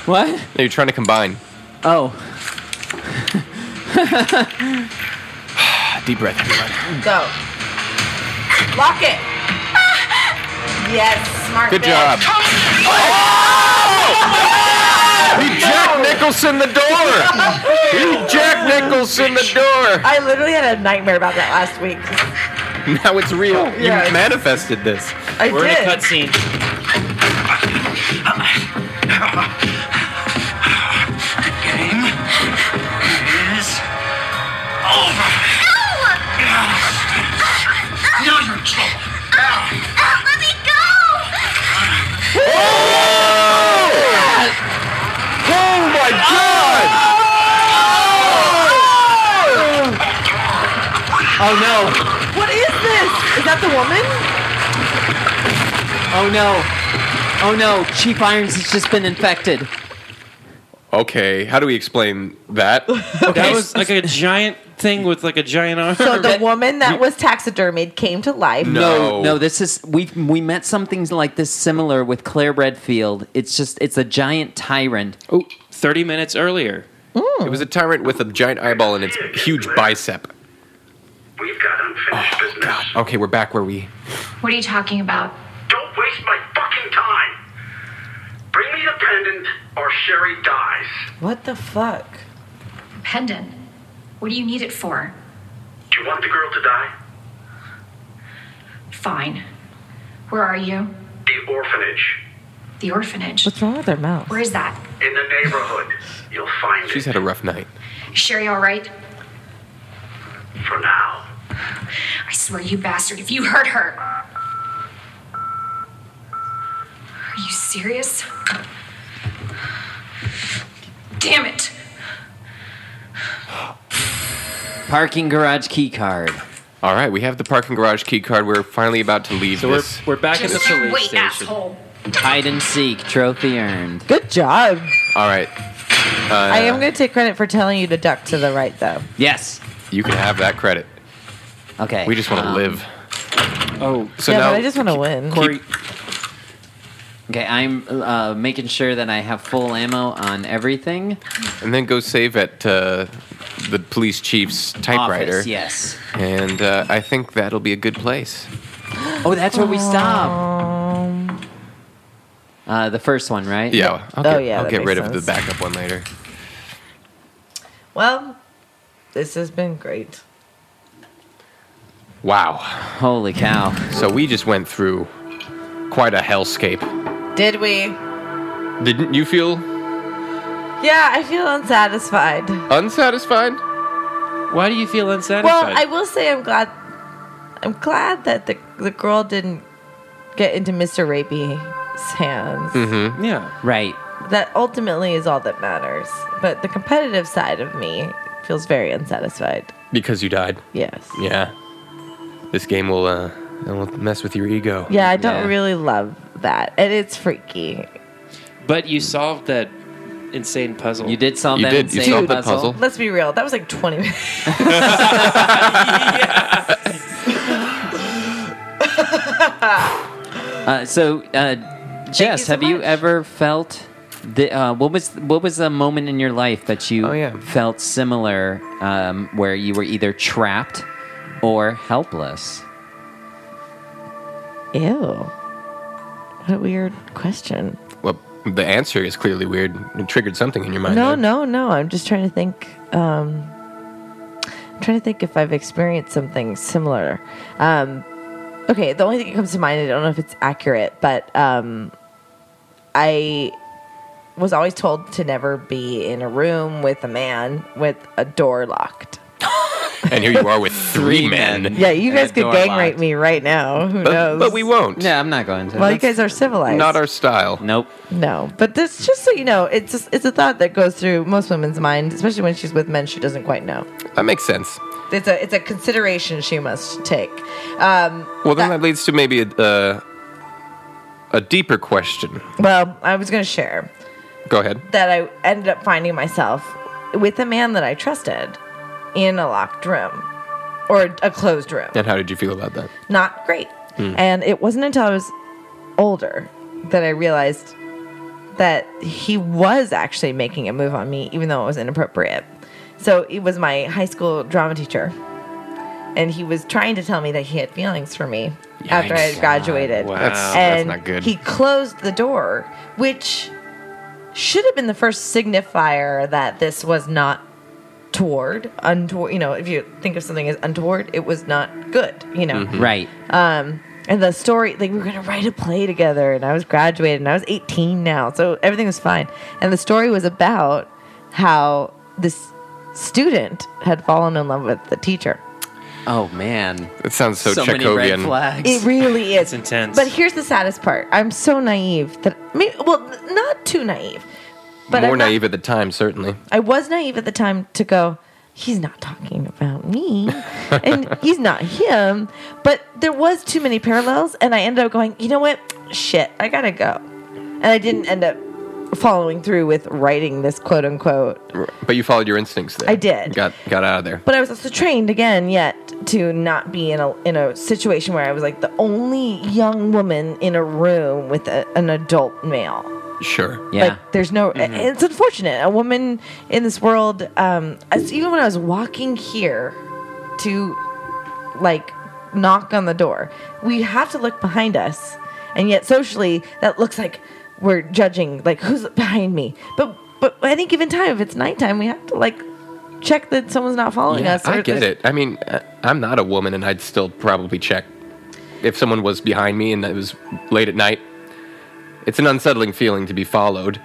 [SPEAKER 3] What?
[SPEAKER 2] No, you're trying to combine.
[SPEAKER 3] Oh,
[SPEAKER 2] Ah, Deep breath. everyone.
[SPEAKER 7] Go. Lock it. Yes, smart
[SPEAKER 2] Good
[SPEAKER 7] bitch.
[SPEAKER 2] job. Oh! He Jack Nicholson the door. He Jack Nicholson the door.
[SPEAKER 7] I literally had a nightmare about that last week.
[SPEAKER 2] Now it's real. You
[SPEAKER 7] Oh, Yeah.
[SPEAKER 2] manifested this.
[SPEAKER 7] I
[SPEAKER 4] We're in a
[SPEAKER 7] did.
[SPEAKER 4] cutscene.
[SPEAKER 13] Game is over. Now you're in trouble.
[SPEAKER 9] let me go!
[SPEAKER 2] Oh my god!
[SPEAKER 3] oh no,
[SPEAKER 7] What is this? Is that the woman?
[SPEAKER 3] oh no, oh no! Chief Irons has just been infected.
[SPEAKER 2] Okay, how do we explain that?
[SPEAKER 4] That was like a giant thing with like a giant arm.
[SPEAKER 7] So the woman that was taxidermied came to life.
[SPEAKER 2] No.
[SPEAKER 3] no, This is we we met something like this similar with Claire Redfield. It's just it's a giant tyrant.
[SPEAKER 4] oh, 30 minutes earlier.
[SPEAKER 2] It was a tyrant with a giant eyeball and its huge bicep.
[SPEAKER 14] We've got unfinished
[SPEAKER 13] Oh,
[SPEAKER 14] business.
[SPEAKER 2] Okay, we're back where we.
[SPEAKER 9] What are you talking about?
[SPEAKER 14] Don't waste my fucking time. Bring me the pendant, or Sherry dies.
[SPEAKER 7] What the fuck?
[SPEAKER 9] pendant. What do you need it for?
[SPEAKER 14] Do you want the girl to die?
[SPEAKER 9] Fine. Where are you?
[SPEAKER 14] The orphanage.
[SPEAKER 9] The orphanage.
[SPEAKER 7] What's wrong with their mouth?
[SPEAKER 9] Where is that?
[SPEAKER 14] In the neighborhood. You'll find
[SPEAKER 2] She's had a rough night.
[SPEAKER 9] Is Sherry all right?
[SPEAKER 14] it for now.
[SPEAKER 9] I swear, you bastard, if you hurt her. Are you serious? Damn it!
[SPEAKER 3] Parking garage key card.
[SPEAKER 2] All right, we have the parking garage key card. We're finally about to leave
[SPEAKER 4] So we're,
[SPEAKER 2] this.
[SPEAKER 4] we're back at the
[SPEAKER 9] Just
[SPEAKER 4] police
[SPEAKER 9] wait,
[SPEAKER 4] station.
[SPEAKER 9] asshole.
[SPEAKER 3] Hide and seek. Trophy earned.
[SPEAKER 7] Good job.
[SPEAKER 2] All right. Uh,
[SPEAKER 7] I am going to take credit for telling you to duck to the right, though.
[SPEAKER 3] Yes.
[SPEAKER 2] You can have that credit.
[SPEAKER 3] Okay.
[SPEAKER 2] We just want to
[SPEAKER 3] um,
[SPEAKER 2] live.
[SPEAKER 4] Oh,
[SPEAKER 2] So
[SPEAKER 7] yeah,
[SPEAKER 2] now,
[SPEAKER 7] but I just want to win.
[SPEAKER 4] Corey,
[SPEAKER 3] Okay, I'm uh, making sure that I have full ammo on everything.
[SPEAKER 2] and then go save at uh, the police chief's typewriter.
[SPEAKER 3] Office, yes.
[SPEAKER 2] And uh, I think that'll be a good place.
[SPEAKER 3] Oh, that's where we stop. Uh, the first one, right?
[SPEAKER 2] Yeah. I'll
[SPEAKER 7] Oh,
[SPEAKER 2] get,
[SPEAKER 7] yeah,
[SPEAKER 2] I'll
[SPEAKER 7] that
[SPEAKER 2] get
[SPEAKER 7] makes
[SPEAKER 2] rid of
[SPEAKER 7] sense.
[SPEAKER 2] the backup one later.
[SPEAKER 7] Well, this has been great.
[SPEAKER 2] Wow.
[SPEAKER 3] Holy cow.
[SPEAKER 2] So we just went through quite a hellscape.
[SPEAKER 7] Did we?
[SPEAKER 2] Didn't you feel
[SPEAKER 7] Yeah, I feel unsatisfied.
[SPEAKER 2] unsatisfied?
[SPEAKER 4] why do you feel unsatisfied?
[SPEAKER 7] Well, I will say I'm glad. I'm glad that the the girl didn't get into Mr. Rapey's hands.
[SPEAKER 4] yeah.
[SPEAKER 3] Right.
[SPEAKER 7] That ultimately is all that matters. But the competitive side of me feels very unsatisfied.
[SPEAKER 2] Because you died.
[SPEAKER 7] Yes.
[SPEAKER 2] Yeah. This game will uh, it'll mess with your ego.
[SPEAKER 7] Yeah, I don't
[SPEAKER 3] Yeah.
[SPEAKER 7] really love that, and it's freaky.
[SPEAKER 4] But you solved that insane puzzle.
[SPEAKER 3] You did solve
[SPEAKER 2] You
[SPEAKER 3] that
[SPEAKER 2] did. You
[SPEAKER 3] insane
[SPEAKER 2] solved the
[SPEAKER 3] puzzle.
[SPEAKER 2] puzzle.
[SPEAKER 7] Let's be real. That was like 20 minutes.
[SPEAKER 3] Uh, so, uh, Jess,
[SPEAKER 7] you so
[SPEAKER 3] have you
[SPEAKER 7] much.
[SPEAKER 3] ever felt the, uh, what was what was a moment in your life that you
[SPEAKER 2] Oh, yeah.
[SPEAKER 3] felt similar, um, where you were either trapped or helpless?
[SPEAKER 7] Ew. What a weird question.
[SPEAKER 2] Well, the answer is clearly weird. It triggered something in your mind.
[SPEAKER 7] No,
[SPEAKER 2] there.
[SPEAKER 7] no, no. I'm just trying to think. Um, I'm trying to think if I've experienced something similar. Um, okay, the only thing that comes to mind, I don't know if it's accurate, but um, I was always told to never be in a room with a man with a door locked.
[SPEAKER 2] And here you are with three
[SPEAKER 3] Three
[SPEAKER 2] men.
[SPEAKER 3] men.
[SPEAKER 7] Yeah, you
[SPEAKER 3] And a
[SPEAKER 7] guys could
[SPEAKER 3] door
[SPEAKER 7] gang
[SPEAKER 3] locked.
[SPEAKER 7] rape me right now. Who
[SPEAKER 2] But,
[SPEAKER 7] knows?
[SPEAKER 2] but we won't.
[SPEAKER 3] No, I'm not going to.
[SPEAKER 7] Well, you
[SPEAKER 3] That's-
[SPEAKER 7] guys are civilized.
[SPEAKER 2] Not our style.
[SPEAKER 3] Nope.
[SPEAKER 7] No, but this just so you know, it's just, it's a thought that goes through most women's mind, especially when she's with men she doesn't quite know.
[SPEAKER 2] That makes sense.
[SPEAKER 7] It's a it's a consideration she must take. Um,
[SPEAKER 2] Well, then
[SPEAKER 7] That-
[SPEAKER 2] that leads to maybe a, uh, a deeper question.
[SPEAKER 7] well, I was going to share
[SPEAKER 2] Go ahead.
[SPEAKER 7] that I ended up finding myself with a man that I trusted in a locked room or a closed room.
[SPEAKER 2] And how did you feel about that?
[SPEAKER 7] Not great. And it wasn't until I was older that I realized that he was actually making a move on me, even though it was inappropriate. So it was my high school drama teacher. And he was trying to tell me that he had feelings for me after I
[SPEAKER 2] Yikes.
[SPEAKER 7] had graduated.
[SPEAKER 4] Wow.
[SPEAKER 2] That's, Oh, that's
[SPEAKER 7] and
[SPEAKER 2] not good.
[SPEAKER 7] he closed the door, which should have been the first signifier that this was not toward untoward. You know, if you think of something as untoward, it was not good. You know,
[SPEAKER 2] Mm-hmm.
[SPEAKER 3] Right.
[SPEAKER 7] um, and the story like we were gonna write a play together, and I was graduated, and I was 18 now, so everything was fine. And the story was about how this student had fallen in love with the teacher.
[SPEAKER 3] Oh man.
[SPEAKER 2] it sounds so,
[SPEAKER 3] many red
[SPEAKER 2] Chekhovian.
[SPEAKER 3] flags.
[SPEAKER 7] It really is.
[SPEAKER 4] It's intense.
[SPEAKER 7] But here's the saddest part. I'm so naive that maybe, well, n- not too naive, but
[SPEAKER 2] More
[SPEAKER 7] I'm not-
[SPEAKER 2] naive at the time, certainly.
[SPEAKER 7] I was naive at the time to go. He's not talking about me, and he's not him. But there was too many parallels, and I ended up going. You know what? Shit, I gotta go, and I didn't end up following through with writing this quote unquote
[SPEAKER 2] But you followed your instincts there.
[SPEAKER 7] I did.
[SPEAKER 2] Got got out of there.
[SPEAKER 7] but I was also trained again yet to not be in a in a situation where I was like the only young woman in a room with a, an adult male.
[SPEAKER 2] Sure.
[SPEAKER 3] yeah.
[SPEAKER 7] Like there's no
[SPEAKER 2] Mm-hmm.
[SPEAKER 7] it's unfortunate. A woman in this world um as, even when I was walking here to like knock on the door, we have to look behind us. And yet socially that looks like we're judging like who's behind me. But but at any given time if it's nighttime we have to like check that someone's not following
[SPEAKER 2] Yeah,
[SPEAKER 7] us.
[SPEAKER 2] I
[SPEAKER 7] or-
[SPEAKER 2] get it. I mean, I- I'm not a woman, and I'd still probably check if someone was behind me and it was late at night. It's an unsettling feeling to be followed,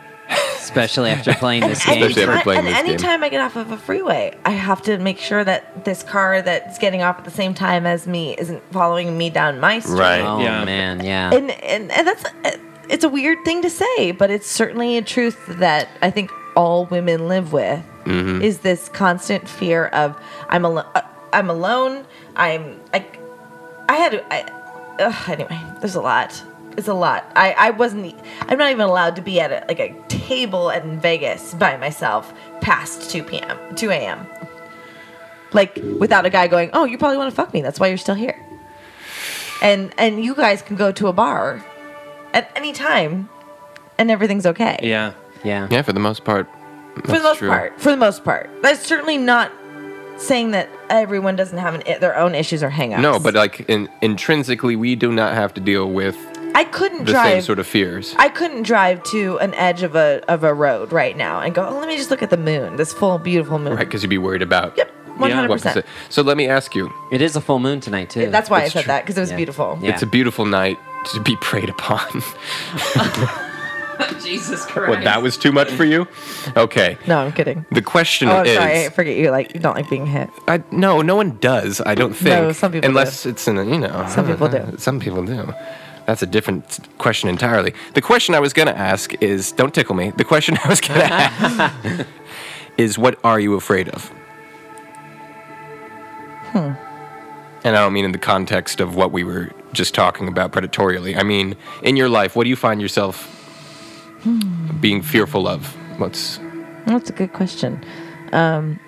[SPEAKER 3] especially after playing this
[SPEAKER 2] Especially after playing
[SPEAKER 7] and
[SPEAKER 2] this game.
[SPEAKER 7] anytime I get off of a freeway, I have to make sure that this car that's getting off at the same time as me isn't following me down my street.
[SPEAKER 3] Oh
[SPEAKER 4] Yeah.
[SPEAKER 3] man, yeah.
[SPEAKER 7] And, and and that's uh, it's a weird thing to say, but it's certainly a truth that I think all women live with.
[SPEAKER 13] Mhm.
[SPEAKER 7] Is this constant fear of I'm alone? I'm alone. I'm I. I had to. I, ugh, anyway, there's a lot. It's a lot. I, I wasn't. e, I'm not even allowed to be at a, like a table in Vegas by myself past 2 p.m. 2 a.m. Like without a guy going, oh, you probably want to fuck me. That's why you're still here. And and you guys can go to a bar at any time, and everything's okay.
[SPEAKER 4] Yeah.
[SPEAKER 3] Yeah.
[SPEAKER 2] Yeah, for the most part.
[SPEAKER 7] for the most part. For the most part, that's certainly not saying that everyone doesn't have an, their own issues or hangups.
[SPEAKER 2] No, but like in, intrinsically, we do not have to deal with
[SPEAKER 7] I couldn't
[SPEAKER 2] the
[SPEAKER 7] drive.
[SPEAKER 2] same sort of fears.
[SPEAKER 7] I couldn't drive to an edge of a of a road right now and go. Oh, let me just look at the moon, this full beautiful moon.
[SPEAKER 2] Right, because you'd be worried about. Yep,
[SPEAKER 7] 100%.
[SPEAKER 2] So let me ask you.
[SPEAKER 3] It is a full moon tonight too.
[SPEAKER 7] That's why I said that, 'cause it was Yeah. beautiful.
[SPEAKER 2] It's a beautiful night to be preyed upon.
[SPEAKER 5] Jesus Christ.
[SPEAKER 2] what? That was too much for you? Okay.
[SPEAKER 7] No, I'm kidding.
[SPEAKER 2] The question
[SPEAKER 7] oh, I'm
[SPEAKER 2] is.
[SPEAKER 7] sorry, I forget you like you don't like being hit.
[SPEAKER 2] I no, no one does. I don't think.
[SPEAKER 7] No, some people
[SPEAKER 2] unless it's in a, you know.
[SPEAKER 7] Some people do.
[SPEAKER 2] Some people do. That's a different question entirely. The question I was going to ask is don't tickle me. The question I was going to ask is what are you afraid of?
[SPEAKER 7] Hmm.
[SPEAKER 2] And I don't mean in the context of what we were just talking about predatorially. I mean in your life, what do you find yourself
[SPEAKER 7] Hmm.
[SPEAKER 2] being fearful of? What's
[SPEAKER 7] That's a good question. Um,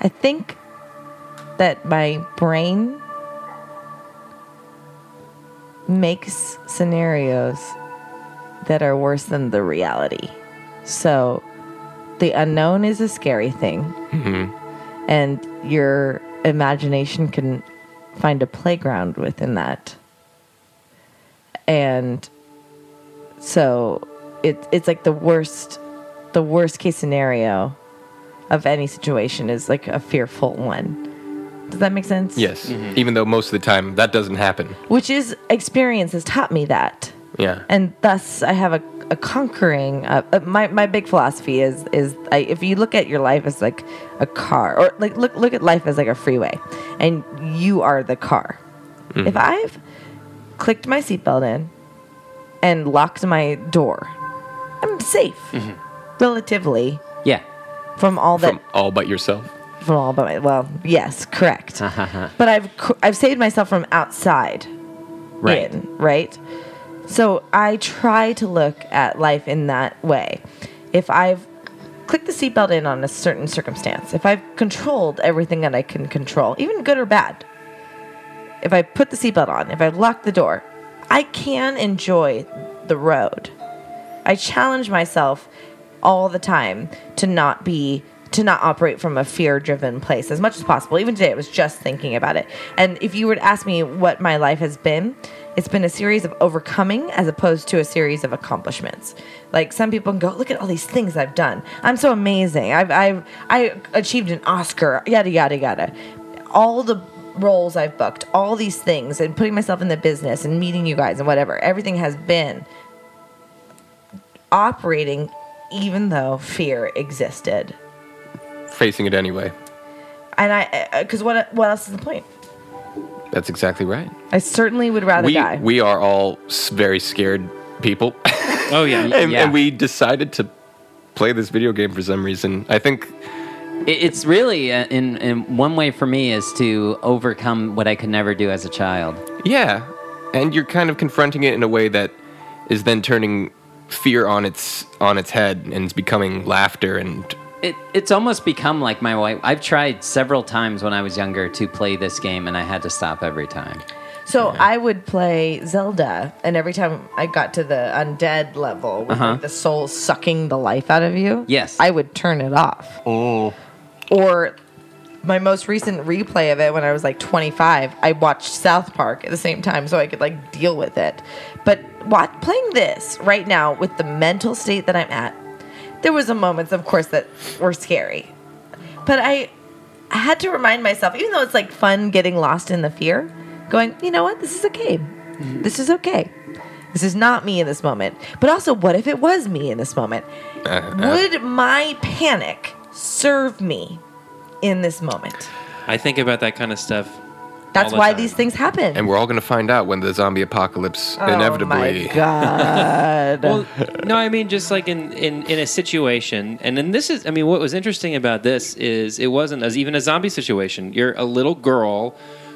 [SPEAKER 7] I think that my brain makes scenarios that are worse than the reality. So the unknown is a scary thing. and your imagination can find a playground within that. And so it, it's like the worst the worst case scenario of any situation is like a fearful one. Does that make sense?
[SPEAKER 2] Yes. Even though most of the time that doesn't happen.
[SPEAKER 7] Which is experience has taught me that
[SPEAKER 2] Yeah.
[SPEAKER 7] and thus I have a, a conquering. Uh, uh, my my big philosophy is is I, if you look at your life as like a car, or like look look at life as like a freeway, and you are the car.
[SPEAKER 13] Mhm.
[SPEAKER 7] If I've clicked my seatbelt in and locked my door, I'm safe relatively
[SPEAKER 3] Yeah.
[SPEAKER 7] from all that
[SPEAKER 2] From all but yourself.
[SPEAKER 7] from all but my, well yes correct but I've co- I've saved myself from outside
[SPEAKER 3] Right.
[SPEAKER 7] in, right? So I try to look at life in that way. If I've clicked the seatbelt in on a certain circumstance, if I've controlled everything that I can control, even good or bad, if I put the seatbelt on, if I've locked the door, I can enjoy the road. I challenge myself all the time to not be to not operate from a fear-driven place as much as possible. Even today, I was just thinking about it. And if you were to ask me what my life has been, it's been a series of overcoming as opposed to a series of accomplishments. Like some people can go, look at all these things I've done. I'm so amazing. I've I've I achieved an Oscar. Yada yada yada all the roles I've booked, all these things, and putting myself in the business and meeting you guys and whatever, everything has been operating even though fear existed.
[SPEAKER 2] Facing it anyway.
[SPEAKER 7] And I, because what, what else is the point?
[SPEAKER 2] That's exactly right.
[SPEAKER 7] I certainly would rather
[SPEAKER 2] we
[SPEAKER 7] die.
[SPEAKER 2] we are all s- very scared people.
[SPEAKER 4] oh yeah.
[SPEAKER 2] and,
[SPEAKER 3] Yeah.
[SPEAKER 2] and we decided to play this video game for some reason. I think
[SPEAKER 3] It, it's really uh, in in one way for me is to overcome what I could never do as a child.
[SPEAKER 2] yeah, and you're kind of confronting it in a way that is then turning fear on its on its head and it's becoming laughter and
[SPEAKER 3] It, it's almost become like my wife. I've tried several times when I was younger to play this game, and I had to stop every time.
[SPEAKER 7] So I would play Zelda, and every time I got to the undead level with
[SPEAKER 3] Uh-huh.
[SPEAKER 7] like, the soul sucking the life out of you,
[SPEAKER 3] Yes.
[SPEAKER 7] I would turn it off.
[SPEAKER 3] Oh,
[SPEAKER 7] Or my most recent replay of it when I was like 25, I watched South Park at the same time so I could like deal with it. But what, playing this right now with the mental state that I'm at, there was a moments, of course, that were scary, but I had to remind myself, even though it's like fun getting lost in the fear, going, you know what, this is a game.
[SPEAKER 2] Mm-hmm.
[SPEAKER 7] This is okay. This is not me in this moment. But also, what if it was me in this moment?
[SPEAKER 2] Uh,
[SPEAKER 7] Would my panic serve me in this moment?
[SPEAKER 4] I think about that kind of stuff.
[SPEAKER 7] That's
[SPEAKER 2] All the
[SPEAKER 7] why
[SPEAKER 2] time.
[SPEAKER 7] these things happen.
[SPEAKER 2] And we're all going to find out when the zombie apocalypse
[SPEAKER 7] Oh, my
[SPEAKER 2] inevitably.
[SPEAKER 7] God.
[SPEAKER 4] well, no, I mean just like in, in in a situation, and then this is. I mean, what was interesting about this is it wasn't as even a zombie situation. You're a little girl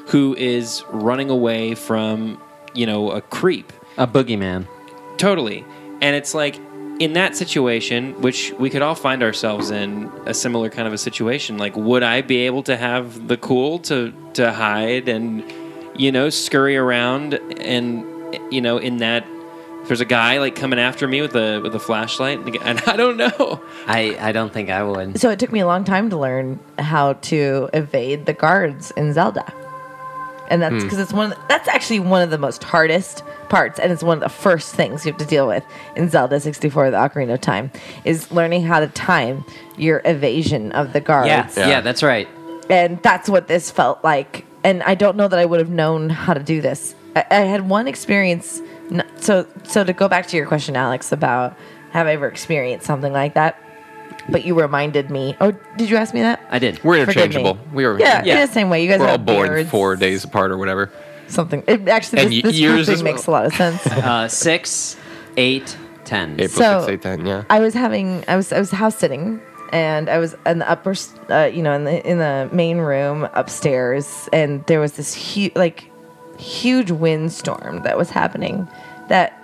[SPEAKER 4] who is running away from you know a creep,
[SPEAKER 3] a boogeyman.
[SPEAKER 4] Totally, and it's like in that situation, which we could all find ourselves in a similar kind of a situation. Like, would I be able to have the cool to to hide and you know scurry around and you know in that if there's a guy like coming after me with a with a flashlight and I don't know.
[SPEAKER 3] I I don't think I would.
[SPEAKER 7] So it took me a long time to learn how to evade the guards in Zelda. And that's
[SPEAKER 3] Hmm.
[SPEAKER 7] because it's one of the, that's actually one of the most hardest parts and it's one of the first things you have to deal with in Zelda 64 the Ocarina of Time is learning how to time your evasion of the guards.
[SPEAKER 3] Yeah, yeah, that's right.
[SPEAKER 7] and that's what this felt like. And I don't know that I would have known how to do this. I, I had one experience. n- So, so to go back to your question, Alex, about have I ever experienced something like that? But you reminded me. Oh, did you ask me that?
[SPEAKER 3] I did.
[SPEAKER 2] We're
[SPEAKER 7] Forgive me.
[SPEAKER 2] interchangeable. We are.
[SPEAKER 7] Yeah, in the same way. You guys
[SPEAKER 2] we're
[SPEAKER 7] have
[SPEAKER 2] all born
[SPEAKER 7] beards.
[SPEAKER 2] four days apart or whatever.
[SPEAKER 7] Something. It actually
[SPEAKER 2] And
[SPEAKER 7] this,
[SPEAKER 2] y-
[SPEAKER 7] this
[SPEAKER 2] years
[SPEAKER 7] thing
[SPEAKER 2] as
[SPEAKER 7] makes a lot of sense.
[SPEAKER 3] Uh, six, eight, ten.
[SPEAKER 2] April
[SPEAKER 7] So-
[SPEAKER 2] 6, 8, 10, yeah.
[SPEAKER 7] I was having I was I was house sitting and I was in the upper s- uh, you know in the in the main room upstairs and there was this huge like huge windstorm that was happening that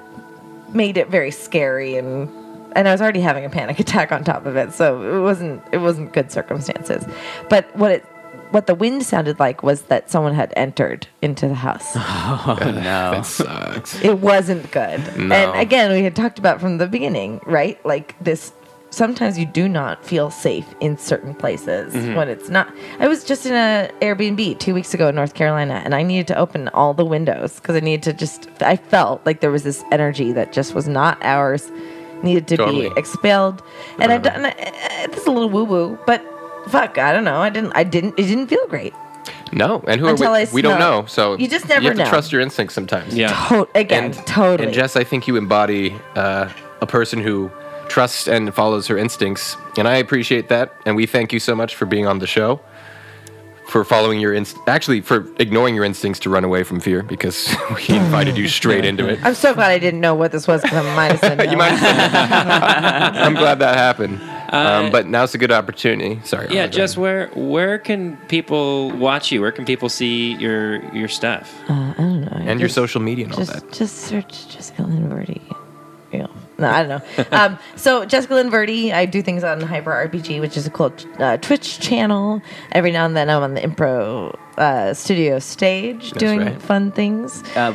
[SPEAKER 7] made it very scary and and I was already having a panic attack on top of it so it wasn't it wasn't good circumstances but what it what the wind sounded like was that someone had entered into the house.
[SPEAKER 3] Oh no, that
[SPEAKER 2] sucks.
[SPEAKER 7] It wasn't good.
[SPEAKER 3] No.
[SPEAKER 7] And again, we had talked about from the beginning, right? Like this sometimes you do not feel safe in certain places
[SPEAKER 15] Mhm.
[SPEAKER 7] when it's not I was just in a Airbnb 2 weeks ago in North Carolina and I needed to open all the windows cuz I needed to just I felt like there was this energy that just was not ours needed to
[SPEAKER 15] Totally.
[SPEAKER 7] be expelled. And I done uh, this is a little woo woo, but fuck, I don't know. I didn't I didn't it didn't feel great.
[SPEAKER 2] No, and who are
[SPEAKER 7] Until
[SPEAKER 2] we?
[SPEAKER 7] I
[SPEAKER 2] We don't
[SPEAKER 7] smell.
[SPEAKER 2] know. So
[SPEAKER 7] You just never
[SPEAKER 2] You have
[SPEAKER 7] know.
[SPEAKER 2] to trust your instincts sometimes. Yeah.
[SPEAKER 7] To- again, totally.
[SPEAKER 2] And Jess, I think you embody uh, a person who trusts and follows her instincts, and I appreciate that. And we thank you so much for being on the show, for following your inst- actually for ignoring your instincts to run away from fear because we invited you straight into it.
[SPEAKER 7] I'm so glad I didn't know what this was because I might have said no.
[SPEAKER 2] I'm glad that happened. um, but now's a good opportunity. Sorry.
[SPEAKER 4] Yeah, just where where can people watch you? Where can people see your your stuff?
[SPEAKER 7] Uh, I don't know.
[SPEAKER 4] And your social
[SPEAKER 2] media
[SPEAKER 4] and all
[SPEAKER 7] just, Just search Jessica Lynn Verdi. Yeah. No, I don't know. um, so Jessica Lynn Verdi, I do things on Hyper RPG, which is a cool uh, Twitch channel. Every now and then, I'm on the Impro uh, Studio stage
[SPEAKER 3] That's
[SPEAKER 7] doing
[SPEAKER 3] right.
[SPEAKER 7] fun things.
[SPEAKER 3] Uh,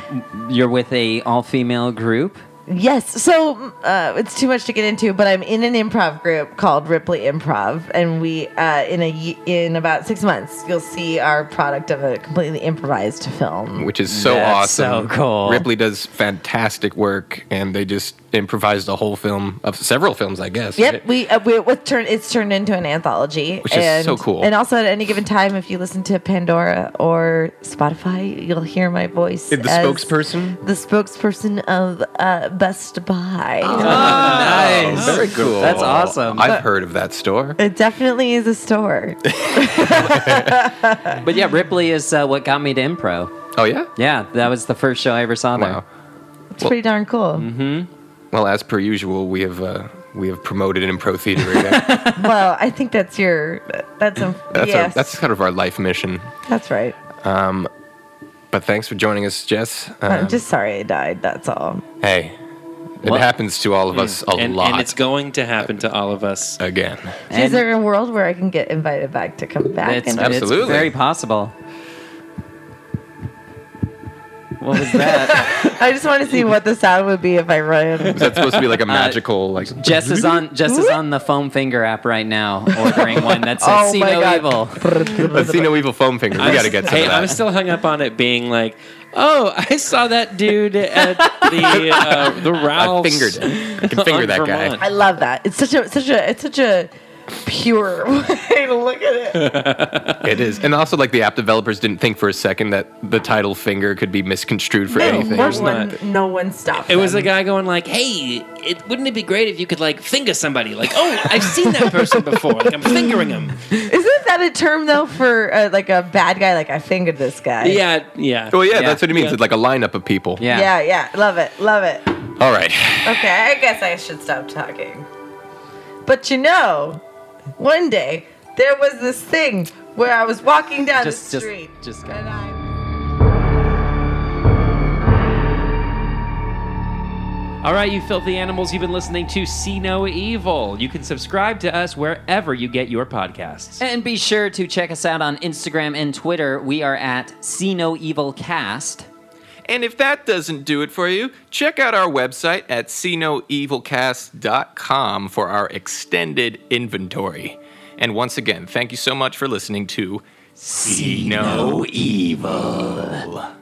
[SPEAKER 3] you're with a all female group.
[SPEAKER 7] Yes, so uh, it's too much to get into, but I'm in an improv group called Ripley Improv, and we uh, in a y- in about six months you'll see our product of a completely improvised film,
[SPEAKER 2] which is so
[SPEAKER 3] That's
[SPEAKER 2] awesome.
[SPEAKER 3] so cool.
[SPEAKER 2] Ripley does fantastic work, and they just improvised a whole film of several films, I guess.
[SPEAKER 7] Yep,
[SPEAKER 2] right?
[SPEAKER 7] we uh, we what turned it's turned into an anthology,
[SPEAKER 2] Which is
[SPEAKER 7] and-
[SPEAKER 2] so cool.
[SPEAKER 7] And also, at any given time, if you listen to Pandora or Spotify, you'll hear my voice.
[SPEAKER 2] The
[SPEAKER 7] as
[SPEAKER 2] spokesperson?
[SPEAKER 7] the spokesperson of uh, Best Buy.
[SPEAKER 2] Oh, Very cool.
[SPEAKER 3] That's awesome.
[SPEAKER 2] I've heard of that store.
[SPEAKER 7] It definitely is a store.
[SPEAKER 3] But yeah, Ripley is uh, what got me to improv.
[SPEAKER 2] Oh yeah,
[SPEAKER 3] yeah. That was the first show I ever saw there.
[SPEAKER 7] It's pretty darn cool.
[SPEAKER 2] Mm-hmm. Well, as per usual, we have uh, we have promoted Impro Theater. Again.
[SPEAKER 7] well, I think that's your that's a
[SPEAKER 2] that's our,
[SPEAKER 7] yes, that's,
[SPEAKER 2] that's kind of our life mission.
[SPEAKER 7] right.
[SPEAKER 2] Um, but thanks for joining us, Jess. Um,
[SPEAKER 7] I'm Oh, just sorry I died. That's all.
[SPEAKER 2] hey, it
[SPEAKER 4] Well-
[SPEAKER 2] happens to all of us a
[SPEAKER 4] and,
[SPEAKER 2] lot.
[SPEAKER 4] and it's going to happen to all of us
[SPEAKER 2] again.
[SPEAKER 7] is there a world where I can get invited back to come back?
[SPEAKER 3] It's, it's very possible. What was that?
[SPEAKER 7] I just want to see what the sound would be if I ran.
[SPEAKER 2] Is that supposed to be like a
[SPEAKER 3] Uh,
[SPEAKER 2] magical like?
[SPEAKER 3] Jess is on Jess is on the foam finger app right now, ordering one that says
[SPEAKER 2] Oh
[SPEAKER 3] "See
[SPEAKER 2] my
[SPEAKER 3] no
[SPEAKER 2] God.
[SPEAKER 3] evil."
[SPEAKER 2] Let's see no evil foam finger. We
[SPEAKER 4] I'm
[SPEAKER 2] got to
[SPEAKER 4] s-
[SPEAKER 2] get some
[SPEAKER 4] Hey,
[SPEAKER 2] of
[SPEAKER 4] I'm
[SPEAKER 2] that.
[SPEAKER 4] still hung up on it being like,
[SPEAKER 16] Oh, I saw that dude at the uh, the Ralphs.
[SPEAKER 17] fingered him. I can finger
[SPEAKER 16] on
[SPEAKER 17] that guy.
[SPEAKER 16] Vermont.
[SPEAKER 7] I love that. It's such a such a it's such a pure way to look at it.
[SPEAKER 17] it is. And also, like, the app developers didn't think for a second that the title finger could be misconstrued for
[SPEAKER 7] No,
[SPEAKER 17] anything.
[SPEAKER 7] no one, No one stopped.
[SPEAKER 4] It was
[SPEAKER 7] them.
[SPEAKER 4] a guy going like, "Hey, it wouldn't it be great if you could like finger somebody? Like, oh, I've seen that person before. Like, I'm fingering him.
[SPEAKER 7] Isn't that a term though for uh, like a bad guy? Like I fingered this guy.
[SPEAKER 16] Yeah, yeah.
[SPEAKER 17] Well, yeah, that's what it means. It's like a lineup of people.
[SPEAKER 7] Yeah, yeah. Love it. Love it.
[SPEAKER 17] All right.
[SPEAKER 7] Okay, I guess I should stop talking. But you know, one day there was this thing where I was walking down
[SPEAKER 3] Just-
[SPEAKER 7] the
[SPEAKER 3] just-
[SPEAKER 7] street.
[SPEAKER 3] just go.
[SPEAKER 7] and I-
[SPEAKER 4] All right, you filthy animals, you've been listening to See No Evil. You can subscribe to us wherever you get your podcasts.
[SPEAKER 3] And be sure to check us out on Instagram and Twitter. We are at See No Evil Cast.
[SPEAKER 2] And if that doesn't do it for you, check out our website at cnoevilcast.com for our extended inventory. And once again, thank you so much for listening to See No Evil.